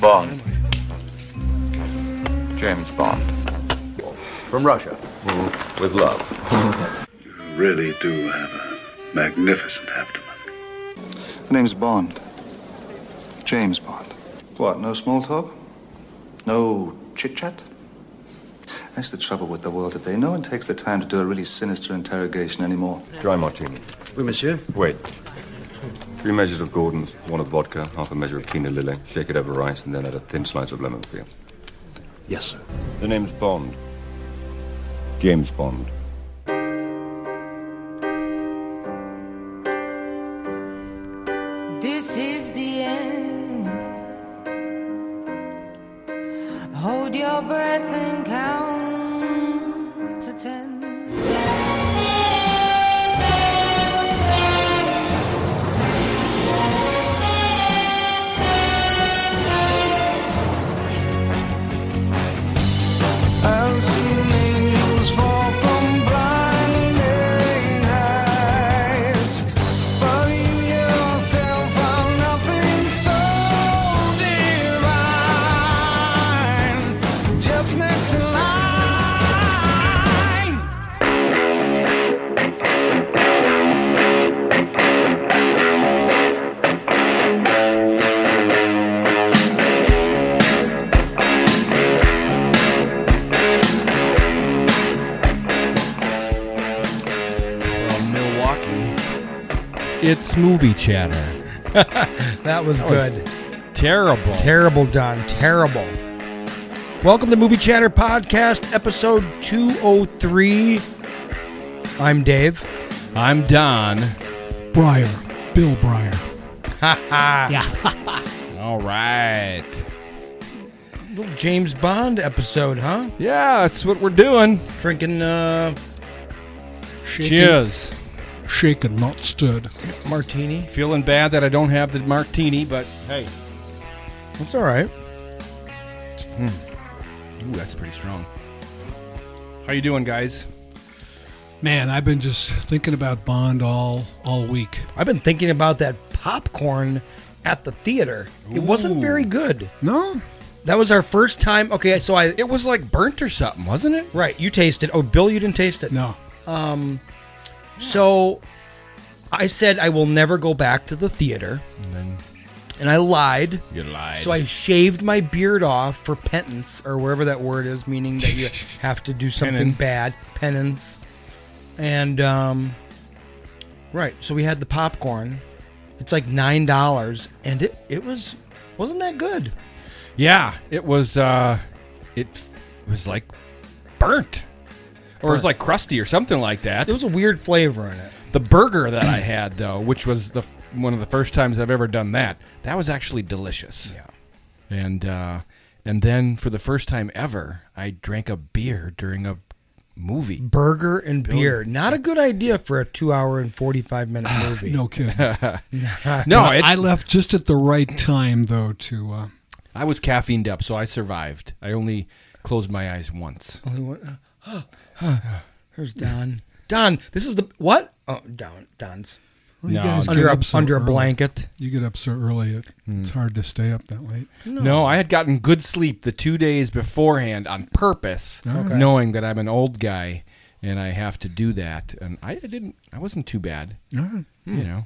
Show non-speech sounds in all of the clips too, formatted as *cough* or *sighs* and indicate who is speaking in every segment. Speaker 1: Bond. James Bond.
Speaker 2: From Russia.
Speaker 1: With love.
Speaker 3: really do have a magnificent abdomen.
Speaker 4: The name's Bond. James Bond. What, no small talk? No chit chat? That's the trouble with the world today. No one takes the time to do a really sinister interrogation anymore.
Speaker 5: Dry martini.
Speaker 6: Oui, monsieur.
Speaker 5: Wait. Three measures of Gordon's, one of vodka, half a measure of quinoa lily, shake it over rice, and then add a thin slice of lemon peel.
Speaker 6: Yes, sir.
Speaker 5: The name's Bond. James Bond.
Speaker 7: This is the end. Hold your breath and count to ten.
Speaker 8: From Milwaukee.
Speaker 9: It's movie chatter.
Speaker 10: *laughs* That was
Speaker 9: was
Speaker 10: good.
Speaker 9: Terrible.
Speaker 10: Terrible, Don. Terrible. Welcome to Movie Chatter Podcast, episode 203. I'm Dave.
Speaker 9: I'm Don.
Speaker 11: Breyer. Bill Breyer.
Speaker 9: All right.
Speaker 10: Little James Bond episode, huh?
Speaker 9: Yeah, that's what we're doing.
Speaker 10: Drinking uh,
Speaker 11: Shaken,
Speaker 9: Cheers.
Speaker 11: Shaken, not stirred.
Speaker 10: martini.
Speaker 9: Feeling bad that I don't have the martini, but hey,
Speaker 10: That's all right.
Speaker 9: Hmm. ooh, that's pretty strong. How you doing, guys?
Speaker 11: Man, I've been just thinking about Bond all all week.
Speaker 10: I've been thinking about that popcorn at the theater. It wasn't
Speaker 9: Ooh.
Speaker 10: very good.
Speaker 11: No,
Speaker 10: That was our first time. Okay, so I.
Speaker 9: It was like burnt or something, wasn't it?
Speaker 10: right, you tasted. Oh, Bill, you didn't taste it.
Speaker 11: no.
Speaker 10: So I said I will never go back to the theater. and I lied.
Speaker 9: You lied.
Speaker 10: So I shaved my beard off for penance, or wherever that word is, meaning that you have to do something
Speaker 9: Penance.
Speaker 10: bad, penance. And um, right, so we had the popcorn. It's like nine dollars, and it it was wasn't that good.
Speaker 9: yeah, it was. uh It f- was like burnt, or it was
Speaker 10: Burnt.
Speaker 9: like crusty or something like that.
Speaker 10: There was a weird flavor in it.
Speaker 9: The burger that I had though, which was the one of the first times I've ever done that, that was actually delicious. Yeah. And uh, and then for the first time ever, I drank a beer during a movie.
Speaker 10: Burger and beer, not a good idea for a two-hour and forty-five minute movie.
Speaker 11: No
Speaker 9: *laughs*
Speaker 11: kidding.
Speaker 9: No, it,
Speaker 11: I
Speaker 9: I,
Speaker 11: left just at the right time though to uh,
Speaker 9: was caffeined up, so I survived. I only closed my eyes once.
Speaker 10: Only one- uh, Here's Don. Don, this is the what? Oh, Don. Don's
Speaker 11: well, you
Speaker 9: No,
Speaker 11: guys
Speaker 10: under
Speaker 11: get
Speaker 10: a
Speaker 11: up so
Speaker 10: under a
Speaker 11: early.
Speaker 10: blanket.
Speaker 11: You get up so early; it,
Speaker 9: Hmm.
Speaker 11: it's hard to stay up that late.
Speaker 9: No. I had gotten good sleep the two days beforehand on purpose, knowing that I'm an old guy and I have to do that. And I didn't. I wasn't too bad,
Speaker 11: All right.
Speaker 9: you know.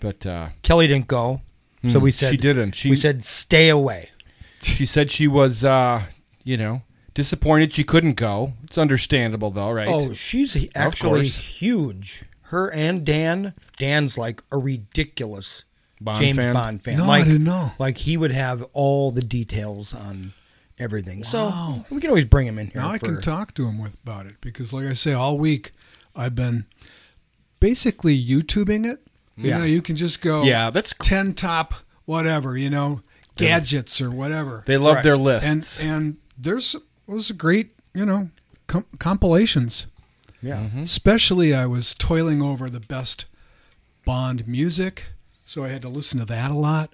Speaker 9: But uh,
Speaker 10: Kelly didn't go, so we said
Speaker 9: Hmm. she didn't. She
Speaker 10: we said stay away.
Speaker 9: She said she was, uh, you know, disappointed she couldn't go. It's understandable, though, right?
Speaker 10: Oh, she's he- actually
Speaker 9: course.
Speaker 10: huge. Her and Dan. Dan's like a ridiculous
Speaker 9: Bond
Speaker 10: James
Speaker 9: fan?
Speaker 10: Bond fan.
Speaker 11: No, I
Speaker 10: like,
Speaker 11: didn't know.
Speaker 10: Like he would have all the details on everything. So we can always bring him in here.
Speaker 11: Now I can
Speaker 10: for-
Speaker 11: talk to him with about it because, like I say, all week I've been basically YouTubing it. You
Speaker 9: Yeah.
Speaker 11: know, you can just go
Speaker 9: Yeah, that's cool.
Speaker 11: ten top whatever you know gadgets or whatever.
Speaker 9: They love
Speaker 10: Right.
Speaker 9: their
Speaker 11: and
Speaker 9: lists.
Speaker 11: and there's was a great you know com- compilations.
Speaker 10: Yeah.
Speaker 9: Mm-hmm.
Speaker 11: Especially, I was toiling over the best Bond music, so I had to listen to that a lot,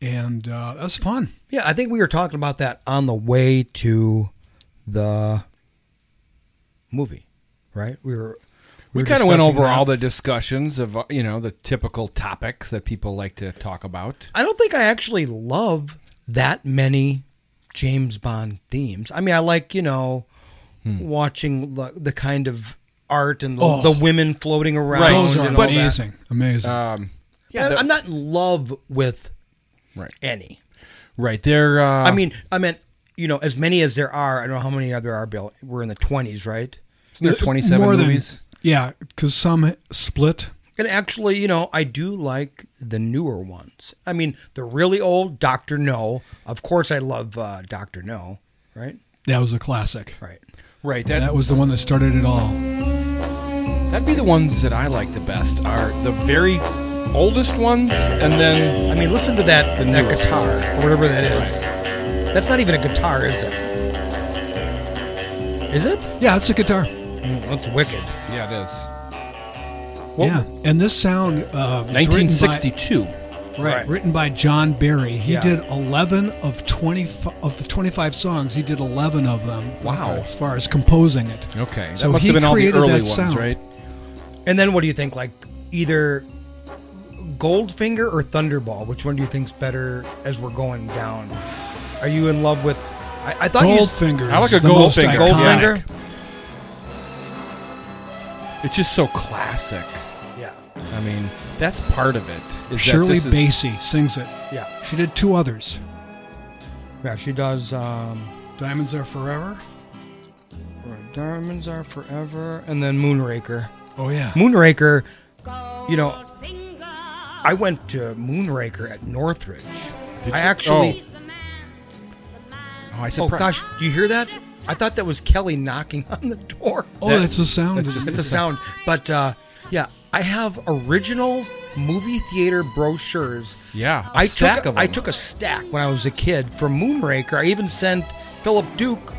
Speaker 11: and uh, that was fun.
Speaker 10: Yeah, I think we were talking about that on the way to the movie, right? We were
Speaker 9: we
Speaker 10: were
Speaker 9: kind of went
Speaker 10: discussing
Speaker 9: over
Speaker 10: that.
Speaker 9: all the discussions of, uh, you know, the typical topics that people like to talk about.
Speaker 10: I don't think I actually love that many James Bond themes. I mean, I like you know watching the, the kind of art and the,
Speaker 11: Oh.
Speaker 10: the women floating around.
Speaker 11: Right. Those are
Speaker 10: and all that.
Speaker 11: amazing. Amazing.
Speaker 9: Um,
Speaker 10: yeah, I'm not in love with
Speaker 9: right.
Speaker 10: any.
Speaker 9: Right. They're. Uh,
Speaker 10: I mean, I mean, you know, as many as there are. I don't know how many there are. Bill, we're in the twenties, right?
Speaker 9: Isn't there
Speaker 11: Th-
Speaker 9: 27
Speaker 11: Uh, more than-
Speaker 9: movies?
Speaker 11: yeah, because some split.
Speaker 10: And actually, you know, I do like the newer ones. I mean, the really old Doctor No. Of course, I love uh, Doctor No. Right,
Speaker 11: That was a classic.
Speaker 10: right.
Speaker 9: right. That,
Speaker 11: That, was the one that started it all.
Speaker 9: That'd be the ones that I like the best are the very oldest ones, and then
Speaker 10: I mean, listen to that that guitar or whatever that is. That's not even a guitar, is it? Is it?
Speaker 11: Yeah, it's a guitar.
Speaker 10: Mm, That's wicked.
Speaker 9: yeah, it is.
Speaker 11: yeah, and this sound uh, was written by-
Speaker 9: 1962.
Speaker 11: right,
Speaker 10: Right.
Speaker 11: written by John Barry. He
Speaker 10: Yeah.
Speaker 11: did 11 of 20 of the 25 songs. He did 11 of them.
Speaker 9: Wow.
Speaker 11: As far as composing it.
Speaker 9: Okay, that
Speaker 11: So
Speaker 9: must
Speaker 11: he
Speaker 9: have been all the
Speaker 11: created
Speaker 9: early
Speaker 11: that
Speaker 9: ones,
Speaker 11: sound.
Speaker 9: right?
Speaker 10: And then what do you think? Like either Goldfinger or Thunderball? Which one do you think's better as we're going down? Are you in love with? I, I thought you s-
Speaker 11: Goldfinger.
Speaker 9: I like
Speaker 11: is
Speaker 9: a
Speaker 11: the most
Speaker 9: Goldfinger.
Speaker 11: iconic.
Speaker 10: Goldfinger.
Speaker 9: It's just so classic.
Speaker 10: Yeah.
Speaker 9: I mean, that's part of it. is that
Speaker 11: Shirley
Speaker 9: this is-
Speaker 11: Bassey sings it.
Speaker 10: yeah,
Speaker 11: She did two others.
Speaker 10: yeah. She does. Um,
Speaker 11: Diamonds Are Forever.
Speaker 10: Diamonds are forever, and then Moonraker.
Speaker 11: Oh yeah.
Speaker 10: Moonraker, you know, I went to Moonraker at Northridge.
Speaker 9: Did
Speaker 10: I
Speaker 9: you-
Speaker 10: actually.
Speaker 9: Oh, I said.
Speaker 10: Oh, gosh, do you hear that? I thought that was Kelly knocking *laughs* on the door.
Speaker 11: Oh,
Speaker 9: That-
Speaker 11: that's the sound.
Speaker 9: that's just-
Speaker 10: It's a sound, but uh, yeah, I have original movie theater brochures.
Speaker 9: Yeah, a
Speaker 10: I
Speaker 9: stack
Speaker 10: took
Speaker 9: of
Speaker 10: I
Speaker 9: them.
Speaker 10: took a stack when I was a kid from Moonraker. I even sent Philip Duke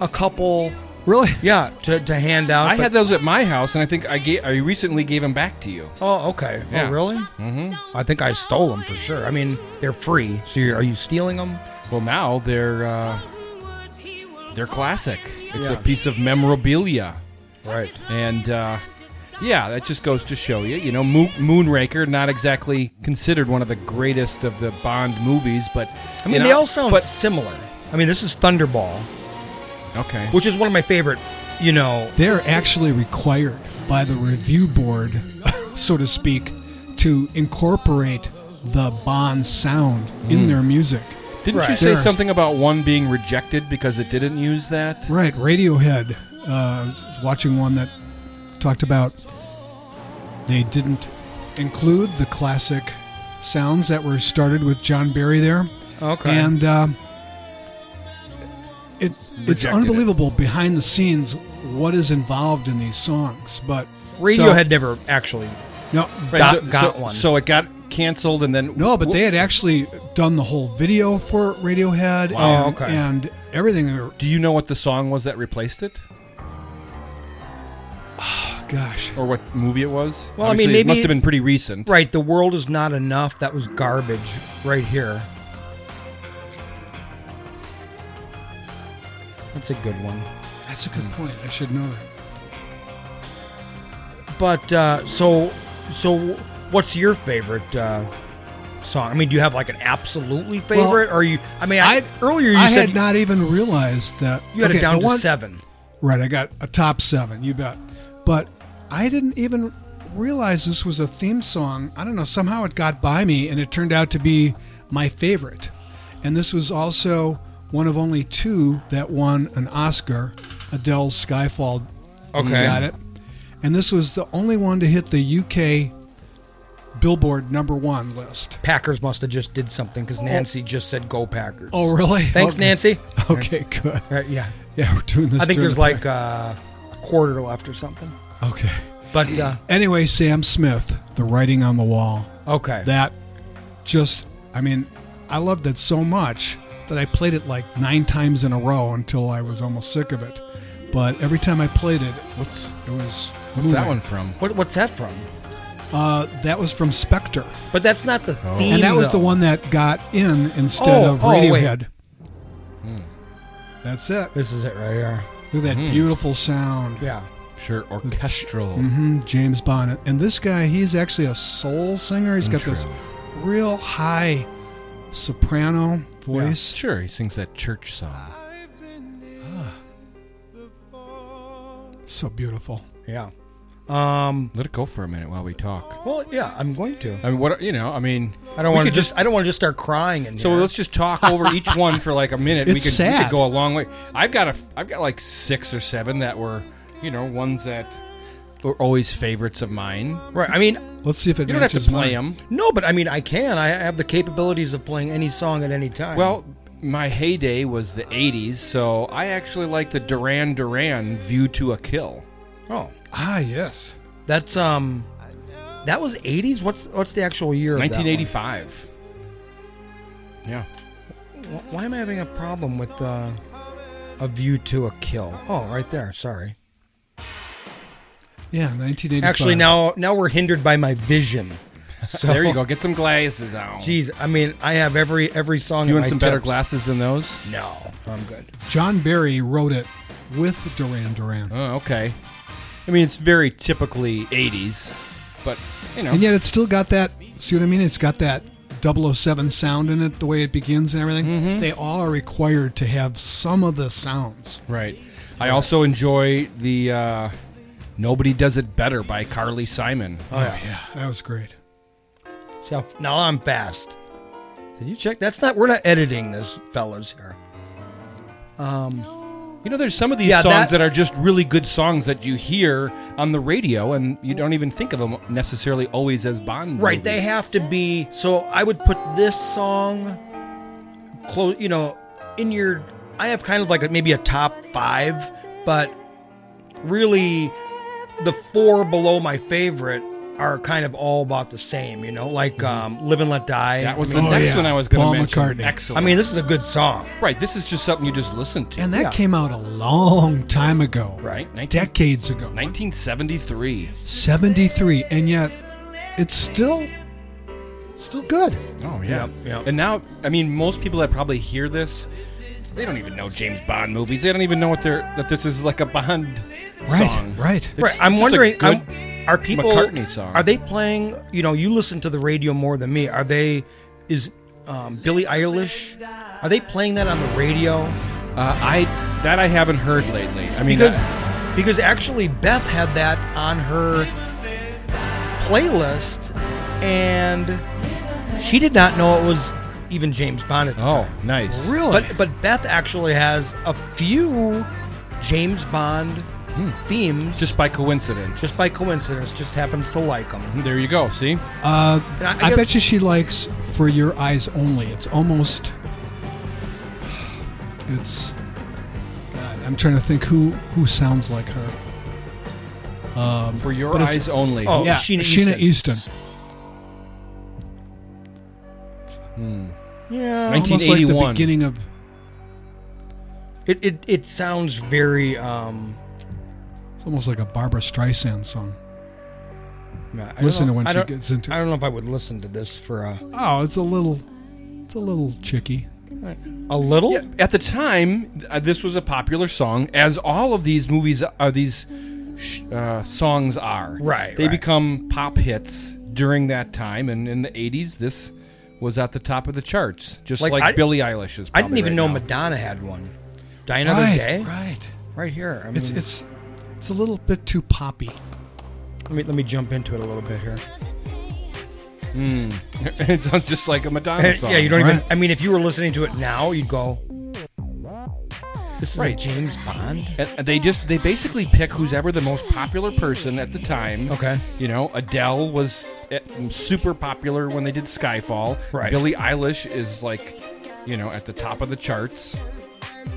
Speaker 10: a couple.
Speaker 11: really?
Speaker 10: Yeah, to, to hand out.
Speaker 9: I
Speaker 10: but-
Speaker 9: had those at my house, and I think I gave. I recently gave them back to you.
Speaker 10: Oh, okay.
Speaker 9: Yeah.
Speaker 10: Oh, really? Mm-hmm. I think I stole them for sure. I mean, they're free. So you're, are you stealing them?
Speaker 9: Well, now they're uh, they're classic. It's
Speaker 10: Yeah.
Speaker 9: a piece of memorabilia.
Speaker 10: Right.
Speaker 9: And uh, yeah, that just goes to show you, you know, Mo- Moonraker, not exactly considered one of the greatest of the Bond movies, but
Speaker 10: I mean, they all sound similar. I mean, this is Thunderball,
Speaker 9: okay.
Speaker 10: which is one of my favorite. You know,
Speaker 11: They're actually required by the review board, *laughs* so to speak, to incorporate the Bond sound
Speaker 9: Mm.
Speaker 11: in their music.
Speaker 9: Didn't you
Speaker 10: Right.
Speaker 9: say
Speaker 11: There.
Speaker 9: something about one being rejected because it didn't use that?
Speaker 11: Right, Radiohead. Uh, watching one that talked about they didn't include the classic sounds that were started with John Barry there.
Speaker 10: okay,
Speaker 11: And um, it, it's
Speaker 9: Rejected it.
Speaker 11: unbelievable behind the scenes what is involved in these songs. But
Speaker 10: Radiohead never actually.
Speaker 11: so- no,
Speaker 9: Right,
Speaker 10: Got-
Speaker 9: so,
Speaker 10: got
Speaker 9: so-
Speaker 10: one.
Speaker 9: So it got canceled, and then
Speaker 11: no, but they had actually done the whole video for Radiohead
Speaker 10: Wow,
Speaker 11: and,
Speaker 10: okay.
Speaker 11: and everything. They were-
Speaker 9: Do you know what the song was that replaced it,
Speaker 11: oh, gosh,
Speaker 9: or what movie it was?
Speaker 10: Well, I
Speaker 9: Obviously,
Speaker 10: mean,
Speaker 9: it
Speaker 10: maybe-
Speaker 9: must have been pretty recent.
Speaker 10: Right, the world is not enough. That was garbage right here. That's a good one.
Speaker 11: that's a good
Speaker 10: Hmm.
Speaker 11: point. I should know that.
Speaker 10: But uh, so, so, what's your favorite uh, song? I mean, do you have like an absolutely favorite, or you? I mean, I, earlier you
Speaker 11: I
Speaker 10: said
Speaker 11: had not even realized that
Speaker 10: you had
Speaker 11: okay,
Speaker 10: it down
Speaker 11: the
Speaker 10: to
Speaker 11: one-
Speaker 10: seven.
Speaker 11: Right, I got a top seven. You bet. But I didn't even realize this was a theme song. I don't know. Somehow it got by me, and it turned out to be my favorite. And this was also one of only two that won an Oscar. Adele's Skyfall
Speaker 10: Okay.
Speaker 11: got it. And this was the only one to hit the UK Billboard number one list.
Speaker 10: Packers must have just did something because Nancy just said go Packers.
Speaker 11: Oh, really? *laughs*
Speaker 10: thanks,
Speaker 11: Okay.
Speaker 10: Nancy.
Speaker 11: Okay, good. *laughs*
Speaker 10: Right, yeah,
Speaker 11: Yeah, we're doing this.
Speaker 10: I think
Speaker 11: during
Speaker 10: there's
Speaker 11: the
Speaker 10: like
Speaker 11: break.
Speaker 10: uh, a quarter left or something.
Speaker 11: okay.
Speaker 10: But uh,
Speaker 11: Anyway, Sam Smith, The Writing on the Wall.
Speaker 10: *clears throat* okay,
Speaker 11: that just i mean i loved it so much that i played it like nine times in a row until i was almost sick of it but every time i played it
Speaker 9: What's
Speaker 11: it was
Speaker 9: what's that
Speaker 11: moving.
Speaker 9: one from?
Speaker 10: what, what's that from?
Speaker 11: uh, that was from spectre
Speaker 10: But that's not the theme.
Speaker 11: and that was the
Speaker 10: though.
Speaker 11: one that got in instead
Speaker 10: Oh,
Speaker 11: of
Speaker 10: oh, wait. Hmm.
Speaker 11: radiohead that's it
Speaker 10: This is it right here.
Speaker 11: look at that
Speaker 10: Hmm.
Speaker 11: beautiful sound
Speaker 10: Yeah.
Speaker 9: Sure, orchestral.
Speaker 11: hmm James Bond. And this guy, he's actually a soul singer. He's got this real high soprano voice.
Speaker 9: Sure, he sings that church song.
Speaker 11: So beautiful.
Speaker 10: Yeah. Um,
Speaker 9: Let it go for a minute while we talk.
Speaker 10: Well, yeah, I'm going to.
Speaker 9: I mean, what you know? I mean,
Speaker 10: I don't
Speaker 9: we
Speaker 10: want to
Speaker 9: could
Speaker 10: just. I don't want to just start crying. And
Speaker 9: So let's just talk
Speaker 10: *laughs*
Speaker 9: over each one for like a minute. we
Speaker 10: It's
Speaker 9: could we
Speaker 10: sad.
Speaker 9: could go a long way. I've got a f- I've got like six or seven that were you know ones that were always favorites of mine.
Speaker 10: Right. I mean,
Speaker 11: let's see if
Speaker 9: it You don't have to matches play mine. 'em.
Speaker 10: No, but I mean, I can. I have the capabilities of playing any song at any time.
Speaker 9: Well, my heyday was the '80s, so I actually like the Duran Duran "View to a Kill."
Speaker 10: oh,
Speaker 11: Ah, yes.
Speaker 10: that's um, that was '80s. What's what's the actual year? of that one?
Speaker 9: 1985. Yeah.
Speaker 10: Wh- Why am I having a problem with uh, a view to a kill? Oh, right there. Sorry.
Speaker 11: Yeah, 1985.
Speaker 10: Actually, now now we're hindered by my vision. So *laughs*
Speaker 9: there you go. Get some glasses on.
Speaker 10: Jeez, I mean, I have every every song.
Speaker 9: you
Speaker 10: in
Speaker 9: want
Speaker 10: my
Speaker 9: some better
Speaker 10: tips.
Speaker 9: glasses than those?
Speaker 10: No, I'm good.
Speaker 11: John Barry wrote it with Duran Duran.
Speaker 9: Oh, okay. I mean, it's very typically '80s, but you know.
Speaker 11: And yet it's still got that, see what I mean? It's got that 007 sound in it, the way it begins and everything.
Speaker 9: Mm-hmm.
Speaker 11: They all are required to have some of the sounds.
Speaker 9: Right. I also enjoy the uh, "Nobody Does It Better" by Carly Simon.
Speaker 11: Oh, yeah. That was great.
Speaker 10: See how, now I'm fast. Did you check? That's not. We're not editing this, fellas. Here. Um.
Speaker 9: You know, there's some of these
Speaker 10: Yeah,
Speaker 9: songs
Speaker 10: that-
Speaker 9: that, are just really good songs that you hear on the radio, and you don't even think of them necessarily always as Bond.
Speaker 10: Right.
Speaker 9: movies.
Speaker 10: They have to be. So I would put this song. Close. You know, in your. I have kind of like a, maybe a top five, but really, the four below my favorite are kind of all about the same. You know, like um, "Live and Let Die."
Speaker 9: Mm-hmm. That was
Speaker 10: I
Speaker 9: the
Speaker 10: mean-
Speaker 9: next one I was going
Speaker 11: Paul
Speaker 9: to mention.
Speaker 11: McCartney.
Speaker 9: Excellent.
Speaker 10: I mean, this is a good song.
Speaker 9: right. This is just something you just listen to.
Speaker 11: And that
Speaker 10: Yeah.
Speaker 11: came out a long time ago.
Speaker 9: right. 19,
Speaker 11: Decades ago.
Speaker 9: 1973.
Speaker 11: 73. And yet it's still still good.
Speaker 9: Oh yeah. And now, I mean, most people that probably hear this, they don't even know James Bond movies. They don't even know what they're that this is like a Bond
Speaker 11: Right,
Speaker 9: song.
Speaker 11: right.
Speaker 9: It's
Speaker 10: right. I'm
Speaker 9: just a
Speaker 10: wondering,
Speaker 9: good-
Speaker 10: I'm- are people
Speaker 9: McCartney song.
Speaker 10: Are they playing? You know, you listen to the radio more than me. Are they? Is um, Billie Eilish? Are they playing that on the radio?
Speaker 9: Uh, I that I haven't heard lately. I mean,
Speaker 10: Because
Speaker 9: uh,
Speaker 10: because actually Beth had that on her playlist, and she did not know it was even James Bond at the
Speaker 9: oh,
Speaker 10: time.
Speaker 9: nice.
Speaker 10: But but Beth actually has a few James Bond themes.
Speaker 9: Hmm. Just by coincidence.
Speaker 10: just by coincidence, just happens to like them.
Speaker 9: there you go. See,
Speaker 11: Uh,
Speaker 10: And I- I
Speaker 11: I,
Speaker 10: guess-
Speaker 11: bet you she likes For Your Eyes Only. It's almost. It's. God, I'm trying to think who who sounds like her. Um,
Speaker 9: for your
Speaker 11: but it's-
Speaker 9: eyes only.
Speaker 10: Oh,
Speaker 11: yeah,
Speaker 10: Sheena
Speaker 11: Sheena,
Speaker 10: Easton.
Speaker 11: Easton.
Speaker 10: Yeah.
Speaker 11: Almost like the
Speaker 9: 1981.
Speaker 11: beginning of.
Speaker 10: It, it, it sounds very um
Speaker 11: It's almost like a Barbara Streisand song.
Speaker 10: I don't
Speaker 11: Listen to when
Speaker 10: I
Speaker 11: she
Speaker 10: don't-
Speaker 11: gets into
Speaker 10: I
Speaker 11: it.
Speaker 10: don't know if I would listen to this for a,
Speaker 11: Oh, it's a little. It's a little chicky.
Speaker 10: a little
Speaker 9: Yeah, at the time, uh, this was a popular song, as all of these movies are these sh- uh, songs are.
Speaker 10: Right,
Speaker 9: They
Speaker 10: right.
Speaker 9: become pop hits during that time, and in the '80s, this was at the top of the charts, just
Speaker 10: Like,
Speaker 9: like,
Speaker 10: I-
Speaker 9: Billie Eilish is.
Speaker 10: I didn't
Speaker 9: probably
Speaker 10: even
Speaker 9: right
Speaker 10: know
Speaker 9: now.
Speaker 10: Madonna had one. Die Another
Speaker 11: right,
Speaker 10: Day? Right.
Speaker 11: right.
Speaker 10: here. I mean,
Speaker 11: It's it's it's a little bit too poppy.
Speaker 10: let me let me jump into it a little bit here.
Speaker 9: *laughs* it sounds just like a Madonna song.
Speaker 10: *laughs* yeah, you don't even
Speaker 11: Right.
Speaker 10: I mean if you were listening to it now, you'd go This is a
Speaker 9: Right.
Speaker 10: James Bond?
Speaker 9: And they just they basically pick who's ever the most popular person at the time.
Speaker 10: Okay.
Speaker 9: You know, Adele was eh, super popular when they did Skyfall.
Speaker 10: Right.
Speaker 9: Billie Eilish is like, you know, at the top of the charts.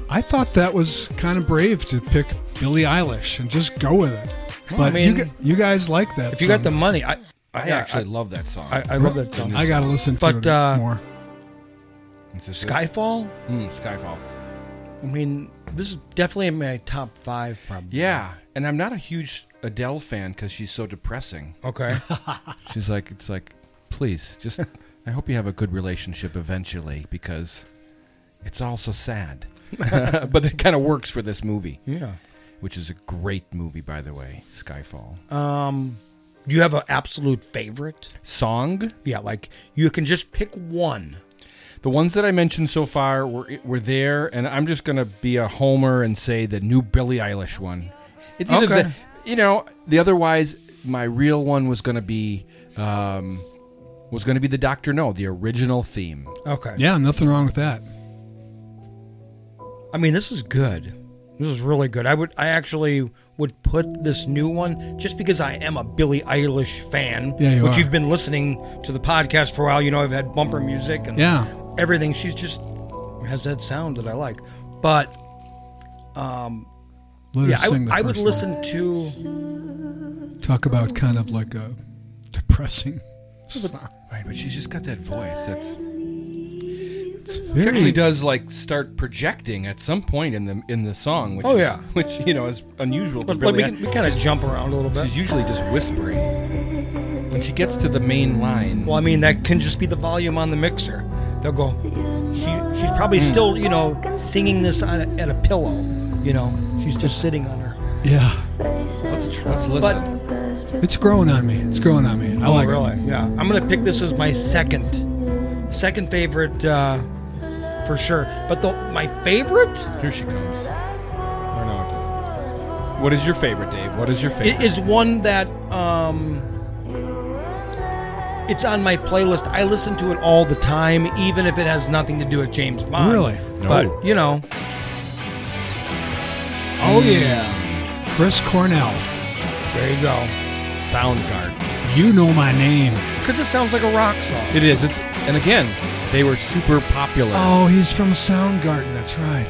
Speaker 11: I thought that was kind of brave to pick Billie Eilish and just go with it. But
Speaker 10: I mean-
Speaker 11: you, gu- you guys like that.
Speaker 10: If you got the
Speaker 11: song.
Speaker 10: money, I I,
Speaker 9: I actually love that song.
Speaker 10: I, I love that song.
Speaker 11: I gotta listen to
Speaker 10: But,
Speaker 11: it
Speaker 10: uh,
Speaker 11: more.
Speaker 9: Is this it?
Speaker 10: Skyfall?
Speaker 9: Hmm, Skyfall.
Speaker 10: I mean, this is definitely in my top five, probably.
Speaker 9: Yeah, and I'm not a huge Adele fan because she's so depressing.
Speaker 11: *laughs*
Speaker 10: Okay.
Speaker 9: She's like, it's like, please, just. I hope you have a good relationship eventually because it's all so sad. *laughs* but it kind of works for this movie.
Speaker 10: yeah.
Speaker 9: which is a great movie, by the way, Skyfall.
Speaker 10: Um, do you have an absolute favorite?
Speaker 9: Song?
Speaker 10: Yeah, like you can just pick one.
Speaker 9: the ones that I mentioned so far were were there, and I'm just gonna be a homer and say the new Billie Eilish one. It's either
Speaker 12: Okay.
Speaker 9: the, you know, the otherwise my real one was gonna be um, was gonna be the Doctor No, the original theme.
Speaker 10: Okay.
Speaker 11: Yeah, nothing wrong with that.
Speaker 10: I mean, this is good. This is really good. I would, I actually would put this new one just because I am a Billie Eilish fan.
Speaker 11: Yeah, you
Speaker 10: which
Speaker 11: are.
Speaker 10: you've been listening to the podcast for a while. You know, I've had bumper music and
Speaker 11: Yeah.
Speaker 10: everything. She's just has that sound that I like. But, um,
Speaker 11: Let her
Speaker 10: yeah, I,
Speaker 11: sing the
Speaker 10: I would
Speaker 11: first
Speaker 10: listen to.
Speaker 11: Talk about kind of like a
Speaker 10: *laughs*
Speaker 11: depressing.
Speaker 9: Right, but she's just got that voice. That's
Speaker 11: very-
Speaker 9: she
Speaker 10: Hmm.
Speaker 9: actually does like start projecting at some point in the in the song. Which
Speaker 10: Oh,
Speaker 9: is-
Speaker 10: yeah.
Speaker 9: which you know is unusual.
Speaker 10: But,
Speaker 9: to
Speaker 10: like, we
Speaker 9: really-
Speaker 10: can- we kinda
Speaker 9: she's-
Speaker 10: jump around a little bit.
Speaker 9: She's usually just whispering. When she gets to the main line,
Speaker 10: Well, I mean, that can just be the volume on the mixer. They'll go. She, she's
Speaker 11: Hmm.
Speaker 10: probably still, you know, singing this on a, at a pillow. You know, she's just sitting on her.
Speaker 11: Yeah.
Speaker 10: Let's,
Speaker 9: let's listen.
Speaker 11: It's growing on me. It's growing on me. I
Speaker 10: oh,
Speaker 11: like
Speaker 10: really?
Speaker 11: it.
Speaker 10: Yeah. I'm gonna pick this as my second, second favorite uh, for sure. But the my favorite
Speaker 9: Here she comes. Or no, it doesn't. What is your favorite, Dave? What is your
Speaker 10: i-
Speaker 9: favorite?
Speaker 10: is one that um, it's on my playlist. I listen to it all the time, even if it has nothing to do with James Bond.
Speaker 11: Really?
Speaker 10: But
Speaker 11: No.
Speaker 10: you know.
Speaker 11: Oh, yeah. Chris Cornell.
Speaker 10: There you go.
Speaker 9: Soundgarden.
Speaker 11: You know my name.
Speaker 10: Because it sounds like a rock song.
Speaker 9: It is. It's and again, they were super popular.
Speaker 11: Oh, he's from Soundgarden. That's right.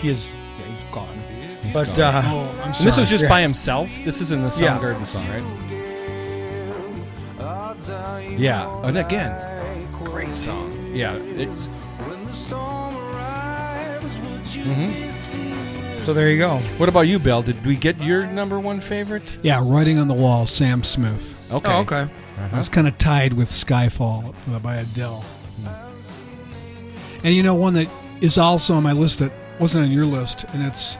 Speaker 10: He is. Yeah, he's gone.
Speaker 9: He's
Speaker 10: but
Speaker 9: gone.
Speaker 10: uh,
Speaker 11: Oh, I'm
Speaker 9: and this was just
Speaker 10: Yeah.
Speaker 9: by himself. This isn't the
Speaker 10: Yeah.
Speaker 9: Soundgarden song, right? Yeah, and again, great song. Yeah, it-
Speaker 11: Oh.
Speaker 10: So there you go.
Speaker 9: What about you, Bill? Did we get your number one favorite?
Speaker 11: Yeah, writing on the wall, Sam Smith.
Speaker 9: Okay. Uh-huh.
Speaker 10: Oh, okay.
Speaker 11: I was kind of tied with Skyfall uh, by Adele. And you know, one that is also on my list that wasn't on your list, and it's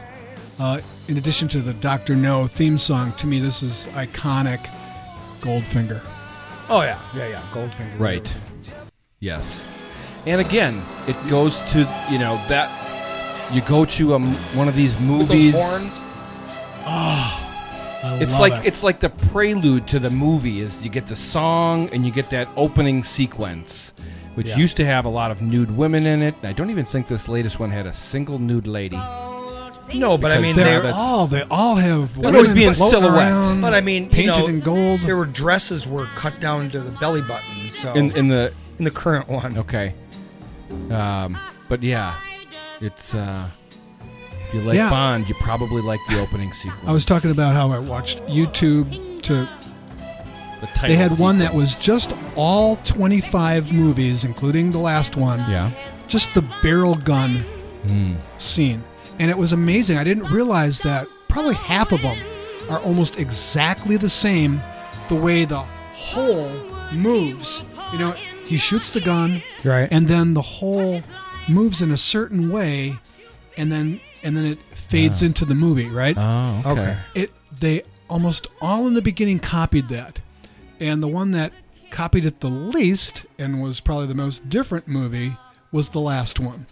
Speaker 11: uh, in addition to the Doctor No theme song. To me, this is iconic. Goldfinger.
Speaker 10: Oh yeah, yeah, yeah. Goldfinger.
Speaker 9: Right. Yes. And again, it goes to you know that you go to um one of these
Speaker 10: With
Speaker 9: movies.
Speaker 10: Those horns.
Speaker 11: I
Speaker 9: It's
Speaker 11: love
Speaker 9: like
Speaker 11: it.
Speaker 9: it's like the prelude to the movie is you get the song and you get that opening sequence, which
Speaker 10: Yeah.
Speaker 9: used to have a lot of nude women in it. I don't even think this latest one had a single nude lady.
Speaker 10: No, but I
Speaker 9: Because
Speaker 10: mean
Speaker 11: they're
Speaker 10: they're.
Speaker 11: all they all have
Speaker 9: They'd always
Speaker 11: women
Speaker 9: be in
Speaker 11: floating
Speaker 9: silhouette.
Speaker 11: around,
Speaker 10: But I mean, you
Speaker 11: painted
Speaker 10: know,
Speaker 11: in gold.
Speaker 10: There were dresses were cut down to the belly button. So
Speaker 9: In in the
Speaker 10: in the current one.
Speaker 9: okay, um, but yeah, it's uh, if you like
Speaker 11: Yeah.
Speaker 9: Bond, you probably like the opening sequence.
Speaker 11: I was talking about how I watched YouTube to
Speaker 9: The title
Speaker 11: They had one that
Speaker 9: sequence.
Speaker 11: was just all 25 movies, including the last one.
Speaker 9: Yeah.
Speaker 11: Just the barrel gun scene. And it was amazing. I didn't realize that probably half of them are almost exactly the same the way the whole moves. You know, he shoots the gun,
Speaker 10: Right.
Speaker 11: and then the whole moves in a certain way, and then and then it fades into the movie, right?
Speaker 9: Oh, okay.
Speaker 10: Okay.
Speaker 11: it they almost all in the beginning copied that and the one that copied it the least and was probably the most different movie was the last one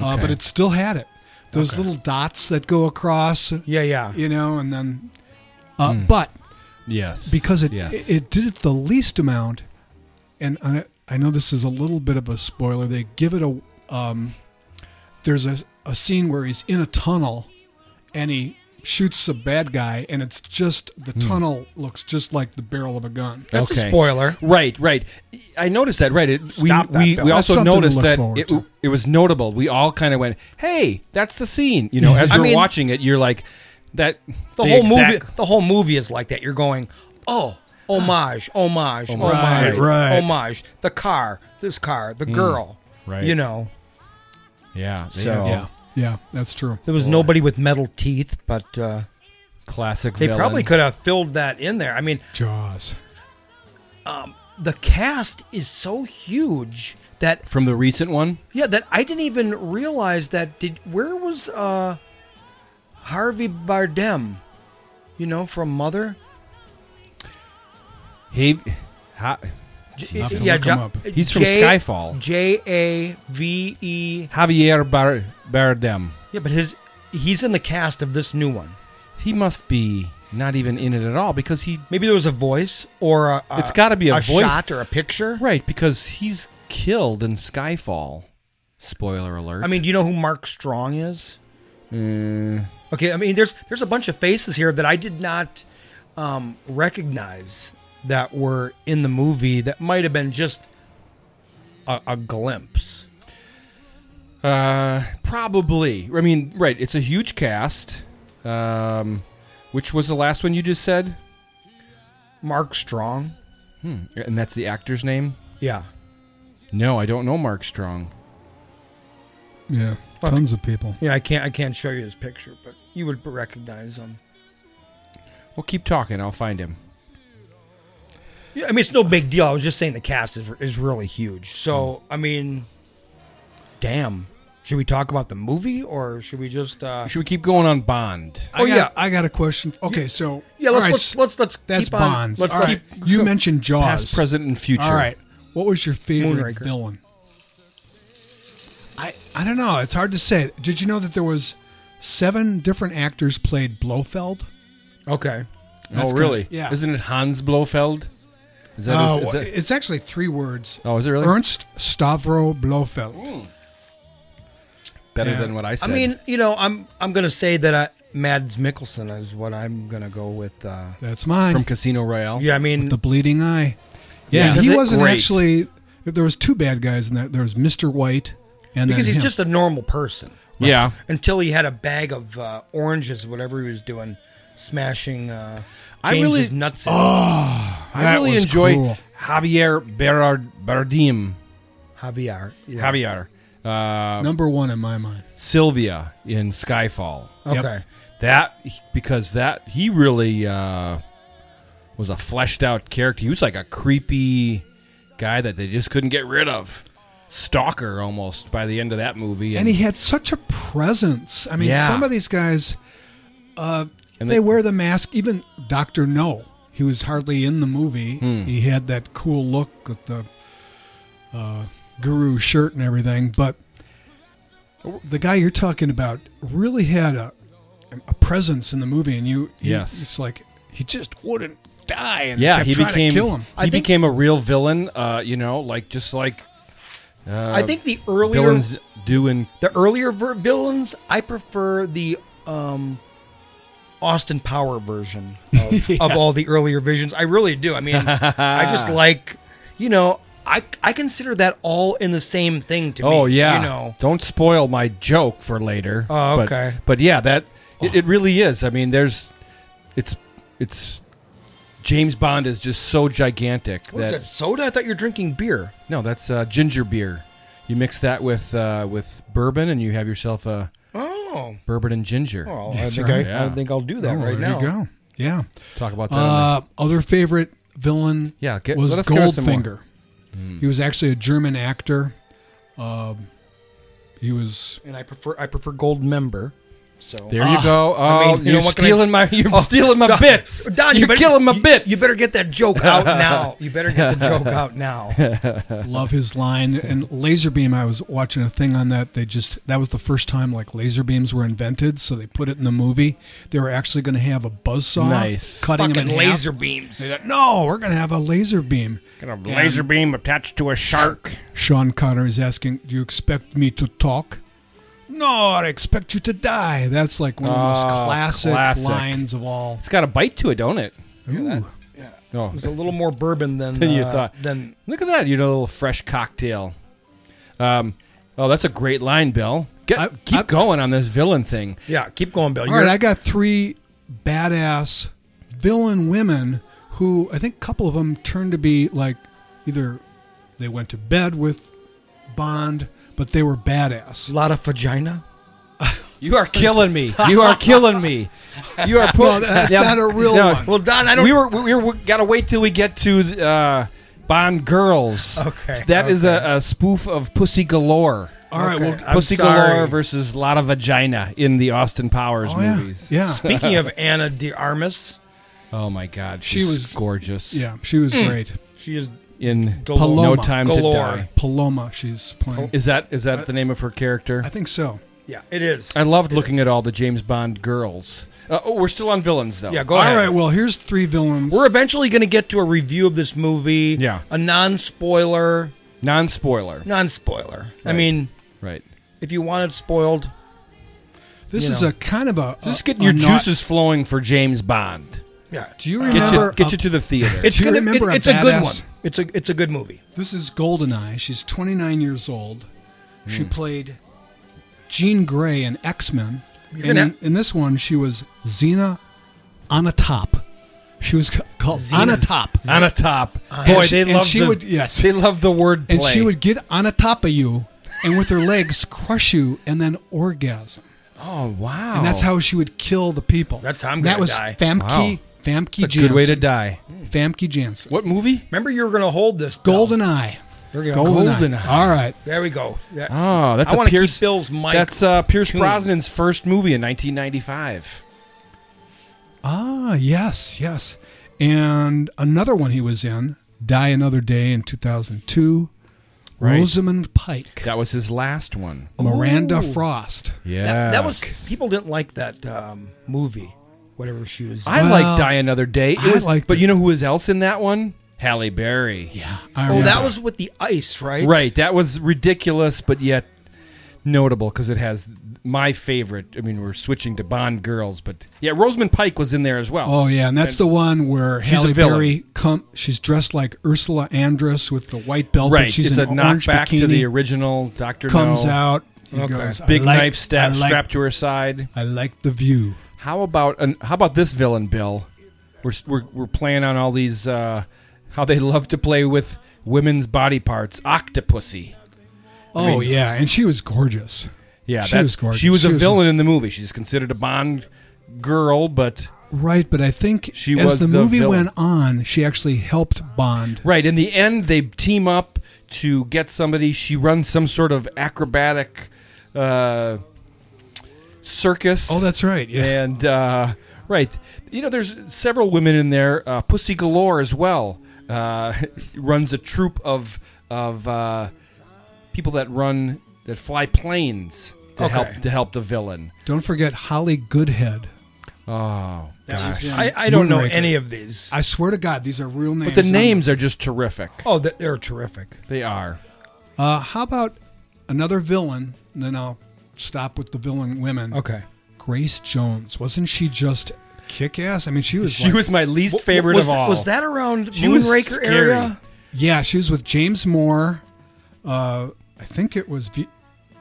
Speaker 11: uh,
Speaker 9: Okay.
Speaker 11: but it still had it those
Speaker 9: Okay.
Speaker 11: little dots that go across
Speaker 10: Yeah, yeah.
Speaker 11: you know and then uh, but
Speaker 9: Yes.
Speaker 11: because it,
Speaker 9: Hmm. Yes.
Speaker 11: it did it the least amount and I, I know this is a little bit of a spoiler they give it a um, there's a, a scene where he's in a tunnel and he shoots a bad guy and it's just
Speaker 9: Hmm.
Speaker 11: the tunnel looks just like the barrel of a gun
Speaker 10: That's
Speaker 9: Okay.
Speaker 10: a spoiler.
Speaker 9: Right, right. I noticed that. Right. It, we
Speaker 10: Stop that,
Speaker 9: we,
Speaker 10: Bill.
Speaker 9: we
Speaker 10: That's
Speaker 9: also
Speaker 11: something to
Speaker 9: noticed
Speaker 11: look
Speaker 9: that
Speaker 11: forward
Speaker 9: it,
Speaker 11: to.
Speaker 9: it was notable. We all kind of went, "Hey, that's the scene." You know, as
Speaker 10: I
Speaker 9: we're
Speaker 10: mean-
Speaker 9: watching it, you're like, "That
Speaker 10: The whole movie. The whole movie is like that. You're going, oh, homage, homage, homage,
Speaker 11: Right,
Speaker 10: homage,
Speaker 11: right.
Speaker 10: The car, this car, the girl.
Speaker 9: Mm. right.
Speaker 10: You know,
Speaker 9: Yeah. they
Speaker 10: So-
Speaker 9: have
Speaker 11: yeah yeah that's true
Speaker 10: there was nobody with metal teeth, but uh,
Speaker 9: classic.
Speaker 10: they
Speaker 9: villain.
Speaker 10: probably could have filled that in there. I mean, um,
Speaker 11: jaws
Speaker 10: the cast is so huge that
Speaker 9: from the recent one.
Speaker 10: yeah that I didn't even realize that did where was uh Harvey Bardem you know from Mother
Speaker 9: He, ha,
Speaker 10: J-
Speaker 9: Nothing
Speaker 10: yeah,
Speaker 9: will come
Speaker 10: Ja-
Speaker 9: up. He's from
Speaker 10: J-
Speaker 9: Skyfall.
Speaker 10: J A V E.
Speaker 9: Javier Bar- Bardem.
Speaker 10: Yeah, but his he's in the cast of this new one.
Speaker 9: He must be not even in it at all because he
Speaker 10: maybe there was a voice or a, a
Speaker 9: it's got to be a, voice.
Speaker 10: shot or a picture,
Speaker 9: right? Because he's killed in Skyfall. Spoiler alert.
Speaker 10: I mean, do you know who Mark Strong is?
Speaker 9: Mm,
Speaker 10: Okay, I mean, there's there's a bunch of faces here that I did not um, recognize that were in the movie that might have been just a, a glimpse.
Speaker 9: Uh, probably. I mean, right. It's a huge cast. Um, which was the last one you just said?
Speaker 10: Mark Strong.
Speaker 9: Hmm. And that's the actor's name.
Speaker 10: Yeah.
Speaker 9: No, I don't know Mark Strong.
Speaker 11: Yeah,
Speaker 10: Fuck.
Speaker 11: tons of people.
Speaker 10: Yeah, I can't I can't show you his picture, but you would recognize him.
Speaker 9: Well, keep talking. I'll find him.
Speaker 10: Yeah, I mean, it's no big deal. I was just saying the cast is is really huge. So
Speaker 9: Hmm.
Speaker 10: I mean, damn. Should we talk about the movie or should we just? Uh,
Speaker 9: Should we keep going on Bond?
Speaker 10: Oh
Speaker 11: I got,
Speaker 10: yeah,
Speaker 11: I got a question. Okay, so
Speaker 10: yeah.
Speaker 11: all
Speaker 10: Let's
Speaker 11: right,
Speaker 10: let's, let's let's
Speaker 11: that's
Speaker 10: keep on-
Speaker 11: Bonds.
Speaker 10: Let's
Speaker 11: All right,
Speaker 10: keep- *laughs*
Speaker 11: you mentioned Jaws,
Speaker 9: Past, present, and future.
Speaker 11: All right, what was your favorite
Speaker 10: Moonraker.
Speaker 11: villain? I I don't know. It's hard to say. Did you know that there was seven different actors played Blofeld?
Speaker 10: Okay.
Speaker 9: oh,
Speaker 11: That's
Speaker 9: really?
Speaker 11: kinda- yeah.
Speaker 9: Isn't it Hans Blofeld? Is that?
Speaker 11: Oh,
Speaker 9: his- is that
Speaker 11: it's actually three words.
Speaker 9: oh, is it really Hmm.
Speaker 11: Ernst Stavro Blofeld.
Speaker 9: better
Speaker 11: yeah.
Speaker 9: than what I
Speaker 10: I
Speaker 9: said?
Speaker 10: mean, you know, I'm I'm gonna say that I, Mads Mikkelsen is what I'm gonna go with. Uh,
Speaker 11: That's mine.
Speaker 9: from Casino Royale.
Speaker 10: yeah, I mean,
Speaker 11: the bleeding eye.
Speaker 9: Yeah.
Speaker 11: Yeah,
Speaker 10: Is
Speaker 11: he
Speaker 10: it
Speaker 11: wasn't
Speaker 9: great?
Speaker 11: actually. There was two bad guys in that. There was Mister White, and
Speaker 10: because
Speaker 11: then
Speaker 10: he's
Speaker 11: him.
Speaker 10: just a normal person
Speaker 9: Yeah.
Speaker 10: until he had a bag of uh, oranges, whatever he was doing, smashing. Uh,
Speaker 9: I
Speaker 10: James's
Speaker 9: really-
Speaker 10: nuts. Oh,
Speaker 9: I
Speaker 11: That
Speaker 9: really
Speaker 11: was
Speaker 9: enjoy
Speaker 11: cruel.
Speaker 9: Javier Berard Bardim.
Speaker 10: Javier. Yeah.
Speaker 9: Javier. Uh,
Speaker 11: number one in my mind.
Speaker 9: Sylvia in Skyfall.
Speaker 10: Okay.
Speaker 11: Yep.
Speaker 9: That because that he really uh, was a fleshed out character. He was like a creepy guy that they just couldn't get rid of. Stalker almost by the end of that movie.
Speaker 11: And he had such a presence. I mean,
Speaker 9: Yeah.
Speaker 11: some of these guys, uh,
Speaker 9: And
Speaker 11: they
Speaker 9: they-
Speaker 11: wear the mask. Even Doctor No, he was hardly in the movie.
Speaker 9: Hmm.
Speaker 11: He had that cool look with the uh, guru shirt and everything. But the guy you're talking about really had a a presence in the movie, and you, you-
Speaker 9: Yes.
Speaker 11: it's like he just wouldn't die. And
Speaker 9: yeah,
Speaker 11: kept
Speaker 9: he
Speaker 11: trying to
Speaker 9: became
Speaker 11: kill him.
Speaker 9: he became a real villain. Uh, you know, like just like uh,
Speaker 10: I think the earlier
Speaker 9: villains do in
Speaker 10: the earlier ver- villains, I prefer the um, Austin Power version
Speaker 11: *laughs*
Speaker 10: of, of all the earlier visions. I really do. I mean, I just like, you know, I I consider that all in the same thing to me.
Speaker 9: Oh yeah,
Speaker 10: you know,
Speaker 9: Don't spoil my joke for later.
Speaker 10: Oh,
Speaker 9: But-
Speaker 10: okay.
Speaker 9: But, yeah, that it, it really is. I mean, there's, it's it's, James Bond is just so gigantic
Speaker 10: what's
Speaker 9: that
Speaker 10: that soda? I thought you were drinking beer.
Speaker 9: no, that's uh, ginger beer. You mix that with uh, with bourbon, and you have yourself a
Speaker 10: Oh,
Speaker 9: bourbon and ginger.
Speaker 10: well,
Speaker 11: That's
Speaker 10: I think
Speaker 11: right.
Speaker 10: I,
Speaker 9: Yeah.
Speaker 10: I think I'll do that
Speaker 11: Oh, there
Speaker 10: right now.
Speaker 11: you go. Yeah.
Speaker 9: Talk about that. on
Speaker 11: Uh, other favorite villain
Speaker 9: Yeah, get-
Speaker 11: was
Speaker 9: let us hear some more. Hmm.
Speaker 11: Goldfinger. He was actually a German actor. Um, he
Speaker 9: *laughs*
Speaker 11: was.
Speaker 10: And I prefer I prefer Gold Member. So
Speaker 9: the- there you go. Oh,
Speaker 10: Ah, I mean, you know,
Speaker 9: you're
Speaker 10: what can I
Speaker 9: stealing my
Speaker 10: s-
Speaker 9: you're
Speaker 10: Oh,
Speaker 9: stealing my
Speaker 10: sorry.
Speaker 9: bits.
Speaker 10: Don, you
Speaker 9: you're
Speaker 10: better-
Speaker 9: killing my
Speaker 10: you-
Speaker 9: bits.
Speaker 10: You better get that
Speaker 9: *laughs*
Speaker 10: joke out now. You better get the joke out now.
Speaker 11: Love his line and laser beam. I was watching a thing on that. They just that was the first time like laser beams were invented, so they put it in the movie. They were actually going to have a buzzsaw
Speaker 9: Nice.
Speaker 11: cutting him in half.
Speaker 10: beams.
Speaker 11: They said, no, we're going to have a laser beam.
Speaker 10: Uh,
Speaker 9: laser beam attached to a shark.
Speaker 11: Sean Connery is asking, "Do you expect me to talk?" No, I expect you to die. That's like one of the most
Speaker 9: Ah,
Speaker 11: classic,
Speaker 9: classic.
Speaker 11: lines of all.
Speaker 9: It's got a bite to it, don't it?
Speaker 11: Ooh.
Speaker 9: Oh,
Speaker 10: It was a little more bourbon than,
Speaker 9: Than you
Speaker 10: uh,
Speaker 9: thought.
Speaker 10: Than
Speaker 9: Look at that, you know, a little fresh cocktail. Um, oh, that's a great line, Bill. Get,
Speaker 11: I-
Speaker 9: keep
Speaker 11: I-
Speaker 9: going on this villain thing.
Speaker 10: yeah. Keep going, Bill.
Speaker 11: All right, I got three badass villain women who I think a couple of them turned to be like either they went to bed with Bond, but they were
Speaker 10: a
Speaker 11: badass.
Speaker 10: lot of vagina.
Speaker 9: You are killing me. You are killing me. You
Speaker 11: *laughs*
Speaker 9: are putting.
Speaker 11: that's not a real one.
Speaker 10: Well, Don, I don't.
Speaker 9: we were we were got to wait till we get to uh, Bond Girls.
Speaker 10: Okay,
Speaker 9: that is a, a spoof of Pussy Galore.
Speaker 11: All right,
Speaker 10: Okay.
Speaker 11: well,
Speaker 10: I'm
Speaker 9: Pussy Galore
Speaker 10: sorry.
Speaker 9: versus Lot of Vagina in the Austin Powers
Speaker 11: oh, yeah,
Speaker 9: movies.
Speaker 10: *laughs*
Speaker 11: yeah,
Speaker 10: Speaking of Anna de Armas,
Speaker 9: Oh my God,
Speaker 11: She
Speaker 9: she's
Speaker 11: was-
Speaker 9: gorgeous.
Speaker 11: yeah, she was great.
Speaker 10: she is
Speaker 9: in No
Speaker 11: Paloma.
Speaker 9: Time to Die.
Speaker 11: Paloma, she's playing.
Speaker 9: Is that is that
Speaker 11: I-
Speaker 9: the name of her character?
Speaker 11: I think so.
Speaker 10: Yeah, it is.
Speaker 9: I loved looking at all the James Bond girls. Uh, oh, we're still on villains though.
Speaker 10: Oh, Yeah, go
Speaker 11: All
Speaker 10: ahead.
Speaker 11: right, well, here's three villains.
Speaker 10: We're eventually going to get to a review of this movie.
Speaker 9: Yeah.
Speaker 10: A non spoiler.
Speaker 9: Non spoiler.
Speaker 10: Non spoiler. I
Speaker 9: Right.
Speaker 10: mean,
Speaker 9: Right.
Speaker 10: if you want it spoiled,
Speaker 11: This
Speaker 10: you
Speaker 11: is
Speaker 10: know.
Speaker 11: a kind of a.
Speaker 10: Uh,
Speaker 9: Just
Speaker 11: a-
Speaker 9: getting your
Speaker 11: a not-
Speaker 9: juices flowing for James Bond.
Speaker 10: yeah.
Speaker 11: Do you
Speaker 9: Get
Speaker 11: remember?
Speaker 9: you get
Speaker 11: a-
Speaker 9: you to the theater.
Speaker 10: uh, It's
Speaker 11: Do you
Speaker 10: gonna,
Speaker 11: remember
Speaker 10: it-
Speaker 11: a
Speaker 10: it's a good
Speaker 11: badass-
Speaker 10: one. It's a it's a good movie.
Speaker 11: This is Goldeneye. She's 29 years old.
Speaker 9: Hmm.
Speaker 11: She played Jean Grey in X Men.
Speaker 10: You're
Speaker 11: And
Speaker 10: gonna-
Speaker 11: in, in this one, she was Xena on a top. She was ca- called on a top.
Speaker 9: on a top.
Speaker 10: Uh,
Speaker 11: And
Speaker 9: Boy,
Speaker 11: she-
Speaker 9: they
Speaker 11: and
Speaker 9: love
Speaker 11: she
Speaker 9: the,
Speaker 11: would- yes.
Speaker 9: they love the word
Speaker 11: And she
Speaker 9: play.
Speaker 11: would get on a top of you and with her legs crush you and then orgasm.
Speaker 9: Oh wow!
Speaker 11: And that's how she would kill the people.
Speaker 10: That's how I'm
Speaker 11: And That
Speaker 10: gonna
Speaker 11: was
Speaker 10: die.
Speaker 11: Famke,
Speaker 9: Wow.
Speaker 11: Famke
Speaker 9: It's a
Speaker 11: Janssen.
Speaker 9: good way to die.
Speaker 11: Famke Janssen.
Speaker 9: What movie?
Speaker 10: Remember, you were going to hold this. Bill.
Speaker 11: Goldeneye.
Speaker 10: There we go.
Speaker 11: Goldeneye.
Speaker 9: Goldeneye.
Speaker 11: All right.
Speaker 10: There we go. Yeah.
Speaker 9: Oh, that's
Speaker 10: I
Speaker 9: a
Speaker 10: wanna
Speaker 9: Pierce
Speaker 10: keep Bill's mic.
Speaker 9: That's uh, Pierce
Speaker 10: tuned.
Speaker 9: Brosnan's first movie in 1995.
Speaker 11: Ah, yes, yes. And another one he was in, Die Another Day in 2002,
Speaker 9: Right.
Speaker 11: Rosamund Pike,
Speaker 9: That was his last one.
Speaker 11: Oh. Miranda
Speaker 10: Ooh.
Speaker 11: Frost.
Speaker 9: Yeah,
Speaker 10: Oh, That, that was people didn't like that um, movie, whatever she was.
Speaker 9: I
Speaker 11: Well,
Speaker 9: like Die Another Day. It
Speaker 11: I
Speaker 9: was-
Speaker 11: liked
Speaker 9: but
Speaker 11: it.
Speaker 9: you know who was else in that one? Halle Berry.
Speaker 11: Yeah. I
Speaker 10: oh, that
Speaker 11: remember.
Speaker 10: was with the ice, right?
Speaker 9: Right. That was ridiculous, but yet notable because it has my favorite. I mean, we're switching to Bond girls, but yeah, Rosamund Pike was in there as well.
Speaker 11: Oh yeah, and that's the one where
Speaker 9: She's a
Speaker 11: Halle
Speaker 9: villain.
Speaker 11: Berry come. She's dressed like Ursula Andress with the white belt. but
Speaker 9: right.
Speaker 11: she's
Speaker 9: it's a
Speaker 11: in orange
Speaker 9: knockback
Speaker 11: bikini,
Speaker 9: to the original Doctor
Speaker 11: Comes
Speaker 9: No.
Speaker 11: out. He
Speaker 10: Okay.
Speaker 11: goes, I
Speaker 9: Big
Speaker 11: like-
Speaker 9: knife stab
Speaker 11: I like-
Speaker 9: strapped to her side.
Speaker 11: I like the view.
Speaker 9: How about an, how about this villain, Bill? We're we're, we're playing on all these uh, how they love to play with women's body parts. Octopussy.
Speaker 11: Oh yeah, and she was gorgeous.
Speaker 9: Yeah,
Speaker 11: She
Speaker 9: that's
Speaker 11: was gorgeous.
Speaker 9: she was
Speaker 11: She
Speaker 9: a
Speaker 11: was-
Speaker 9: villain in the movie. She's considered a Bond girl, but
Speaker 11: Right, but I think
Speaker 9: She
Speaker 11: as
Speaker 9: was
Speaker 11: the,
Speaker 9: the
Speaker 11: movie
Speaker 9: villain.
Speaker 11: went on, she actually helped Bond.
Speaker 9: right in the end they team up to get somebody. She runs some sort of acrobatic uh, circus.
Speaker 11: Oh, that's right. Yeah.
Speaker 9: And uh, right, you know, there's several women in there. Uh, Pussy Galore as well uh, *laughs* runs a troop of of uh, people that run that fly planes to
Speaker 10: Okay.
Speaker 9: help to help the villain.
Speaker 11: Don't forget Holly Goodhead.
Speaker 9: Oh, gosh.
Speaker 10: I, I don't know
Speaker 11: Moonraker.
Speaker 10: any of these.
Speaker 11: I swear to God, these are real names.
Speaker 9: but the
Speaker 11: I'm-
Speaker 9: names are just terrific.
Speaker 10: Oh, th- they're terrific.
Speaker 9: They are.
Speaker 11: Uh, how about another villain? And then I'll stop with the villain women.
Speaker 10: Okay.
Speaker 11: Grace Jones. Wasn't she just kick ass? I mean, she was.
Speaker 9: She
Speaker 11: like-
Speaker 9: was my least favorite
Speaker 10: was,
Speaker 9: of all.
Speaker 10: Was that around
Speaker 9: She was
Speaker 10: Moonraker
Speaker 9: scary.
Speaker 10: area?
Speaker 11: Yeah, she was with James Moore. Uh, I think it was. V-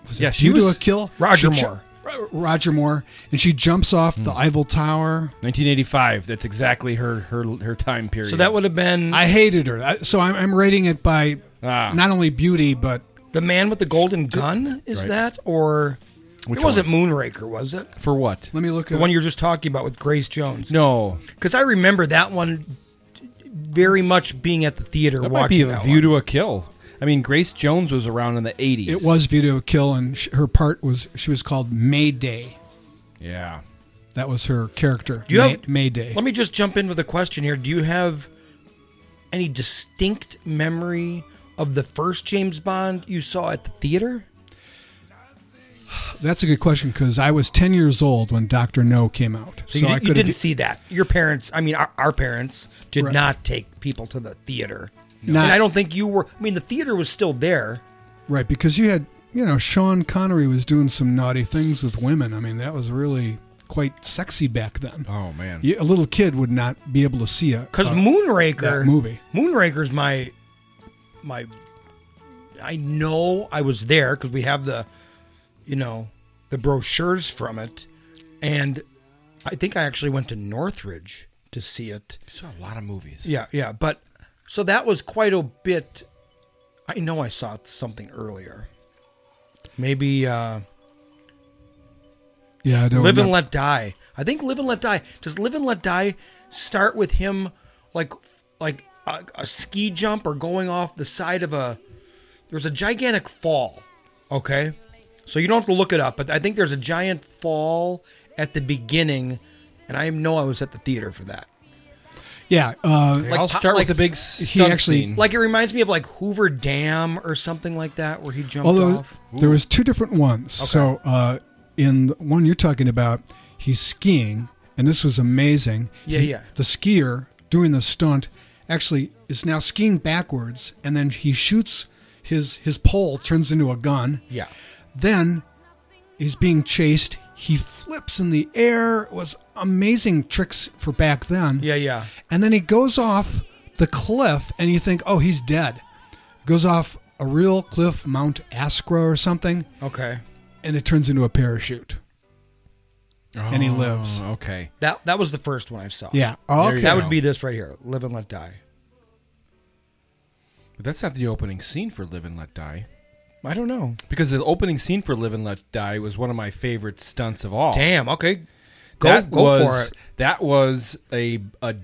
Speaker 11: was it
Speaker 9: Yeah, she
Speaker 11: View to
Speaker 9: was-
Speaker 11: a Kill.
Speaker 10: Roger
Speaker 11: She ju-
Speaker 10: Moore.
Speaker 11: Ro- Roger Moore, and she jumps off
Speaker 9: Hmm.
Speaker 11: the Eiffel Tower.
Speaker 9: 1985? That's exactly her her her time period.
Speaker 10: So that would have been
Speaker 11: I hated her, I- so I'm, I'm rating it by
Speaker 9: Ah.
Speaker 11: not only beauty but
Speaker 10: the man with the golden gun. Is
Speaker 9: Right.
Speaker 10: that or it wasn't Moonraker? Was it
Speaker 9: for what?
Speaker 11: Let me look
Speaker 10: the
Speaker 11: at
Speaker 10: one you're just talking about with Grace Jones?
Speaker 9: No,
Speaker 10: because I remember that one very much being at the theater
Speaker 9: that might be
Speaker 10: watching
Speaker 9: a
Speaker 10: that
Speaker 9: view
Speaker 10: one.
Speaker 9: to a kill. I mean, Grace Jones was around in the 80s.
Speaker 11: It was Vito Kill, and sh- her part was she was called Mayday.
Speaker 9: Yeah.
Speaker 11: That was her character.
Speaker 10: Do you
Speaker 11: May-
Speaker 10: have-
Speaker 11: Mayday.
Speaker 10: Let me just jump in with a question here. Do you have any distinct memory of the first James Bond you saw at the theater?
Speaker 11: That's a good question because I was ten years old when Doctor No came out,
Speaker 10: So, you,
Speaker 11: I
Speaker 10: di- you
Speaker 11: could
Speaker 10: didn't
Speaker 11: have
Speaker 10: see that. Your parents, I mean, our, our parents did
Speaker 11: Right.
Speaker 10: not take people to the theater.
Speaker 11: Not-
Speaker 10: and I don't think you were. I mean, the theater was still there.
Speaker 11: right because you had you know Sean Connery was doing some naughty things with women. I mean that was really quite sexy back then.
Speaker 9: Oh man.
Speaker 11: You- a little kid would not be able to see it
Speaker 9: Uh,
Speaker 10: Because Moonraker
Speaker 11: that movie.
Speaker 10: Moonraker's my my. I know I was there because we have the, you know, the brochures from it, and I think I actually went to Northridge to see it.
Speaker 9: saw a lot of movies.
Speaker 10: Yeah, yeah, but so that was quite a bit. I know I saw something earlier. Maybe uh,
Speaker 11: Yeah, I
Speaker 9: Oh,
Speaker 11: don't
Speaker 10: Live and
Speaker 11: remember.
Speaker 10: Let Die. I think Live and Let Die. Does Live and Let Die start with him like like a, a ski jump or going off the side of a there's a gigantic fall. Okay? So you don't have to look it up, but I think there's a giant fall at the beginning and I know I was at the theater for that.
Speaker 11: Yeah, uh,
Speaker 9: I'll start with a big
Speaker 11: He
Speaker 9: stunt
Speaker 11: actually
Speaker 9: scene.
Speaker 10: Like it reminds me of like Hoover Dam or something like that, where he jumped
Speaker 11: although
Speaker 10: off.
Speaker 11: there was two different ones.
Speaker 10: Okay.
Speaker 11: So uh, in the one you're talking about, he's skiing, and this was amazing.
Speaker 10: Yeah,
Speaker 11: He-
Speaker 10: yeah.
Speaker 11: The skier doing the stunt actually is now skiing backwards, and then he shoots his his pole turns into a gun.
Speaker 9: Yeah.
Speaker 11: Then he's being chased. He flips in the air. It was amazing tricks for back then.
Speaker 10: Yeah, yeah.
Speaker 11: And then he goes off the cliff, and you think, oh, he's dead. Goes off a real cliff, Mount Ascra or something,
Speaker 10: Okay.
Speaker 11: and it turns into a parachute. And he lives.
Speaker 9: Oh, Okay.
Speaker 10: That that was the first one I saw.
Speaker 11: Yeah. Oh, There you okay.
Speaker 10: That
Speaker 11: go.
Speaker 10: would be this right here. Live and let die.
Speaker 9: But that's not the opening scene for Live and Let Die.
Speaker 10: I don't know.
Speaker 9: Because the opening scene for Live and Let Die was one of my favorite stunts of
Speaker 11: Oh.
Speaker 9: all.
Speaker 10: Damn, okay. Go-
Speaker 9: that
Speaker 10: go
Speaker 9: was,
Speaker 10: for it.
Speaker 9: That was a, a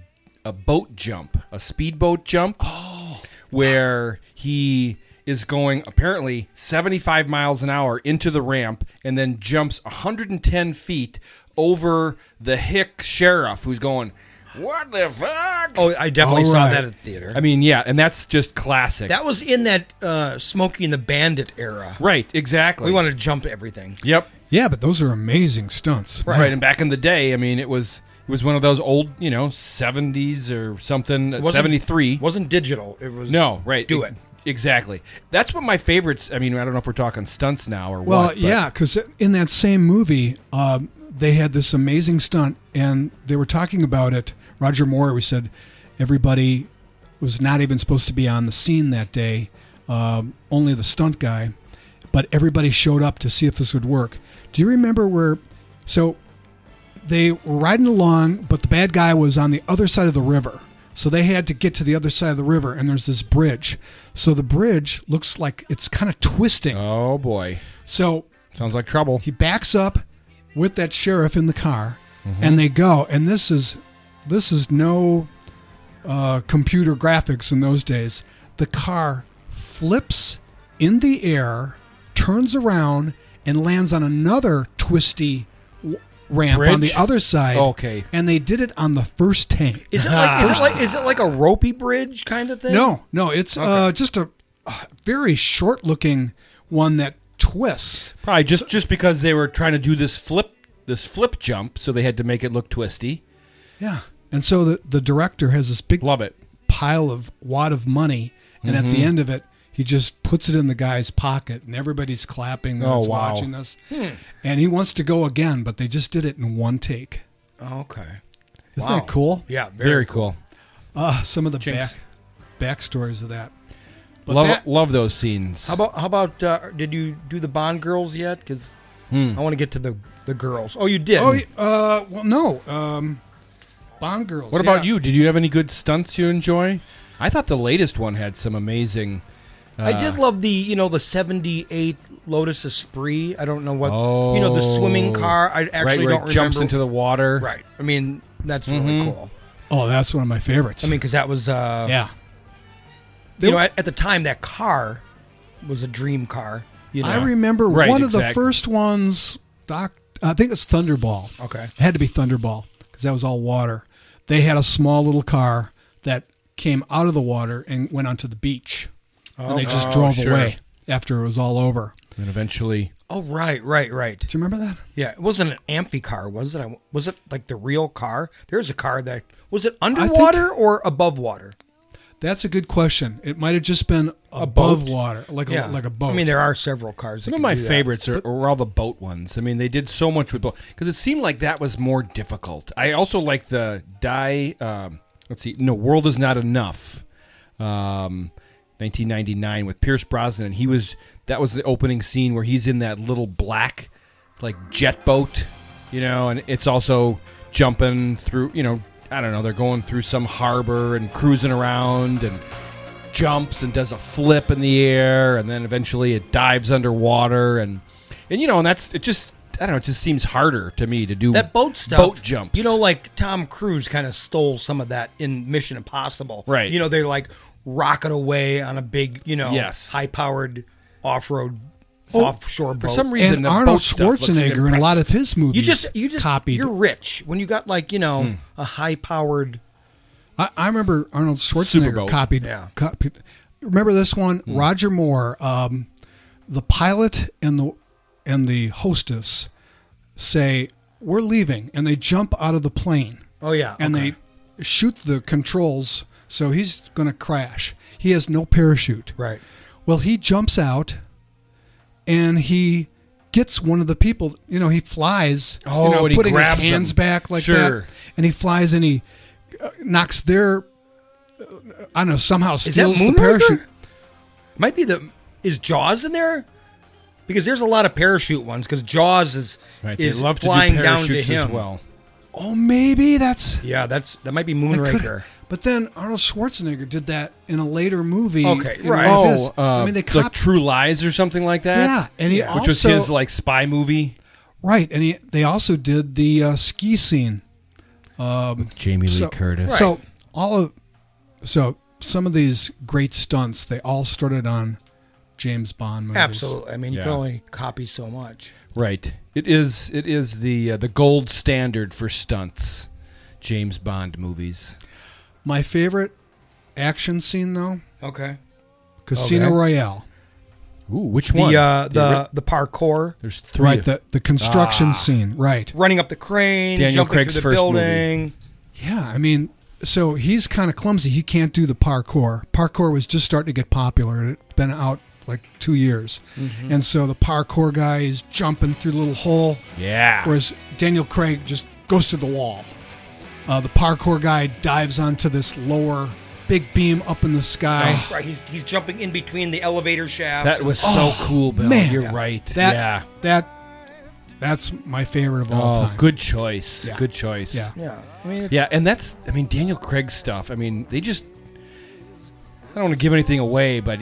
Speaker 9: a boat jump, a speedboat jump. Oh. Where he is going apparently 75 miles an hour into the ramp and then jumps 110 feet over the hick sheriff who's going, What the fuck?
Speaker 10: Oh, I definitely
Speaker 9: All
Speaker 10: saw
Speaker 9: right.
Speaker 10: that at the theater.
Speaker 9: I mean, yeah, and that's just classic.
Speaker 10: that was in that uh, Smokey and the Bandit era.
Speaker 9: Right, exactly.
Speaker 10: We want to jump everything.
Speaker 9: Yep.
Speaker 11: Yeah, but those are amazing stunts.
Speaker 9: Right. And back in the day, I mean, it was it was one of those old, you know, seventies or something,
Speaker 10: Wasn't-
Speaker 9: seventy three.
Speaker 10: Wasn't digital. It was
Speaker 9: No, right. E
Speaker 10: Do it.
Speaker 9: exactly. That's what my favorites. I mean, I don't know if we're talking stunts now or
Speaker 11: Well,
Speaker 9: what. but-
Speaker 11: yeah, because in that same movie, um, they had this amazing stunt, and they were talking about it. Roger Moore, we said, everybody was not even supposed to be on the scene that day, um, only the stunt guy, but everybody showed up to see if this would work. Do you remember where? So they were riding along, but the bad guy was on the other side of the river. So they had to get to the other side of the river, and there's this bridge. So the bridge looks like it's kind of twisting.
Speaker 9: Oh boy.
Speaker 11: So
Speaker 9: sounds like trouble.
Speaker 11: He backs up with that sheriff in the car,
Speaker 9: Mm-hmm.
Speaker 11: and they go. And this is this is no uh, computer graphics in those days. The car flips in the air, turns around, and lands on another twisty w- ramp on
Speaker 9: Bridge?
Speaker 11: the other side.
Speaker 9: Okay.
Speaker 11: and they did it on the first tank.
Speaker 10: Is it like
Speaker 11: *laughs*
Speaker 10: is it like is it like a ropey bridge kind of thing?
Speaker 11: No, no, it's uh, just a uh, very short-looking one that twists.
Speaker 9: Probably just just because they were trying to do this flip this flip jump, so they had to make it look twisty.
Speaker 11: Yeah. And so the, the director has this big
Speaker 9: love it
Speaker 11: pile of wad of money, and at the
Speaker 9: Mhm.
Speaker 11: end of it, he just puts it in the guy's pocket, and everybody's clapping that's
Speaker 9: Oh, wow.
Speaker 11: watching this.
Speaker 10: Hmm.
Speaker 11: And he wants to go again, but they just did it in one take.
Speaker 10: Oh, okay.
Speaker 11: Isn't
Speaker 10: Wow.
Speaker 11: that cool?
Speaker 10: Yeah,
Speaker 9: Very, cool.
Speaker 11: Uh, *laughs* some of the
Speaker 10: Jinx.
Speaker 11: back backstories of that. But
Speaker 9: Love
Speaker 11: that-
Speaker 9: love those scenes.
Speaker 10: How about how about uh, did you do the Bond girls yet? Because
Speaker 9: Hmm.
Speaker 10: I want to get to the the girls. Oh, you did.
Speaker 11: oh, y- uh, well, no, um, Bond Girls.
Speaker 9: What
Speaker 11: yeah.
Speaker 9: about you? Did you have any good stunts you enjoy? I thought the latest one had some amazing. Uh,
Speaker 10: I did love the you know the '78 Lotus Esprit. I don't know what
Speaker 9: Oh,
Speaker 10: you know the swimming car. I
Speaker 9: right, where
Speaker 10: actually don't
Speaker 9: it
Speaker 10: remember.
Speaker 9: jumps into the water.
Speaker 10: Right. I mean that's really
Speaker 9: Mhm.
Speaker 10: cool.
Speaker 11: Oh, that's one of my favorites.
Speaker 10: I mean because that was uh,
Speaker 11: Yeah.
Speaker 10: You know at, at the time that car was a dream car. You know?
Speaker 11: I remember one of the first ones. Doc, I think it's Thunderball.
Speaker 10: Okay.
Speaker 11: it had to be Thunderball because that was all water. They had a small little car that came out of the water and went onto the beach, and they just
Speaker 9: Oh,
Speaker 11: drove
Speaker 9: sure.
Speaker 11: away after it was all over.
Speaker 9: And eventually,
Speaker 10: Oh right, right, right. Do
Speaker 11: you remember that?
Speaker 10: Yeah, it wasn't an amphi car, was it? I- Was it like the real car? There was a car that was it underwater or above water?
Speaker 11: That's a good question. It might have just been above water, like a, like a boat.
Speaker 10: I mean, there are several cars. That
Speaker 9: Some of
Speaker 10: can
Speaker 9: my
Speaker 10: do that.
Speaker 9: favorites are, were all the boat ones. I mean, they did so much with boat because it seemed like that was more difficult. I also like the die. Um, let's see, no, world is not enough. Um, 1999 with Pierce Brosnan. He was that was the opening scene where he's in that little black like jet boat, you know, and it's also jumping through. You know, I don't know. They're going through some harbor and cruising around and jumps and does a flip in the air and then eventually it dives underwater and and you know and that's it just I don't know it just seems harder to me to do
Speaker 10: that boat stuff,
Speaker 9: boat jumps
Speaker 10: You know, like Tom Cruise kind of stole some of that in Mission Impossible.
Speaker 9: Right.
Speaker 10: You know, they like rocket away on a big, you know,
Speaker 9: Yes.
Speaker 10: high powered off road.
Speaker 11: Oh,
Speaker 10: offshore
Speaker 11: for
Speaker 10: boat.
Speaker 11: some reason And the Arnold boat stuff looks Schwarzenegger in a lot of his
Speaker 10: You
Speaker 11: movies
Speaker 10: just you just
Speaker 11: copied-
Speaker 10: You're rich when you got like you know
Speaker 11: Hmm.
Speaker 10: a high powered
Speaker 11: I, I remember Arnold Schwarzenegger
Speaker 9: Superboat.
Speaker 11: copied,
Speaker 9: Yeah.
Speaker 11: copied. Remember this one, Roger Moore, um, the pilot and the and the hostess say we're leaving, and they jump out of the plane.
Speaker 10: Oh, yeah,
Speaker 11: and they shoot the controls, so he's going to crash. He has no parachute.
Speaker 10: Right.
Speaker 11: Well, he jumps out, and he gets one of the people. You know, he flies.
Speaker 10: Oh,
Speaker 11: you know,
Speaker 10: and he
Speaker 11: putting
Speaker 10: grabs
Speaker 11: his hands
Speaker 10: him.
Speaker 11: back like
Speaker 10: Sure.
Speaker 11: that, and he flies and he uh, knocks their. Uh, I don't know. Somehow
Speaker 10: Is that
Speaker 11: steals the
Speaker 10: Moonraker?
Speaker 11: parachute.
Speaker 10: Might be the is Jaws in there? Because there's a lot of parachute ones. Because Jaws is
Speaker 9: Right, they
Speaker 10: is
Speaker 9: love to do
Speaker 10: flying down to
Speaker 9: parachutes as
Speaker 10: him.
Speaker 9: well.
Speaker 11: Oh, maybe that's.
Speaker 10: Yeah, that's that might be
Speaker 11: that could-
Speaker 10: Moonraker.
Speaker 11: But then Arnold Schwarzenegger did that in a later movie.
Speaker 10: Okay,
Speaker 11: in one
Speaker 10: right.
Speaker 11: of
Speaker 9: Oh,
Speaker 11: his-
Speaker 9: uh,
Speaker 11: I mean, they
Speaker 9: like
Speaker 11: copied
Speaker 9: True Lies or something like that.
Speaker 11: Yeah, and he
Speaker 9: which was
Speaker 11: also-
Speaker 9: his like spy movie.
Speaker 11: Right, and he, they also did the uh, ski scene. Um,
Speaker 9: Jamie Lee
Speaker 11: so-
Speaker 9: Curtis.
Speaker 11: So all of so some of these great stunts they all started on James Bond movies.
Speaker 10: Absolutely. I mean, you can
Speaker 9: Yeah.
Speaker 10: only copy so much.
Speaker 9: Right. It is. It is the uh, the gold standard for stunts. James Bond movies.
Speaker 11: My favorite action scene though,
Speaker 10: Okay.
Speaker 11: Casino
Speaker 9: Okay.
Speaker 11: Royale.
Speaker 9: Ooh, which
Speaker 10: The
Speaker 9: one?
Speaker 10: uh, the
Speaker 9: ori-
Speaker 10: the parkour,
Speaker 9: there's three.
Speaker 11: right,
Speaker 9: of-
Speaker 11: the the construction
Speaker 9: Ah.
Speaker 11: scene. Right.
Speaker 10: running up the crane,
Speaker 9: Daniel
Speaker 10: jumping
Speaker 9: Craig's
Speaker 10: through the
Speaker 9: first movie.
Speaker 10: building.
Speaker 11: Yeah, I mean, so he's kind of clumsy. He can't do the parkour. Parkour was just starting to get popular. It had been out like two years,
Speaker 9: Mm-hmm.
Speaker 11: and so the parkour guy is jumping through the little hole.
Speaker 9: yeah.
Speaker 11: Whereas Daniel Craig just goes to the wall. Uh, the parkour guy dives onto this lower big beam up in the sky.
Speaker 10: Right, he's, he's jumping in between the elevator shaft.
Speaker 9: Oh. That was so cool, Bill.
Speaker 11: man.
Speaker 9: You're right.
Speaker 11: That
Speaker 9: yeah.
Speaker 11: that that's my favorite of all
Speaker 9: Oh,
Speaker 11: time.
Speaker 9: good choice.
Speaker 11: Yeah.
Speaker 9: Good choice.
Speaker 11: Yeah.
Speaker 10: yeah, I mean, it's,
Speaker 9: Yeah, and that's I mean Daniel Craig's stuff. I mean, they just I don't want to give anything away, but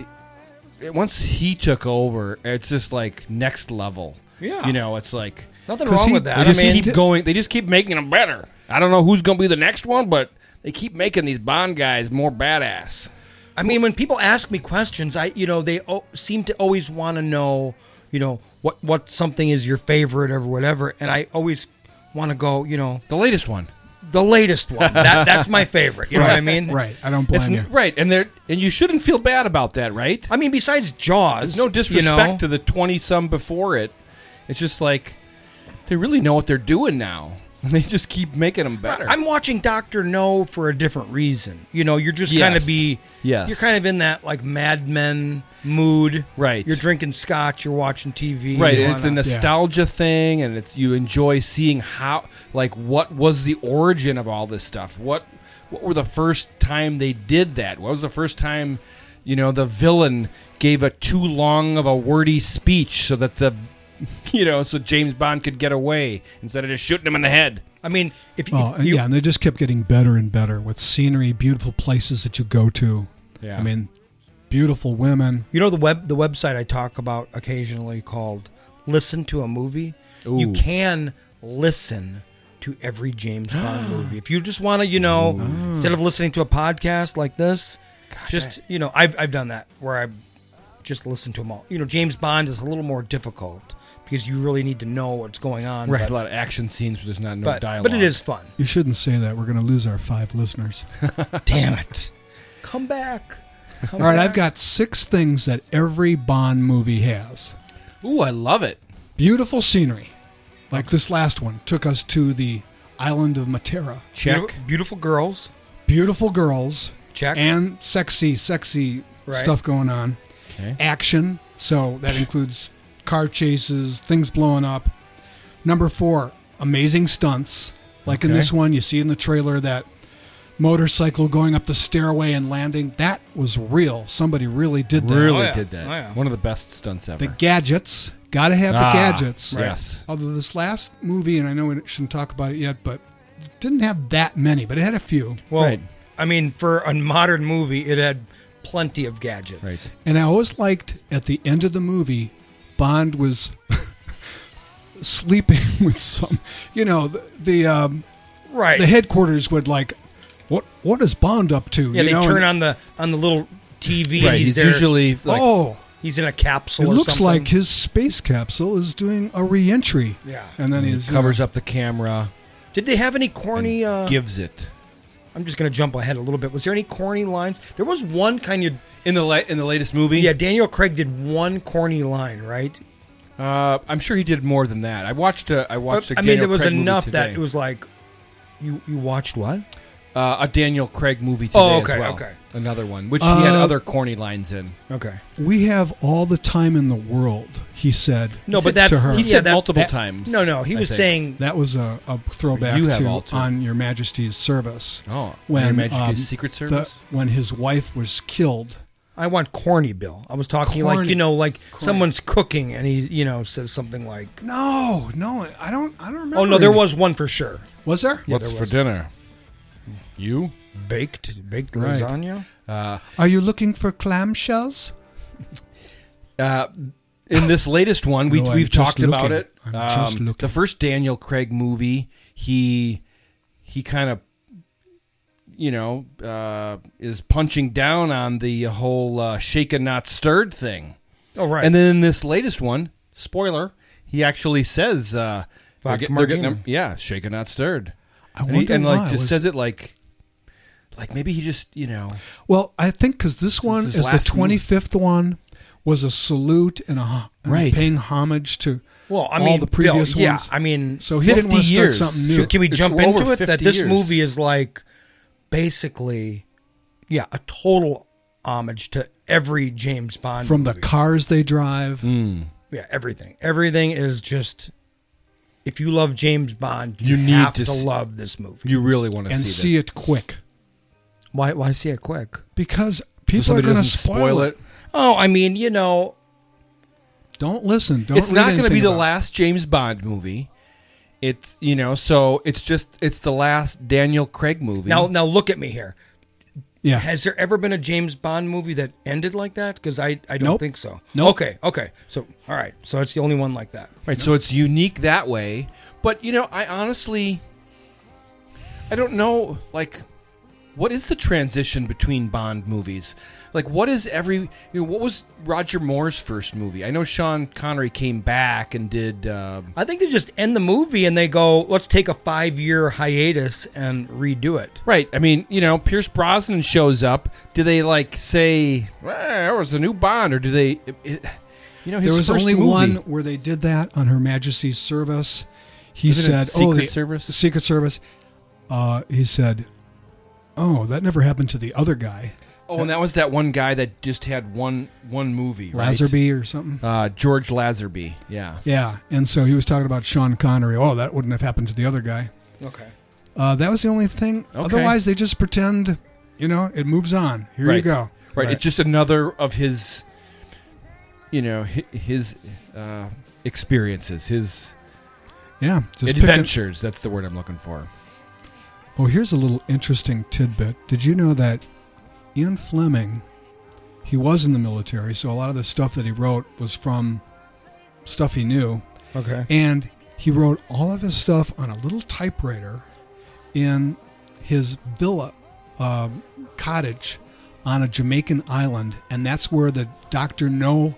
Speaker 9: it- once he took over, it's just like next level.
Speaker 10: Yeah.
Speaker 9: You know, it's like
Speaker 10: nothing
Speaker 11: 'Cause
Speaker 10: wrong
Speaker 11: he-
Speaker 10: with
Speaker 9: they
Speaker 10: that. I
Speaker 9: just
Speaker 10: mean,
Speaker 9: keep going. They just keep making them better. I don't know who's going to be the next one, but they keep making these Bond guys more badass.
Speaker 10: I mean, when people ask me questions, I you know they o- seem to always want to know, you know, what what something is your favorite or whatever, and I always want to go, you know,
Speaker 9: The latest one.
Speaker 10: the latest one. That that's my
Speaker 9: *laughs*
Speaker 10: favorite. You know what I mean?
Speaker 11: Right. I don't
Speaker 9: It's
Speaker 11: blame
Speaker 9: n-
Speaker 11: you.
Speaker 9: right, and they're and you shouldn't feel bad about that, right?
Speaker 10: I mean, besides Jaws,
Speaker 9: There's no disrespect
Speaker 10: you know,
Speaker 9: to the 20 some before it. It's just like they really know what they're doing now. *laughs* And they just keep making them better.
Speaker 10: I'm watching Doctor No for a different reason. You know, you're just
Speaker 9: Yes.
Speaker 10: kind of be,
Speaker 9: Yes.
Speaker 10: you're kind of in that like Mad Men mood.
Speaker 9: Right.
Speaker 10: You're drinking scotch. You're watching TV.
Speaker 9: right,
Speaker 10: you
Speaker 9: and it's a
Speaker 10: wanna-
Speaker 9: nostalgia thing and it's you enjoy seeing how like what was the origin of all this stuff? What what were the first time they did that? What was the first time, you know, the villain gave a too long of a wordy speech so that the *laughs* you know, so James Bond could get away instead of just shooting him in the head.
Speaker 10: I mean, if you,
Speaker 11: Oh, and
Speaker 10: you
Speaker 11: yeah, and they just kept getting better and better with scenery, beautiful places that you go to.
Speaker 9: Yeah.
Speaker 11: I mean, beautiful women.
Speaker 10: You know the web the website I talk about occasionally called Listen to a Movie. You
Speaker 9: Ooh.
Speaker 10: can listen to every
Speaker 9: *gasps*
Speaker 10: James Bond movie. If you just want to, you know, instead of listening to a podcast like this, just you know, I've I've done that where I just listen to them all. You know, James Bond is a little more difficult because you really need to know what's going on.
Speaker 9: Right, a
Speaker 10: But,
Speaker 9: lot of action scenes where there's not no
Speaker 10: but,
Speaker 9: dialogue.
Speaker 10: but it
Speaker 9: *laughs*
Speaker 10: is fun.
Speaker 11: You shouldn't say that. We're going to lose our five listeners.
Speaker 10: *laughs* Damn it. Come back. Come
Speaker 11: All right,
Speaker 10: back.
Speaker 11: I've got six things that every Bond movie has.
Speaker 9: Ooh, I love it.
Speaker 11: beautiful scenery. Like this last one took us to the island of Matera.
Speaker 9: Check.
Speaker 10: Beautiful, beautiful girls.
Speaker 11: Beautiful girls
Speaker 10: Check.
Speaker 11: and sexy, sexy
Speaker 10: Right.
Speaker 11: stuff going on.
Speaker 9: Okay.
Speaker 11: Action. So that includes car chases, things blowing up. Number four, amazing stunts. Like in
Speaker 9: Okay.
Speaker 11: this one, you see in the trailer that motorcycle going up the stairway and landing. That was real. Somebody really did that.
Speaker 9: Really
Speaker 10: Oh, yeah.
Speaker 9: did that.
Speaker 10: Oh, yeah.
Speaker 9: One of the best stunts ever.
Speaker 11: The gadgets. Got to have the
Speaker 9: Ah,
Speaker 11: gadgets.
Speaker 9: Yes.
Speaker 11: Although this last movie, and I know we shouldn't talk about it yet, but it didn't have that many, but it had a few.
Speaker 10: Well,
Speaker 9: Right.
Speaker 10: I mean, for a modern movie, it had plenty of gadgets.
Speaker 9: Right.
Speaker 11: And I always liked at the end of the movie, Bond was *laughs* sleeping *laughs* with some, you know, the the, um,
Speaker 10: Right.
Speaker 11: the headquarters would like, what what is Bond up to?
Speaker 10: yeah,
Speaker 11: you
Speaker 10: they
Speaker 11: know,
Speaker 10: turn
Speaker 11: and-
Speaker 10: on the on the little TV.
Speaker 9: Right.
Speaker 10: And he's
Speaker 9: He's
Speaker 10: there.
Speaker 9: usually like
Speaker 11: oh,
Speaker 10: he's in a capsule.
Speaker 11: it
Speaker 10: or
Speaker 11: looks
Speaker 10: something.
Speaker 11: like his space capsule is doing a reentry.
Speaker 10: Yeah.
Speaker 11: and then
Speaker 9: he
Speaker 11: he's you know,
Speaker 9: covers up the camera,
Speaker 10: Did they have any corny? Uh,
Speaker 9: gives it.
Speaker 10: I'm just gonna jump ahead a little bit. Was there any corny lines? There was one kind of
Speaker 9: in the la- in the latest movie.
Speaker 10: Yeah, Daniel Craig did one corny line, right?
Speaker 9: Uh, I'm sure he did more than that. I watched. A, I watched. a
Speaker 10: But, Uh, I mean,
Speaker 9: Daniel
Speaker 10: there was
Speaker 9: Craig movie
Speaker 10: enough that
Speaker 9: today.
Speaker 10: it was like, you you watched what?
Speaker 9: uh, a Daniel Craig movie today
Speaker 10: Oh, okay,
Speaker 9: as well.
Speaker 10: okay.
Speaker 9: Another one, which he had
Speaker 11: Uh,
Speaker 9: other corny lines in.
Speaker 10: Okay.
Speaker 11: We have all the time in the world, he said.
Speaker 10: No,
Speaker 11: to
Speaker 10: but that's
Speaker 11: her.
Speaker 10: he said that- that- No,
Speaker 11: No,
Speaker 10: no, he was saying
Speaker 11: that was a, a throwback
Speaker 9: You have
Speaker 11: to
Speaker 9: all time.
Speaker 11: on Your Majesty's service. um,
Speaker 9: Oh, Your Majesty's Secret Service?
Speaker 11: when his wife was killed.
Speaker 10: I want corny Bill. I was talking like
Speaker 11: Corny.
Speaker 10: you know like
Speaker 11: Corny.
Speaker 10: someone's cooking and he you know says something like,
Speaker 11: No, no, I don't. I don't remember.
Speaker 10: oh no, there
Speaker 11: any-
Speaker 10: was one for sure.
Speaker 11: Was there?
Speaker 10: Yeah,
Speaker 9: What's
Speaker 10: there
Speaker 9: for
Speaker 10: was.
Speaker 9: dinner? You?
Speaker 10: Baked baked
Speaker 11: Right.
Speaker 10: lasagna.
Speaker 9: Uh,
Speaker 11: Are you looking for clamshells?
Speaker 9: uh, in this latest one, we
Speaker 11: No, I'm
Speaker 9: we've
Speaker 11: just
Speaker 9: talked about
Speaker 11: looking.
Speaker 9: it. Um,
Speaker 11: I'm just looking.
Speaker 9: the first Daniel Craig movie, he he kind of you know uh, is punching down on the whole uh, shaken not stirred thing.
Speaker 10: Oh, right.
Speaker 9: And then in this latest one, spoiler, he actually says, uh,
Speaker 10: Vodka
Speaker 9: get-
Speaker 10: martini.
Speaker 9: yeah, shaken not stirred.
Speaker 11: I
Speaker 9: and
Speaker 11: wonder
Speaker 9: and
Speaker 11: why.
Speaker 9: like just
Speaker 11: Was-
Speaker 9: says it like like maybe he just you know
Speaker 11: Well, I think because this one
Speaker 9: his
Speaker 11: is the
Speaker 9: last
Speaker 11: twenty fifth one was a salute and a ho- and
Speaker 9: Right.
Speaker 11: paying homage to
Speaker 10: Well, I
Speaker 11: all
Speaker 10: mean,
Speaker 11: the previous
Speaker 10: Bill, yeah,
Speaker 11: ones.
Speaker 10: I mean,
Speaker 11: so he didn't
Speaker 9: 50
Speaker 11: want to start
Speaker 9: years.
Speaker 11: something new.
Speaker 9: Should-
Speaker 10: Can we
Speaker 9: It's
Speaker 10: jump
Speaker 9: over
Speaker 10: into it? That
Speaker 9: 50
Speaker 10: this
Speaker 9: years.
Speaker 10: movie is like basically, yeah, a total homage to every James Bond
Speaker 11: From the
Speaker 10: movie.
Speaker 11: cars they drive,
Speaker 9: Mm.
Speaker 10: yeah, everything. Everything is just. If you love James Bond, you,
Speaker 9: You need
Speaker 10: have to,
Speaker 9: to see-
Speaker 10: love this movie.
Speaker 9: you really want to
Speaker 11: and
Speaker 9: see,
Speaker 11: see
Speaker 9: this.
Speaker 11: it quick
Speaker 10: Why? Why see it quick?
Speaker 11: because
Speaker 9: So
Speaker 11: people are
Speaker 9: somebody
Speaker 11: going to
Speaker 9: doesn't
Speaker 11: spoil it.
Speaker 10: Oh, I mean, you know,
Speaker 11: Don't listen. Don't
Speaker 9: it's not
Speaker 11: going to
Speaker 9: be the last James Bond movie. It's you know, so it's just it's the last Daniel Craig movie.
Speaker 10: now now look at me here.
Speaker 11: Yeah.
Speaker 10: Has there ever been a James Bond movie that ended like that? Because I, I don't
Speaker 11: Nope.
Speaker 10: think so.
Speaker 11: Nope.
Speaker 10: Okay, okay. So all right. So it's the only one like that.
Speaker 9: right, so it's unique that way. But you know, I honestly, I don't know, like, what is the transition between Bond movies? Like, what is every? You know, what was Roger Moore's first movie? I know Sean Connery came back and did. Uh,
Speaker 10: I think they just end the movie and they go, let's take a five year hiatus and redo it.
Speaker 9: Right. I mean, you know, Pierce Brosnan shows up. Do they like say "Well, there was a new Bond, or do they? It, it- you know, his
Speaker 11: There was
Speaker 9: first
Speaker 11: only
Speaker 9: movie.
Speaker 11: one where they did that on Her Majesty's service. He
Speaker 9: Isn't it
Speaker 11: said, "Oh,
Speaker 9: Secret
Speaker 11: the
Speaker 9: Service?"
Speaker 11: the Secret Service." Uh, he said, "Oh, that never happened to the other guy,
Speaker 9: Oh, and that was that one guy that just had one one movie, right?
Speaker 11: Lazarby or something."
Speaker 9: Uh, George Lazarby. Yeah.
Speaker 11: Yeah, and so he was talking about Sean Connery. Oh, that wouldn't have happened to the other guy.
Speaker 10: Okay.
Speaker 11: Uh, that was the only thing.
Speaker 9: Okay.
Speaker 11: Otherwise, they just pretend, you know, it moves on. Here you
Speaker 9: Right.
Speaker 11: go.
Speaker 9: Right.
Speaker 10: Right.
Speaker 9: It's just another of his, you know, hi- his uh, experiences, his
Speaker 11: Yeah, just pick it-
Speaker 9: adventures. That's the word I'm looking for.
Speaker 11: Oh, here's a little interesting tidbit. Did you know that Ian Fleming, he was in the military, so a lot of the stuff that he wrote was from stuff he knew,
Speaker 10: Okay.
Speaker 11: and he wrote all of his stuff on a little typewriter in his villa uh, cottage on a Jamaican island, and that's where the Doctor No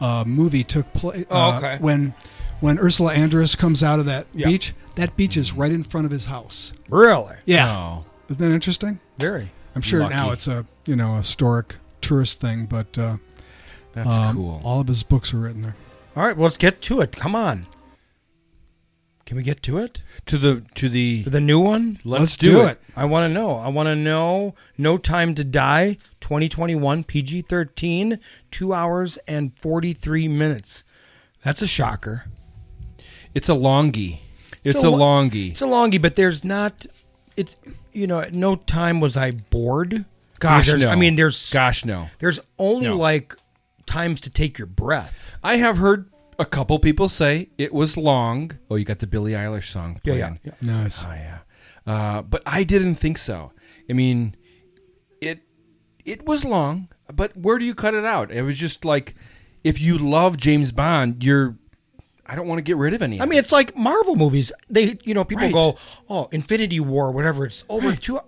Speaker 11: uh, movie took place.
Speaker 10: Oh, okay.
Speaker 11: when when Ursula Andress comes out of that
Speaker 10: Yeah.
Speaker 11: beach, that beach is right in front of his house.
Speaker 10: Really?
Speaker 9: Oh.
Speaker 11: Isn't that interesting?
Speaker 10: Very.
Speaker 11: I'm sure
Speaker 9: Lucky.
Speaker 11: now it's a you know historic tourist thing, but uh,
Speaker 9: That's
Speaker 11: um,
Speaker 9: cool.
Speaker 11: All of his books are written there.
Speaker 10: All right. Well, let's get to it. Come on. Can we get to it?
Speaker 9: to the to the.
Speaker 10: To the new one?
Speaker 9: Let's, do it.
Speaker 10: I want to know. I want to know. No Time to Die, 2021, PG 13, two hours and 43 minutes. That's a shocker.
Speaker 9: It's a longie. It's, a,
Speaker 10: a lo-
Speaker 9: longie.
Speaker 10: It's a longie, but there's not. It's you know, at no time was I bored.
Speaker 9: Gosh,
Speaker 10: I mean, there's,
Speaker 9: no.
Speaker 10: I mean, there's
Speaker 9: Gosh, no.
Speaker 10: There's only
Speaker 9: No.
Speaker 10: like times to take your breath.
Speaker 9: I have heard a couple people say it was long. Oh, you got the Billie Eilish song playing.
Speaker 11: Nice.
Speaker 9: Oh, yeah. Uh, but I didn't think so. I mean, it it was long, but where do you cut it out? It was just like, if you love James Bond, you're. I don't want to get rid of any.
Speaker 10: I mean, it's like Marvel movies. They, you know, people
Speaker 9: Right.
Speaker 10: go, "Oh, Infinity War, whatever." It's over two.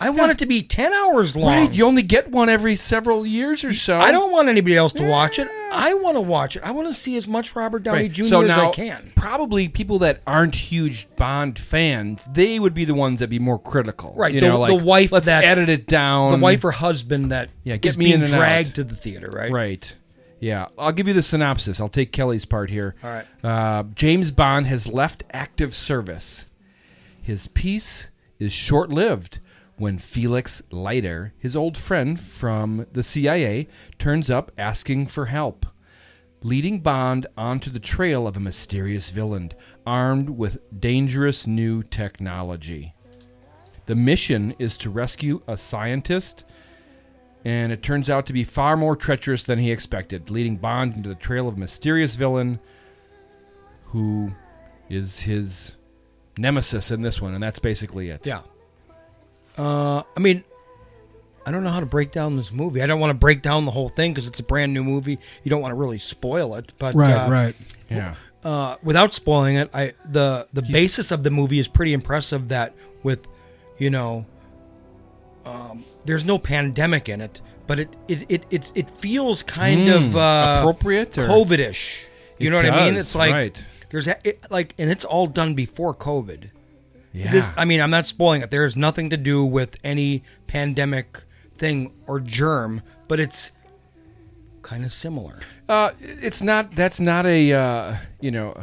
Speaker 10: I want it to be 10 hours long.
Speaker 9: Right, you only get one every several years or so.
Speaker 10: I don't want anybody else to watch it. I want to watch it. I want to see as much Robert Downey
Speaker 9: Right.
Speaker 10: Jr.
Speaker 9: So
Speaker 10: as
Speaker 9: now,
Speaker 10: I can.
Speaker 9: Probably people that aren't huge Bond fans, they would be the ones that'd be more critical.
Speaker 10: Right,
Speaker 9: You
Speaker 10: the-
Speaker 9: know, like,
Speaker 10: the wife
Speaker 9: Let's
Speaker 10: that-
Speaker 9: edit it down.
Speaker 10: The wife or husband that
Speaker 9: yeah, get
Speaker 10: is
Speaker 9: me
Speaker 10: being
Speaker 9: in and
Speaker 10: dragged
Speaker 9: out.
Speaker 10: to the theater, right?
Speaker 9: Right. Yeah, I'll give you the synopsis. I'll take Kelly's part here.
Speaker 10: All right.
Speaker 9: Uh, James Bond has left active service. His peace is short lived when Felix Leiter, his old friend from the CIA, turns up asking for help, leading Bond onto the trail of a mysterious villain armed with dangerous new technology. The mission is to rescue a scientist and it turns out to be far more treacherous than he expected, leading Bond into the trail of a mysterious villain who is his nemesis in this one, and that's basically it.
Speaker 10: Yeah. Uh, I mean, I don't know how to break down this movie. I don't want to break down the whole thing because it's a brand new movie. You don't want to really spoil it, but
Speaker 11: Right,
Speaker 10: uh,
Speaker 11: right.
Speaker 9: Yeah.
Speaker 10: Uh, without spoiling it, I the the basis of the movie is pretty impressive. That with, you know, um, there's no pandemic in it, but it it it it, it feels kind
Speaker 9: Mm,
Speaker 10: of uh,
Speaker 9: appropriate or-
Speaker 10: COVID-ish. You
Speaker 9: It
Speaker 10: know what I mean?
Speaker 9: does,
Speaker 10: It's like
Speaker 9: right.
Speaker 10: there's a, it, like, and it's all done before COVID.
Speaker 9: Yeah.
Speaker 10: This, I mean, I'm not spoiling it. There is nothing to do with any pandemic thing or germ, but it's kind of similar.
Speaker 9: Uh, it's not. That's not a uh, you know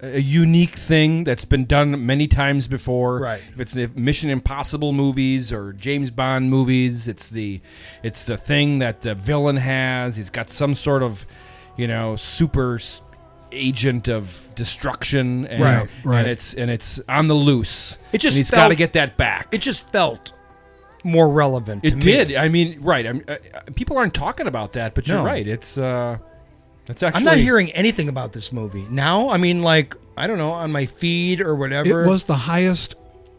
Speaker 9: a unique thing that's been done many times before.
Speaker 10: Right.
Speaker 9: If it's the Mission Impossible movies or James Bond movies, it's the it's the thing that the villain has. He's got some sort of you know super s- agent of destruction, and,
Speaker 11: Right, right.
Speaker 9: and it's and it's on the loose.
Speaker 10: It just
Speaker 9: and he's
Speaker 10: felt-
Speaker 9: got to get that back.
Speaker 10: It just felt more relevant. to
Speaker 9: It
Speaker 10: me.
Speaker 9: did. I mean, right. I mean, uh, uh, people aren't talking about that, but you're
Speaker 10: No.
Speaker 9: right. It's uh, it's actually.
Speaker 10: I'm not hearing anything about this movie now. I mean, like I don't know on my feed or whatever.
Speaker 11: It was the highest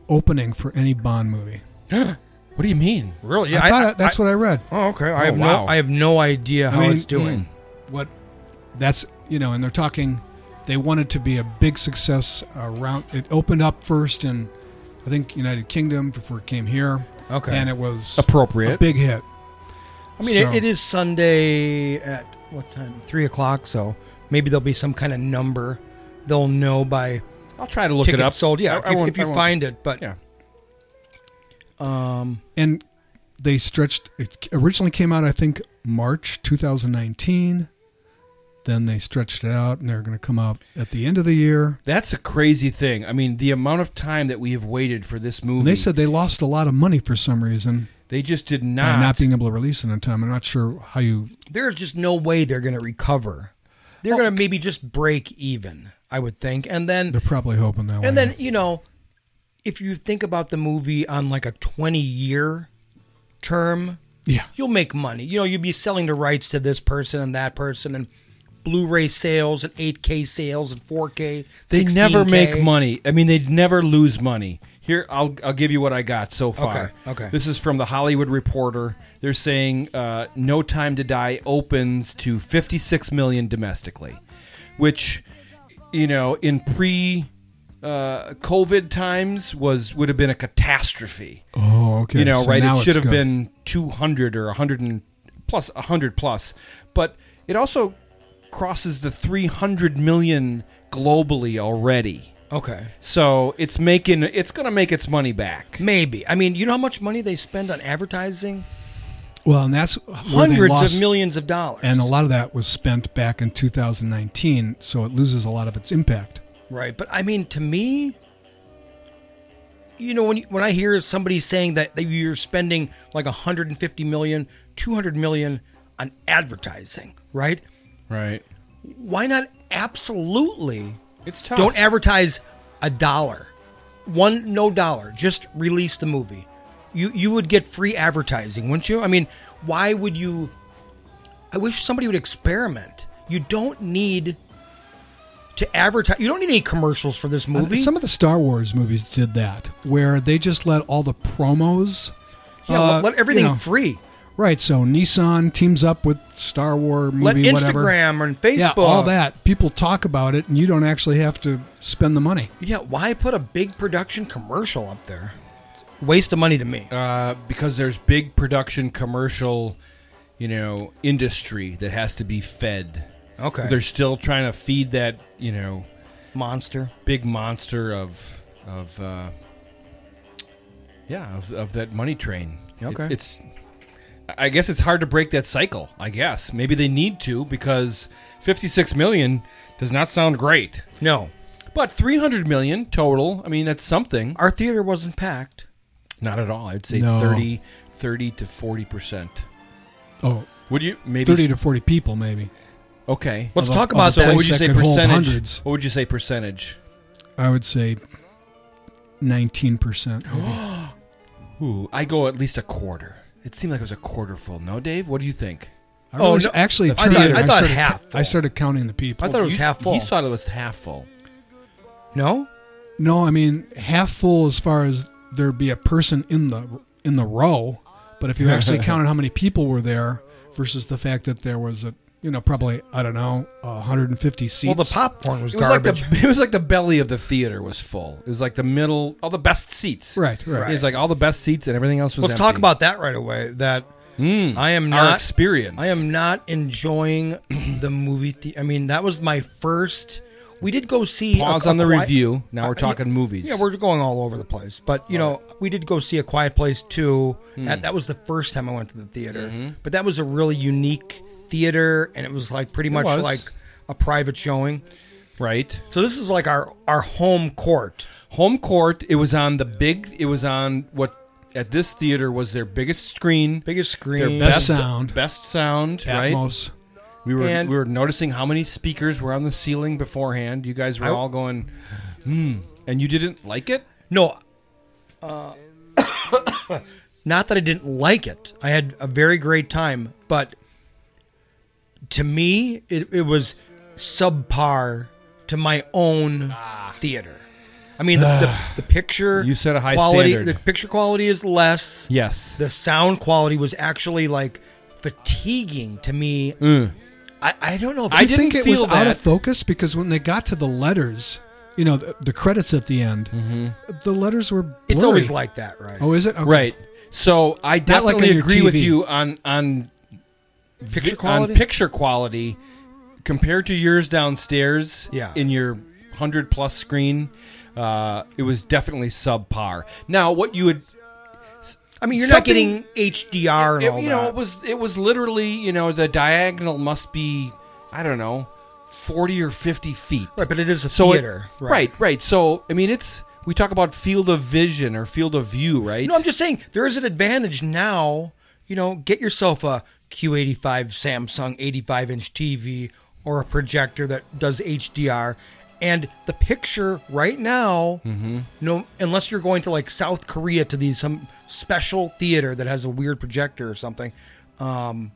Speaker 11: opening for any Bond movie.
Speaker 9: What do you mean?
Speaker 10: really.
Speaker 11: I thought that's what I read.
Speaker 10: Oh, okay. I
Speaker 9: Oh,
Speaker 10: have
Speaker 9: wow.
Speaker 10: no. I have no idea how
Speaker 11: I mean,
Speaker 10: it's doing.
Speaker 11: What? That's you know, and they're talking. They wanted to be a big success around. It opened up first in, I think, United Kingdom before it came here.
Speaker 9: mm.
Speaker 10: Okay.
Speaker 11: and it was
Speaker 9: Appropriate.
Speaker 11: a big hit.
Speaker 10: I mean,
Speaker 11: So-
Speaker 10: it, it is Sunday at what time? Three o'clock. So maybe there'll be some kind of number they'll know by
Speaker 9: I'll try to look
Speaker 10: tickets
Speaker 9: it up.
Speaker 10: sold. Yeah,
Speaker 9: I-
Speaker 10: if,
Speaker 9: I
Speaker 10: you-
Speaker 9: won't-
Speaker 10: if
Speaker 9: I
Speaker 10: you
Speaker 9: won't-
Speaker 10: find it. But
Speaker 9: yeah,
Speaker 10: um,
Speaker 11: and they stretched. It originally came out, I think, March 2019. Then they stretched it out, and they're going to come out at the end of the year.
Speaker 9: that's a crazy thing. I mean, the amount of time that we have waited for this movie.
Speaker 11: And they said they lost a lot of money for some reason
Speaker 9: they just did
Speaker 11: by
Speaker 9: not.
Speaker 11: not being able to release it on time. I'm not sure how you.
Speaker 10: there's just no way they're going to recover. They're going to maybe just break even, I would think, and then
Speaker 11: They're probably hoping that way.
Speaker 10: and then you know, if you think about the movie on like a twenty-year term,
Speaker 11: yeah,
Speaker 10: you'll make money. You know, you'll be selling the rights to this person and that person, and Blu-ray sales and 8K sales and 4K.
Speaker 9: they never
Speaker 10: 16K.
Speaker 9: make money. I mean, they never lose money. Here, I'll I'll give you what I got so far.
Speaker 10: okay.
Speaker 9: This is from the Hollywood Reporter. They're saying uh, "No Time to Die" opens to 56 million domestically, which, you know, in pre. Uh, COVID times was would have been a catastrophe.
Speaker 11: Oh, okay.
Speaker 9: You know,
Speaker 11: So
Speaker 9: right?
Speaker 11: now
Speaker 9: It should
Speaker 11: it's
Speaker 9: have been
Speaker 11: good.
Speaker 9: 200 or 100 and plus 100 plus, but it also crosses the 300 million globally already.
Speaker 10: Okay,
Speaker 9: So it's making it's gonna make its money back.
Speaker 10: maybe. I mean, you know how much money they spend on advertising?
Speaker 11: well, and that's where they
Speaker 10: Hundreds
Speaker 11: lost,
Speaker 10: of millions of dollars.
Speaker 11: and a lot of that was spent back in 2019, so it loses a lot of its impact.
Speaker 10: Right, but I mean, to me, you know, when you, when I hear somebody saying that, that you're spending like 150 million, 200 million on advertising, right?
Speaker 9: Right.
Speaker 10: Why not absolutely
Speaker 9: It's tough.
Speaker 10: don't advertise a dollar, one no dollar, just release the movie. You you would get free advertising, wouldn't you? I mean, why would you? I wish somebody would experiment. You don't need to advertise. You don't need any commercials for this
Speaker 11: Uh,
Speaker 10: movie.
Speaker 11: Some of the Star Wars movies did that, where they just let all the promos.
Speaker 10: Yeah,
Speaker 11: uh,
Speaker 10: let, let everything
Speaker 11: you know,
Speaker 10: free.
Speaker 11: Right, so Nissan teams up with Star Wars
Speaker 10: Let
Speaker 11: movie, whatever.
Speaker 10: Instagram and Facebook.
Speaker 11: yeah, all that. People talk about it, and you don't actually have to spend the money.
Speaker 10: Yeah, why put a big production commercial up there? Waste of money to me.
Speaker 9: Uh, because there's big production commercial, you know, industry that has to be fed.
Speaker 10: Okay.
Speaker 9: They're still trying to feed that, you know,
Speaker 10: monster.
Speaker 9: Big monster of of uh yeah, of, of that money train. It-
Speaker 10: Okay.
Speaker 9: it's I guess it's hard to break that cycle, I guess. Maybe they need to because 56 million does not sound great.
Speaker 10: No.
Speaker 9: But 300 million total, I mean, that's something.
Speaker 10: Our theater wasn't packed.
Speaker 9: Not at all. I'd say
Speaker 11: No.
Speaker 9: thirty, thirty 30, to 40%.
Speaker 11: Oh.
Speaker 9: Would you maybe
Speaker 11: 30 to 40 people, maybe.
Speaker 9: Okay.
Speaker 11: Of a- of a
Speaker 9: So what would
Speaker 11: place
Speaker 9: you say
Speaker 11: could hold
Speaker 9: percentage?
Speaker 11: hundreds.
Speaker 9: What would you say percentage?
Speaker 11: I would say 19%.
Speaker 10: *gasps*
Speaker 11: maybe.
Speaker 9: Ooh, I go at least a quarter. It seemed like it was a quarter full. No, Dave, what do you think?
Speaker 11: I
Speaker 10: Oh,
Speaker 11: really s- actually,
Speaker 9: I
Speaker 11: turned
Speaker 9: thought,
Speaker 11: it.
Speaker 9: I thought
Speaker 11: started,
Speaker 9: half.
Speaker 11: I started counting the people.
Speaker 9: I thought it was
Speaker 10: You-
Speaker 9: half
Speaker 10: you
Speaker 9: full.
Speaker 10: thought
Speaker 9: it was half full.
Speaker 10: No?
Speaker 11: No, I mean half full as far as there'd be a person in the in the row, but if you
Speaker 10: *laughs*
Speaker 11: actually counted how many people were there versus the fact that there was a you know probably I don't know 150 seats.
Speaker 10: Well, the popcorn was
Speaker 9: It was, like
Speaker 10: garbage.
Speaker 9: the, *laughs* it was like the belly of the theater was full. It was like the middle, all the best seats.
Speaker 11: Right, right.
Speaker 9: It was like all the best seats and everything else was
Speaker 10: Let's talk
Speaker 9: empty.
Speaker 10: about that right away. That
Speaker 9: Mm,
Speaker 10: I am
Speaker 9: our
Speaker 10: not
Speaker 9: experience.
Speaker 10: I am not enjoying the movie. The- I mean, that was my first. We did go see.
Speaker 9: Pause on the review. Now we're talking
Speaker 10: Uh, yeah,
Speaker 9: movies.
Speaker 10: Yeah, we're going all over the place. But you know, we did go see a Quiet Place too.
Speaker 9: Hmm.
Speaker 10: That, that was the first time I went to the theater.
Speaker 9: Mm-hmm.
Speaker 10: But that was a really unique theater, and it was like pretty
Speaker 9: It
Speaker 10: much
Speaker 9: was.
Speaker 10: like a private showing.
Speaker 9: Right.
Speaker 10: So this is like our our home court.
Speaker 9: Home court. It was on the big. It was on what at this theater was their biggest screen,
Speaker 10: biggest screen,
Speaker 9: their
Speaker 11: Best sound.
Speaker 9: best sound. Right.
Speaker 11: Atmos.
Speaker 9: We were
Speaker 10: And-
Speaker 9: we were noticing how many speakers were on the ceiling beforehand. You guys were
Speaker 10: I-
Speaker 9: all going, hmm. And you didn't like it.
Speaker 10: No, uh, *coughs* not that I didn't like it. I had a very great time, but to me, it, it was subpar to my own theater. I mean, the,
Speaker 9: *sighs*
Speaker 10: the, the picture
Speaker 9: Ah. You set a high
Speaker 10: quality.
Speaker 9: standard.
Speaker 10: The picture quality is less.
Speaker 9: Yes.
Speaker 10: The sound quality was actually like fatiguing to me.
Speaker 9: Mm.
Speaker 10: I, I don't know. If
Speaker 11: Do you think it was out
Speaker 10: that.
Speaker 11: of focus because when they got to the letters, you know the, the credits at the end,
Speaker 10: Mm-hmm.
Speaker 11: the letters were. Blurry.
Speaker 10: It's always like that, right?
Speaker 11: Oh, is it Okay.
Speaker 9: Right. So I
Speaker 11: Not like
Speaker 9: definitely
Speaker 11: on your
Speaker 9: agree with
Speaker 11: TV.
Speaker 9: you on on
Speaker 10: Picture
Speaker 9: vi-
Speaker 10: quality?
Speaker 9: on picture quality compared to yours downstairs.
Speaker 10: Yeah.
Speaker 9: In your hundred plus screen, uh, it was definitely subpar. Now, what you would
Speaker 10: I mean, you're
Speaker 9: Something-
Speaker 10: not getting HDR and
Speaker 9: it-
Speaker 10: all
Speaker 9: you know
Speaker 10: that.
Speaker 9: it was it was literally you know the diagonal must be I don't know forty or fifty feet.
Speaker 10: Right, but it is a
Speaker 9: So it-
Speaker 10: theater.
Speaker 9: right. right, So I mean, it's we talk about field of vision or field of view, right?
Speaker 10: No, I'm just saying there is an advantage now. You know, get yourself a Q85 Samsung 85 inch TV or a projector that does HDR. And the picture right now, no, unless you're going to like South Korea to these some special theater that has a weird projector or something, um,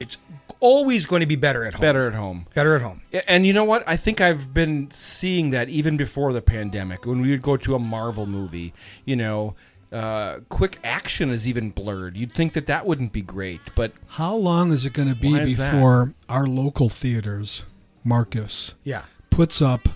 Speaker 10: it's always going to be better at home.
Speaker 9: better at home.
Speaker 10: better at home.
Speaker 9: And you know what? I think I've been seeing that even before the pandemic. When we would go to a Marvel movie, you know, uh, quick action is even blurred. You'd think that that wouldn't be great, but
Speaker 11: How long is it going to be
Speaker 9: Why is that?
Speaker 11: before our local theaters, Marcus,
Speaker 10: Yeah.
Speaker 11: puts up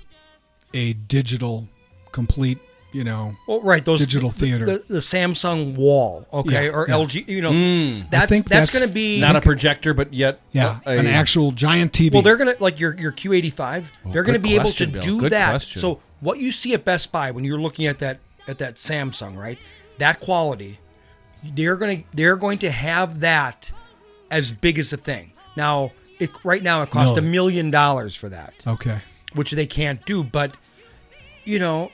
Speaker 11: a digital, complete, you know,
Speaker 10: Well, right, those
Speaker 11: Digital
Speaker 10: the-
Speaker 11: theater.
Speaker 10: the, the Samsung Wall, okay,
Speaker 11: Yeah,
Speaker 10: or
Speaker 11: yeah.
Speaker 10: LG. You know,
Speaker 9: Hmm.
Speaker 11: I
Speaker 10: that's
Speaker 11: think
Speaker 10: that's,
Speaker 11: that's
Speaker 10: going to be
Speaker 9: not a projector, but yet
Speaker 11: yeah,
Speaker 9: uh,
Speaker 11: an
Speaker 9: a-
Speaker 11: actual giant TV.
Speaker 10: well. They're going to like your your Q85. they're going to
Speaker 9: good
Speaker 10: be able to
Speaker 9: question, Bill.
Speaker 10: do
Speaker 9: Good
Speaker 10: that.
Speaker 9: question.
Speaker 10: So what you see at Best Buy when you're looking at that at that Samsung, right? That quality, they're going to they're going to have that as big as a thing. Now, it right now it costs a
Speaker 11: Million.
Speaker 10: million dollars for that,
Speaker 11: okay.
Speaker 10: which they can't do. But you know,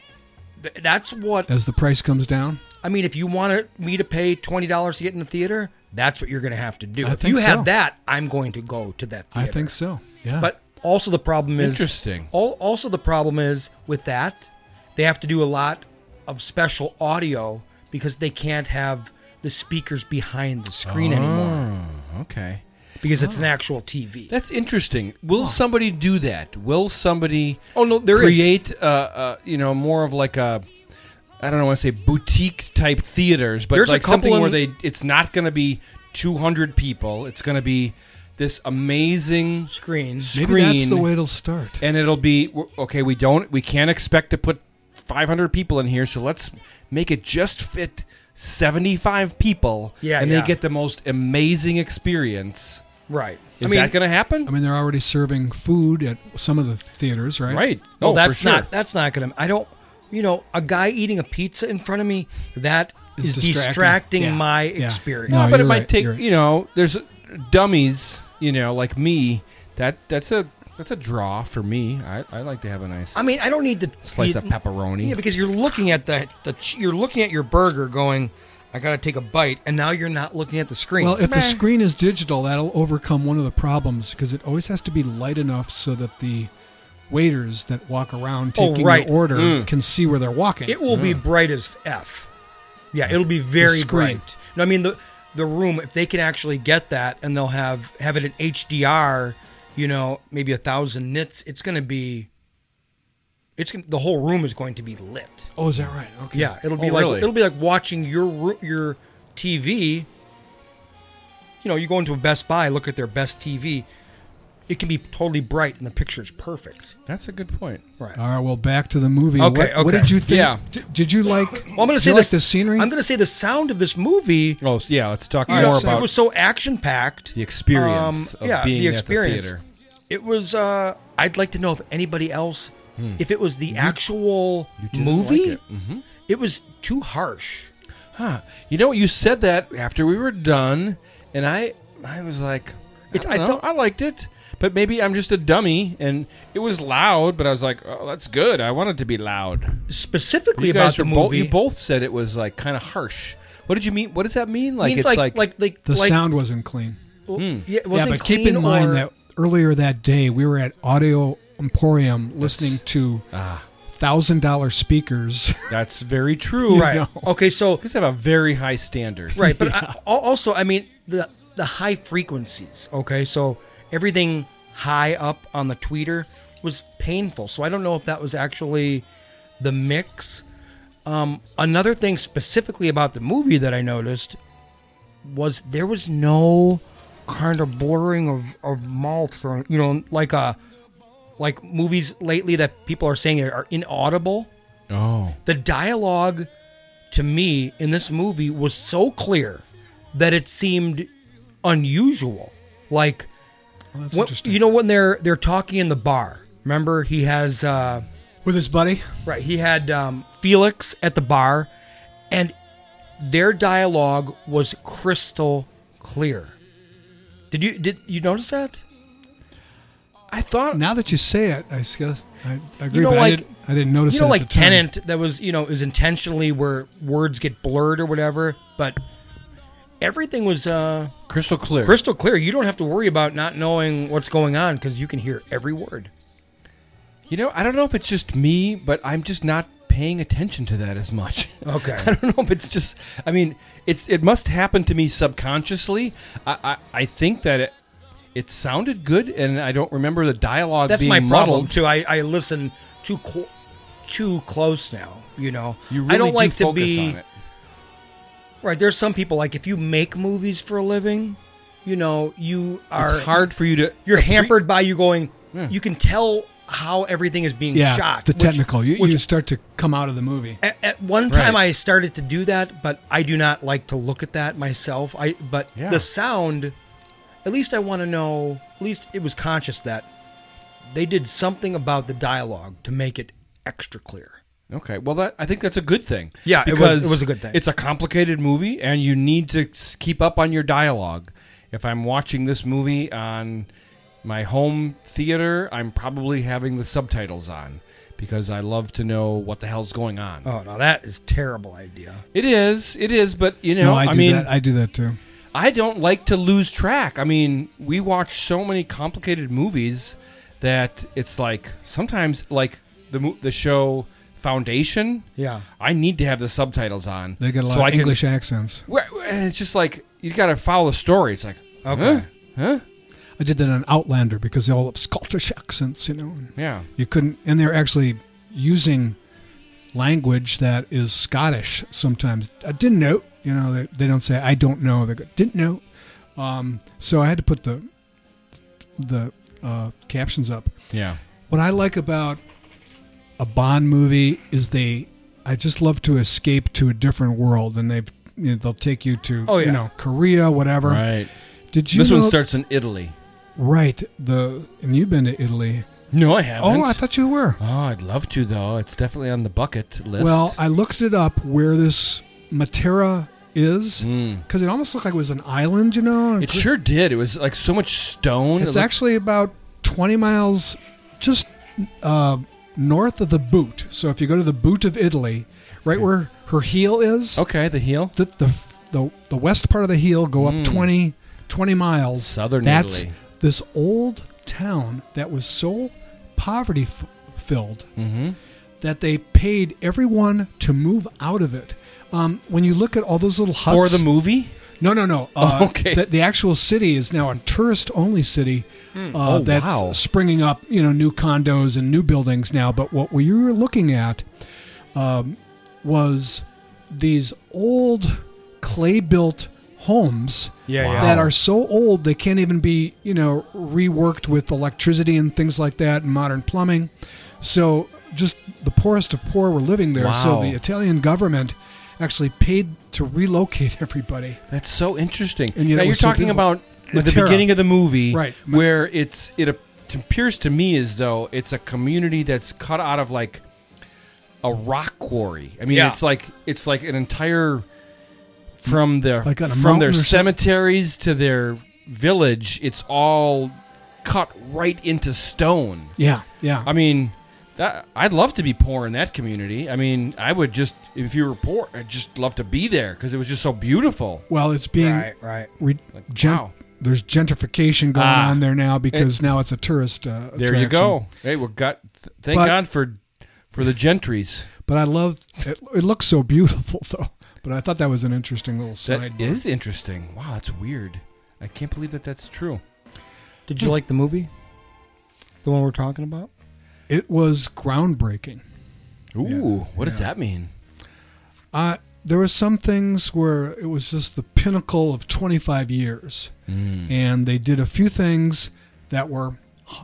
Speaker 10: th- that's what
Speaker 11: As the price comes down,
Speaker 10: I mean, if you want me to pay twenty dollars to get in the theater, that's what you're going to have to do.
Speaker 11: I
Speaker 10: if
Speaker 11: think
Speaker 10: you
Speaker 11: so.
Speaker 10: have that, I'm going to go to that.
Speaker 11: I
Speaker 10: Theater.
Speaker 11: think so. Yeah,
Speaker 10: But also the problem is
Speaker 9: Interesting.
Speaker 10: al- Also the problem is with that, they have to do a lot of special audio because they can't have the speakers behind the screen anymore
Speaker 9: Oh, okay.
Speaker 10: because it's an actual TV.
Speaker 9: That's interesting. Will somebody do that? Will somebody?
Speaker 10: Oh, no, there is-
Speaker 9: create uh, uh, you know more of like a I don't know want to say boutique type theaters, but
Speaker 10: There's a
Speaker 9: like
Speaker 10: couple
Speaker 9: something where
Speaker 10: in-
Speaker 9: they it's not going to be 200 people. It's going to be this amazing
Speaker 10: Screen.
Speaker 11: maybe
Speaker 9: screen,
Speaker 11: that's the way it'll start.
Speaker 9: and it'll be w- okay. We don't we can't expect to put 500 people in here, so let's make it just fit 75 people.
Speaker 10: Yeah,
Speaker 9: and
Speaker 10: yeah.
Speaker 9: they get the most amazing experience.
Speaker 10: Right.
Speaker 9: Is
Speaker 10: I mean,
Speaker 9: that going to happen?
Speaker 11: I mean, they're already serving food at some of the theaters, right?
Speaker 9: Right.
Speaker 10: No,
Speaker 9: Oh, for
Speaker 10: that's
Speaker 9: sure.
Speaker 10: not. That's not gonna. I don't. You know, a guy eating a pizza in front of me that
Speaker 11: It's
Speaker 10: is distracting,
Speaker 11: distracting. Yeah.
Speaker 10: my
Speaker 11: Yeah.
Speaker 10: experience.
Speaker 11: No,
Speaker 9: No, but it
Speaker 11: you're
Speaker 9: might
Speaker 11: right,
Speaker 9: take
Speaker 11: you're right.
Speaker 9: you know. There's dummies, you know, like me. That that's a that's a draw for me. I, I like to have a nice
Speaker 10: I mean, I don't need to
Speaker 9: slice
Speaker 10: be-
Speaker 9: of pepperoni.
Speaker 10: Yeah, because you're looking at the, the ch- you're looking at your burger, going, I gotta take a bite, and now you're not looking at the screen.
Speaker 11: Well, if
Speaker 10: Meh.
Speaker 11: the screen is digital, that'll overcome one of the problems because it always has to be light enough so that the waiters that walk around
Speaker 10: Oh,
Speaker 11: taking
Speaker 10: right.
Speaker 11: your order
Speaker 9: Mm.
Speaker 11: can see where they're walking.
Speaker 10: it will be bright as f. Yeah, it'll be very
Speaker 11: Mm. screen.
Speaker 10: bright. No, I mean the the room if they can actually get that, and they'll have have it at HDR, you know, maybe a thousand nits. It's gonna be. It's gonna, the whole room is going to be lit.
Speaker 11: oh, is that right? Okay.
Speaker 10: Yeah, it'll be
Speaker 9: Oh,
Speaker 10: like
Speaker 9: really?
Speaker 10: it'll be like watching your ru- your TV. You know, you go into a Best Buy, look at their best TV. It can be totally bright, and the picture is perfect.
Speaker 9: that's a good point.
Speaker 10: Right.
Speaker 11: All right. Well, back to the movie.
Speaker 10: Okay,
Speaker 11: What, what
Speaker 10: okay.
Speaker 11: did you think?
Speaker 9: Yeah.
Speaker 11: D- did you like?
Speaker 10: Well, I'm going to
Speaker 11: did
Speaker 10: say
Speaker 11: you
Speaker 10: this,
Speaker 11: like the scenery.
Speaker 10: I'm going to say the sound of this movie.
Speaker 9: Oh s- yeah, let's talk
Speaker 10: you
Speaker 9: more
Speaker 10: know,
Speaker 9: about
Speaker 10: it was um, so action packed.
Speaker 9: the experience of being at the theater.
Speaker 10: It was. Uh, I'd like to know if anybody else, if it was the actual
Speaker 9: didn't like
Speaker 10: movie.
Speaker 9: it. Mhm.
Speaker 10: it was too harsh.
Speaker 9: Huh. You know, you said that after we were done, and I, I was like, I,
Speaker 10: It-
Speaker 9: don't
Speaker 10: I
Speaker 9: know,
Speaker 10: felt-
Speaker 9: I liked it, but maybe I'm just a dummy, and it was loud, but I was like, oh, that's good. I want it to be loud.
Speaker 10: Specifically
Speaker 9: You
Speaker 10: about
Speaker 9: guys
Speaker 10: the
Speaker 9: were both,
Speaker 10: movie.
Speaker 9: you both said it was like kind of harsh. What did you mean? What does that mean? Like
Speaker 10: means
Speaker 9: it's
Speaker 10: like, like, like
Speaker 11: the
Speaker 10: like-
Speaker 11: sound wasn't clean.
Speaker 10: Well, yeah, it
Speaker 11: Yeah,
Speaker 10: wasn't
Speaker 11: but keep
Speaker 10: clean
Speaker 11: in mind
Speaker 10: or-
Speaker 11: that earlier that day we were at Audio Emporium listening to
Speaker 10: ah.
Speaker 11: thousand dollar speakers. *laughs*
Speaker 9: that's very true.
Speaker 10: right.
Speaker 11: know.
Speaker 10: Okay, so
Speaker 9: Because I have a very high standard.
Speaker 10: *laughs* right, but I, al- also I mean the the high frequencies. Okay, so everything high up on the tweeter was painful. So I don't know if that was actually the mix. Um, another thing specifically about the movie that I noticed was there was no kind of blurring of, of mouth or you know like a like movies lately that people are saying are inaudible
Speaker 9: Oh.
Speaker 10: the dialogue to me in this movie was so clear that it seemed unusual like
Speaker 11: Well, that's
Speaker 10: what,
Speaker 11: interesting.
Speaker 10: you know when they're they're talking in the bar remember he has uh
Speaker 11: With his buddy.
Speaker 10: right he had um, felix at the bar and their dialogue was crystal clear did you did you notice that
Speaker 9: I thought
Speaker 11: Now that you say it, I guess I agree.
Speaker 10: you know
Speaker 11: but I,
Speaker 10: like
Speaker 11: didn't, I didn't notice.
Speaker 10: you know
Speaker 11: it
Speaker 10: like
Speaker 11: at the time.
Speaker 10: tenant that was you know is intentionally where words get blurred or whatever but everything was uh
Speaker 9: crystal clear.
Speaker 10: crystal clear you don't have to worry about not knowing what's going on because you can hear every word
Speaker 9: You know, I don't know if it's just me, but I'm just not paying attention to that as much. *laughs*
Speaker 10: Okay.
Speaker 9: I don't know if it's just. I mean, it's it must happen to me subconsciously. I I, I think that it it sounded good, and I don't remember the dialogue.
Speaker 10: *laughs* that's
Speaker 9: being
Speaker 10: my problem
Speaker 9: muddled.
Speaker 10: too i i listen too co- too close now you know
Speaker 9: You really
Speaker 10: i don't like to
Speaker 9: focus
Speaker 10: be
Speaker 9: on it.
Speaker 10: right there's some people like if you make movies for a living you know you are
Speaker 9: it's hard for you to. Hmm.
Speaker 10: you're
Speaker 9: appre-
Speaker 10: hampered by you going
Speaker 9: Yeah.
Speaker 10: you can tell how everything is being
Speaker 11: Yeah,
Speaker 10: shot
Speaker 11: the
Speaker 10: which-
Speaker 11: technical. you,
Speaker 10: which
Speaker 11: you start to come out of the movie.
Speaker 10: At, at one time,
Speaker 9: Right.
Speaker 10: I started to do that, but I do not like to look at that myself. I but
Speaker 9: Yeah.
Speaker 10: the sound, at least I want to know. At least it was conscious that they did something about the dialogue to make it extra clear.
Speaker 9: Okay, well, that I think that's a good thing.
Speaker 10: Yeah, it was-
Speaker 9: because
Speaker 10: it was a good thing.
Speaker 9: It's a complicated movie, and you need to s- keep up on your dialogue. If I'm watching this movie on my home theater, I'm probably having the subtitles on because I love to know what the hell's going on.
Speaker 10: Oh no, that is terrible idea.
Speaker 9: It is, it is, but you know,
Speaker 11: no, I,
Speaker 9: I,
Speaker 11: do
Speaker 9: mean,
Speaker 11: that. I do that too.
Speaker 9: I don't like to lose track. I mean, we watch so many complicated movies that it's like sometimes, like the mo- the show Foundation.
Speaker 10: Yeah,
Speaker 9: I need to have the subtitles on.
Speaker 11: They get a lot
Speaker 9: so I
Speaker 11: of
Speaker 9: can-
Speaker 11: English accents.
Speaker 9: Where- where- and it's just like you got to follow the story. It's like okay, huh?
Speaker 10: Okay.
Speaker 9: Huh?
Speaker 11: I did that on Outlander because they all have Scottish accents, you know. and
Speaker 9: Yeah.
Speaker 11: You couldn't, and they're actually using language that is Scottish sometimes. I didn't know, you know. They, they don't say I don't know. They go didn't know. Um, so I had to put the the uh, captions up.
Speaker 9: Yeah.
Speaker 11: What I like about a Bond movie is they. I just love to escape to a different world, and they've you know, they'll take you to
Speaker 9: Oh, yeah.
Speaker 11: you know Korea, whatever.
Speaker 9: Right.
Speaker 11: Did you?
Speaker 9: This
Speaker 11: know-
Speaker 9: one starts in Italy.
Speaker 11: Right. The and you've been to Italy.
Speaker 9: No, I haven't.
Speaker 11: Oh, I thought you were.
Speaker 9: Oh, I'd love to though. It's definitely on the bucket list.
Speaker 11: Well, I looked it up where this Matera is because it almost looked like it was an island, you know. and
Speaker 9: Hmm. it
Speaker 11: cre-
Speaker 9: sure did. It was like so much stone. It
Speaker 11: It's
Speaker 9: looked-
Speaker 11: actually about 20 miles just uh, north of the boot. So if you go to the boot of Italy, right where her heel is.
Speaker 9: Okay, the heel.
Speaker 11: The the the, the west part of the heel go
Speaker 9: Mm.
Speaker 11: up 20 20 miles.
Speaker 9: Southern
Speaker 11: That's
Speaker 9: Italy.
Speaker 11: this old town that was so poverty f- filled
Speaker 9: Mm-hmm.
Speaker 11: that they paid everyone to move out of it. Um, when you look at all those little huts
Speaker 9: For the movie?
Speaker 11: No,
Speaker 9: *laughs*
Speaker 11: no, no. Uh,
Speaker 9: Okay.
Speaker 11: The, the actual city is now a tourist-only city.
Speaker 9: Hmm.
Speaker 11: Uh,
Speaker 9: Oh,
Speaker 11: that's
Speaker 9: wow.
Speaker 11: springing up, you know, new condos and new buildings now. But what we were looking at um, was these old clay-built homes
Speaker 10: Yeah, yeah.
Speaker 11: that
Speaker 10: Wow.
Speaker 11: are so old they can't even be, you know, reworked with electricity and things like that and modern plumbing. So just the poorest of poor were living there. So
Speaker 9: Wow.
Speaker 11: the Italian government actually paid to relocate *laughs* everybody.
Speaker 9: That's so interesting.
Speaker 11: And yet
Speaker 9: now
Speaker 11: it
Speaker 9: you're
Speaker 11: was so
Speaker 9: talking
Speaker 11: beautiful.
Speaker 9: about the
Speaker 11: Matera.
Speaker 9: beginning of the movie,
Speaker 11: Right.
Speaker 9: Where it's it ap- appears to me as though it's a community that's cut out of like a rock quarry. I mean,
Speaker 10: Yeah.
Speaker 9: it's like it's like an entire from their
Speaker 11: Like on a
Speaker 9: from their
Speaker 11: mountain or something?
Speaker 9: cemeteries to their village. It's all cut right into stone.
Speaker 11: Yeah, yeah.
Speaker 9: I mean, that I'd love to be poor in that community. I mean, I would just if you were poor, I'd just love to be there because it was just so beautiful.
Speaker 11: Well, it's being
Speaker 9: Right, right.
Speaker 11: re- gen-
Speaker 9: wow.
Speaker 11: There's gentrification going
Speaker 9: Ah.
Speaker 11: on there now because
Speaker 9: It-
Speaker 11: now it's a tourist. Uh,
Speaker 9: There you
Speaker 11: attraction.
Speaker 9: go. Hey, well, got th- thank
Speaker 11: But-
Speaker 9: God for for the gentries.
Speaker 11: But I love it. It looks so beautiful *laughs* though. But I thought that was an interesting little
Speaker 9: That
Speaker 11: side.
Speaker 9: is interesting. Wow, that's weird. I can't believe that that's true.
Speaker 10: Did
Speaker 11: Hmm.
Speaker 10: you like the movie? The one we're talking about?
Speaker 11: It was groundbreaking.
Speaker 9: Ooh, what does that mean?
Speaker 11: Uh, there were some things where it was just the pinnacle of 25 years.
Speaker 9: Mm.
Speaker 11: And they did a few things that were h-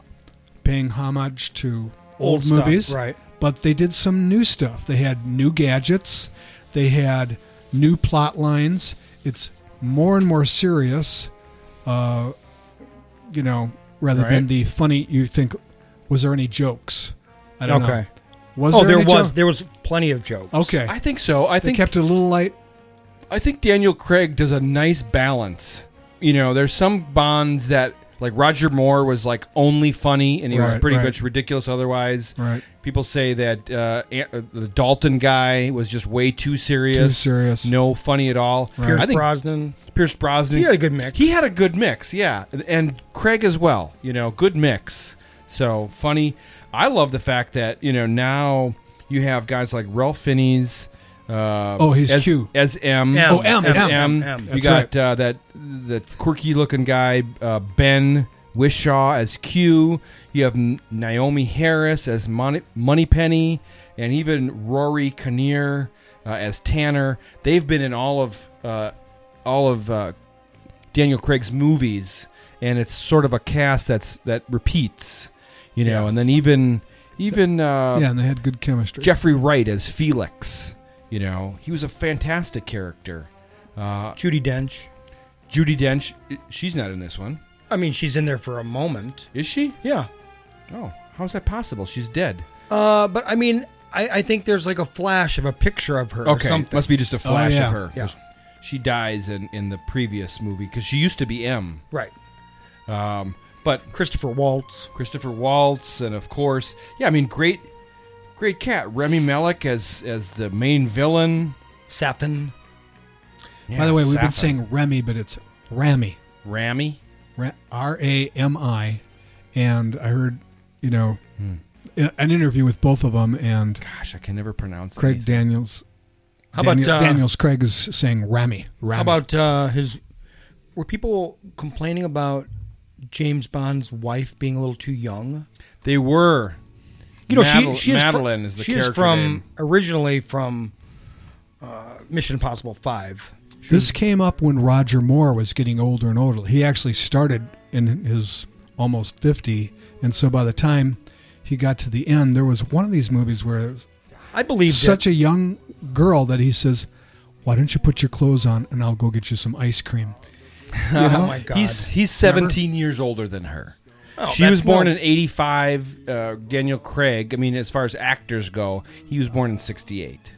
Speaker 11: paying homage to
Speaker 10: Old
Speaker 11: old,
Speaker 10: stuff,
Speaker 11: movies.
Speaker 10: right.
Speaker 11: But they did some new stuff. They had new gadgets, they had new plot lines. It's more and more serious, uh, you know, rather than
Speaker 10: Right.
Speaker 11: the funny you think, was there any jokes? I don't know.
Speaker 10: Okay.
Speaker 11: Was
Speaker 10: oh,
Speaker 11: there,
Speaker 10: there
Speaker 11: any
Speaker 10: was
Speaker 11: joke-
Speaker 10: there was plenty of jokes.
Speaker 11: Okay.
Speaker 9: I think so. I
Speaker 11: They
Speaker 9: think
Speaker 11: kept it a little light.
Speaker 9: I think Daniel Craig does a nice balance. You know, there's some Bonds that like Roger Moore was like only funny and he was
Speaker 11: Right,
Speaker 9: pretty
Speaker 11: right.
Speaker 9: much ridiculous otherwise.
Speaker 11: Right.
Speaker 9: People say that uh, An- uh, the Dalton guy was just way too serious.
Speaker 11: Too serious.
Speaker 9: No funny at all.
Speaker 11: Right.
Speaker 10: Pierce
Speaker 9: I think
Speaker 10: Brosnan.
Speaker 9: Pierce Brosnan.
Speaker 10: He had a good mix.
Speaker 9: He had a good mix, yeah, and, and Craig as well. You know, good mix. So funny. I love the fact that you know now you have guys like Ralph Fiennes. Uh,
Speaker 11: Oh, he's
Speaker 9: as,
Speaker 11: Q.
Speaker 9: as M.
Speaker 10: M,
Speaker 11: Oh, M,
Speaker 9: as
Speaker 11: M,
Speaker 9: M.
Speaker 10: M.
Speaker 9: You
Speaker 11: That's
Speaker 9: got uh, that the quirky looking guy uh, Ben Wishaw as Q. You have N- Naomi Harris as Money Moneypenny, and even Rory Kinnear uh, as Tanner. They've been in all of uh, all of uh, Daniel Craig's movies, and it's sort of a cast that's that repeats, you know. And then even even uh,
Speaker 11: yeah, and they had good chemistry.
Speaker 9: Jeffrey Wright as Felix, you know, he was a fantastic character. Uh,
Speaker 10: Judy Dench.
Speaker 9: Judy Dench, i- she's not in this one,
Speaker 10: I mean, she's in there for a moment.
Speaker 9: is she?
Speaker 10: Yeah.
Speaker 9: Oh, how is that possible? She's dead.
Speaker 10: Uh, but I mean, I, I think there's like a flash of a picture of her. Or
Speaker 9: Okay,
Speaker 10: something.
Speaker 9: must be just a flash
Speaker 11: Oh, yeah.
Speaker 9: of her.
Speaker 10: Yeah.
Speaker 9: She dies in, in the previous movie because she used to be M.
Speaker 10: right.
Speaker 9: Um, but
Speaker 10: Christopher Waltz.
Speaker 9: Christopher Waltz, and of course, yeah, I mean, great, great cat Remy Malek as as the main villain.
Speaker 10: Safin.
Speaker 11: By the way, we've been
Speaker 9: Safin.
Speaker 11: saying Remy, but it's Rami,
Speaker 9: Rami.
Speaker 11: Ra- R A M I, and I heard, you know,
Speaker 10: Hmm.
Speaker 11: i- an interview with both of them, and
Speaker 9: Gosh, I can never pronounce
Speaker 11: Craig
Speaker 9: anything.
Speaker 11: Daniels.
Speaker 10: How about,
Speaker 11: Daniel-
Speaker 10: uh,
Speaker 11: Daniels? Craig is saying Rami. Rami.
Speaker 10: How about uh, his? Were people complaining about James Bond's wife being a little too young?
Speaker 9: They were.
Speaker 10: You know,
Speaker 9: Madel-
Speaker 10: she, she is fr-
Speaker 9: Madeline is the
Speaker 10: she
Speaker 9: character
Speaker 10: is from
Speaker 9: name.
Speaker 10: originally from uh, Mission Impossible Five.
Speaker 11: this? Came up when Roger Moore was getting older and older. He actually started in his almost fifty, and so by the time he got to the end, there was one of these movies where there was
Speaker 10: I believed
Speaker 11: such
Speaker 10: it.
Speaker 11: a young girl that he says, "Why don't you put your clothes on and I'll go get you some ice cream." You know?
Speaker 9: He's he's 17 years older than her.
Speaker 10: Oh,
Speaker 9: she
Speaker 10: that's
Speaker 9: was born
Speaker 10: no-
Speaker 9: in 85. Uh, Daniel Craig, I mean, as far as actors go, he was born in 68.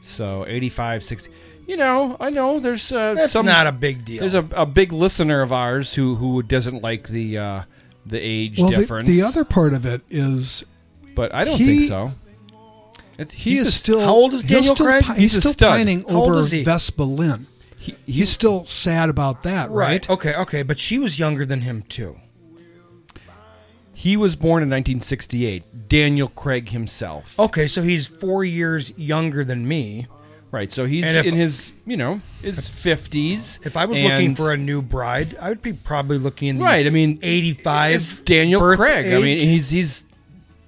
Speaker 9: So 85, 60. You know, I know there's uh,
Speaker 10: That's
Speaker 9: some.
Speaker 10: not a big deal.
Speaker 9: There's a, a big listener of ours who, who doesn't like the uh, the age
Speaker 11: well, the,
Speaker 9: difference.
Speaker 11: the other part of it is,
Speaker 9: but I don't think
Speaker 11: he-
Speaker 9: so. It-
Speaker 11: He
Speaker 9: he's
Speaker 11: is
Speaker 9: a-
Speaker 11: still
Speaker 10: how old is
Speaker 11: he'll
Speaker 10: Daniel
Speaker 11: still
Speaker 10: Craig?
Speaker 11: pi-
Speaker 9: He's
Speaker 11: He's,
Speaker 9: a
Speaker 11: still
Speaker 9: stud.
Speaker 11: pining
Speaker 10: How old
Speaker 11: over
Speaker 10: is he?
Speaker 11: Vespa Lynn. he's still sad about that, right?
Speaker 10: Okay, okay, but she was younger than him too.
Speaker 9: He was born in 1968. Daniel Craig himself.
Speaker 10: Okay, so he's four years younger than me.
Speaker 9: Right, so he's
Speaker 10: And if-
Speaker 9: in his, you know, his 50s.
Speaker 10: If I was looking
Speaker 9: and-
Speaker 10: for a new bride, I would be probably looking in the
Speaker 9: Right, I mean, it's
Speaker 10: eighty-five.
Speaker 9: Daniel
Speaker 10: birth
Speaker 9: Craig. I
Speaker 10: age.
Speaker 9: mean, he's he's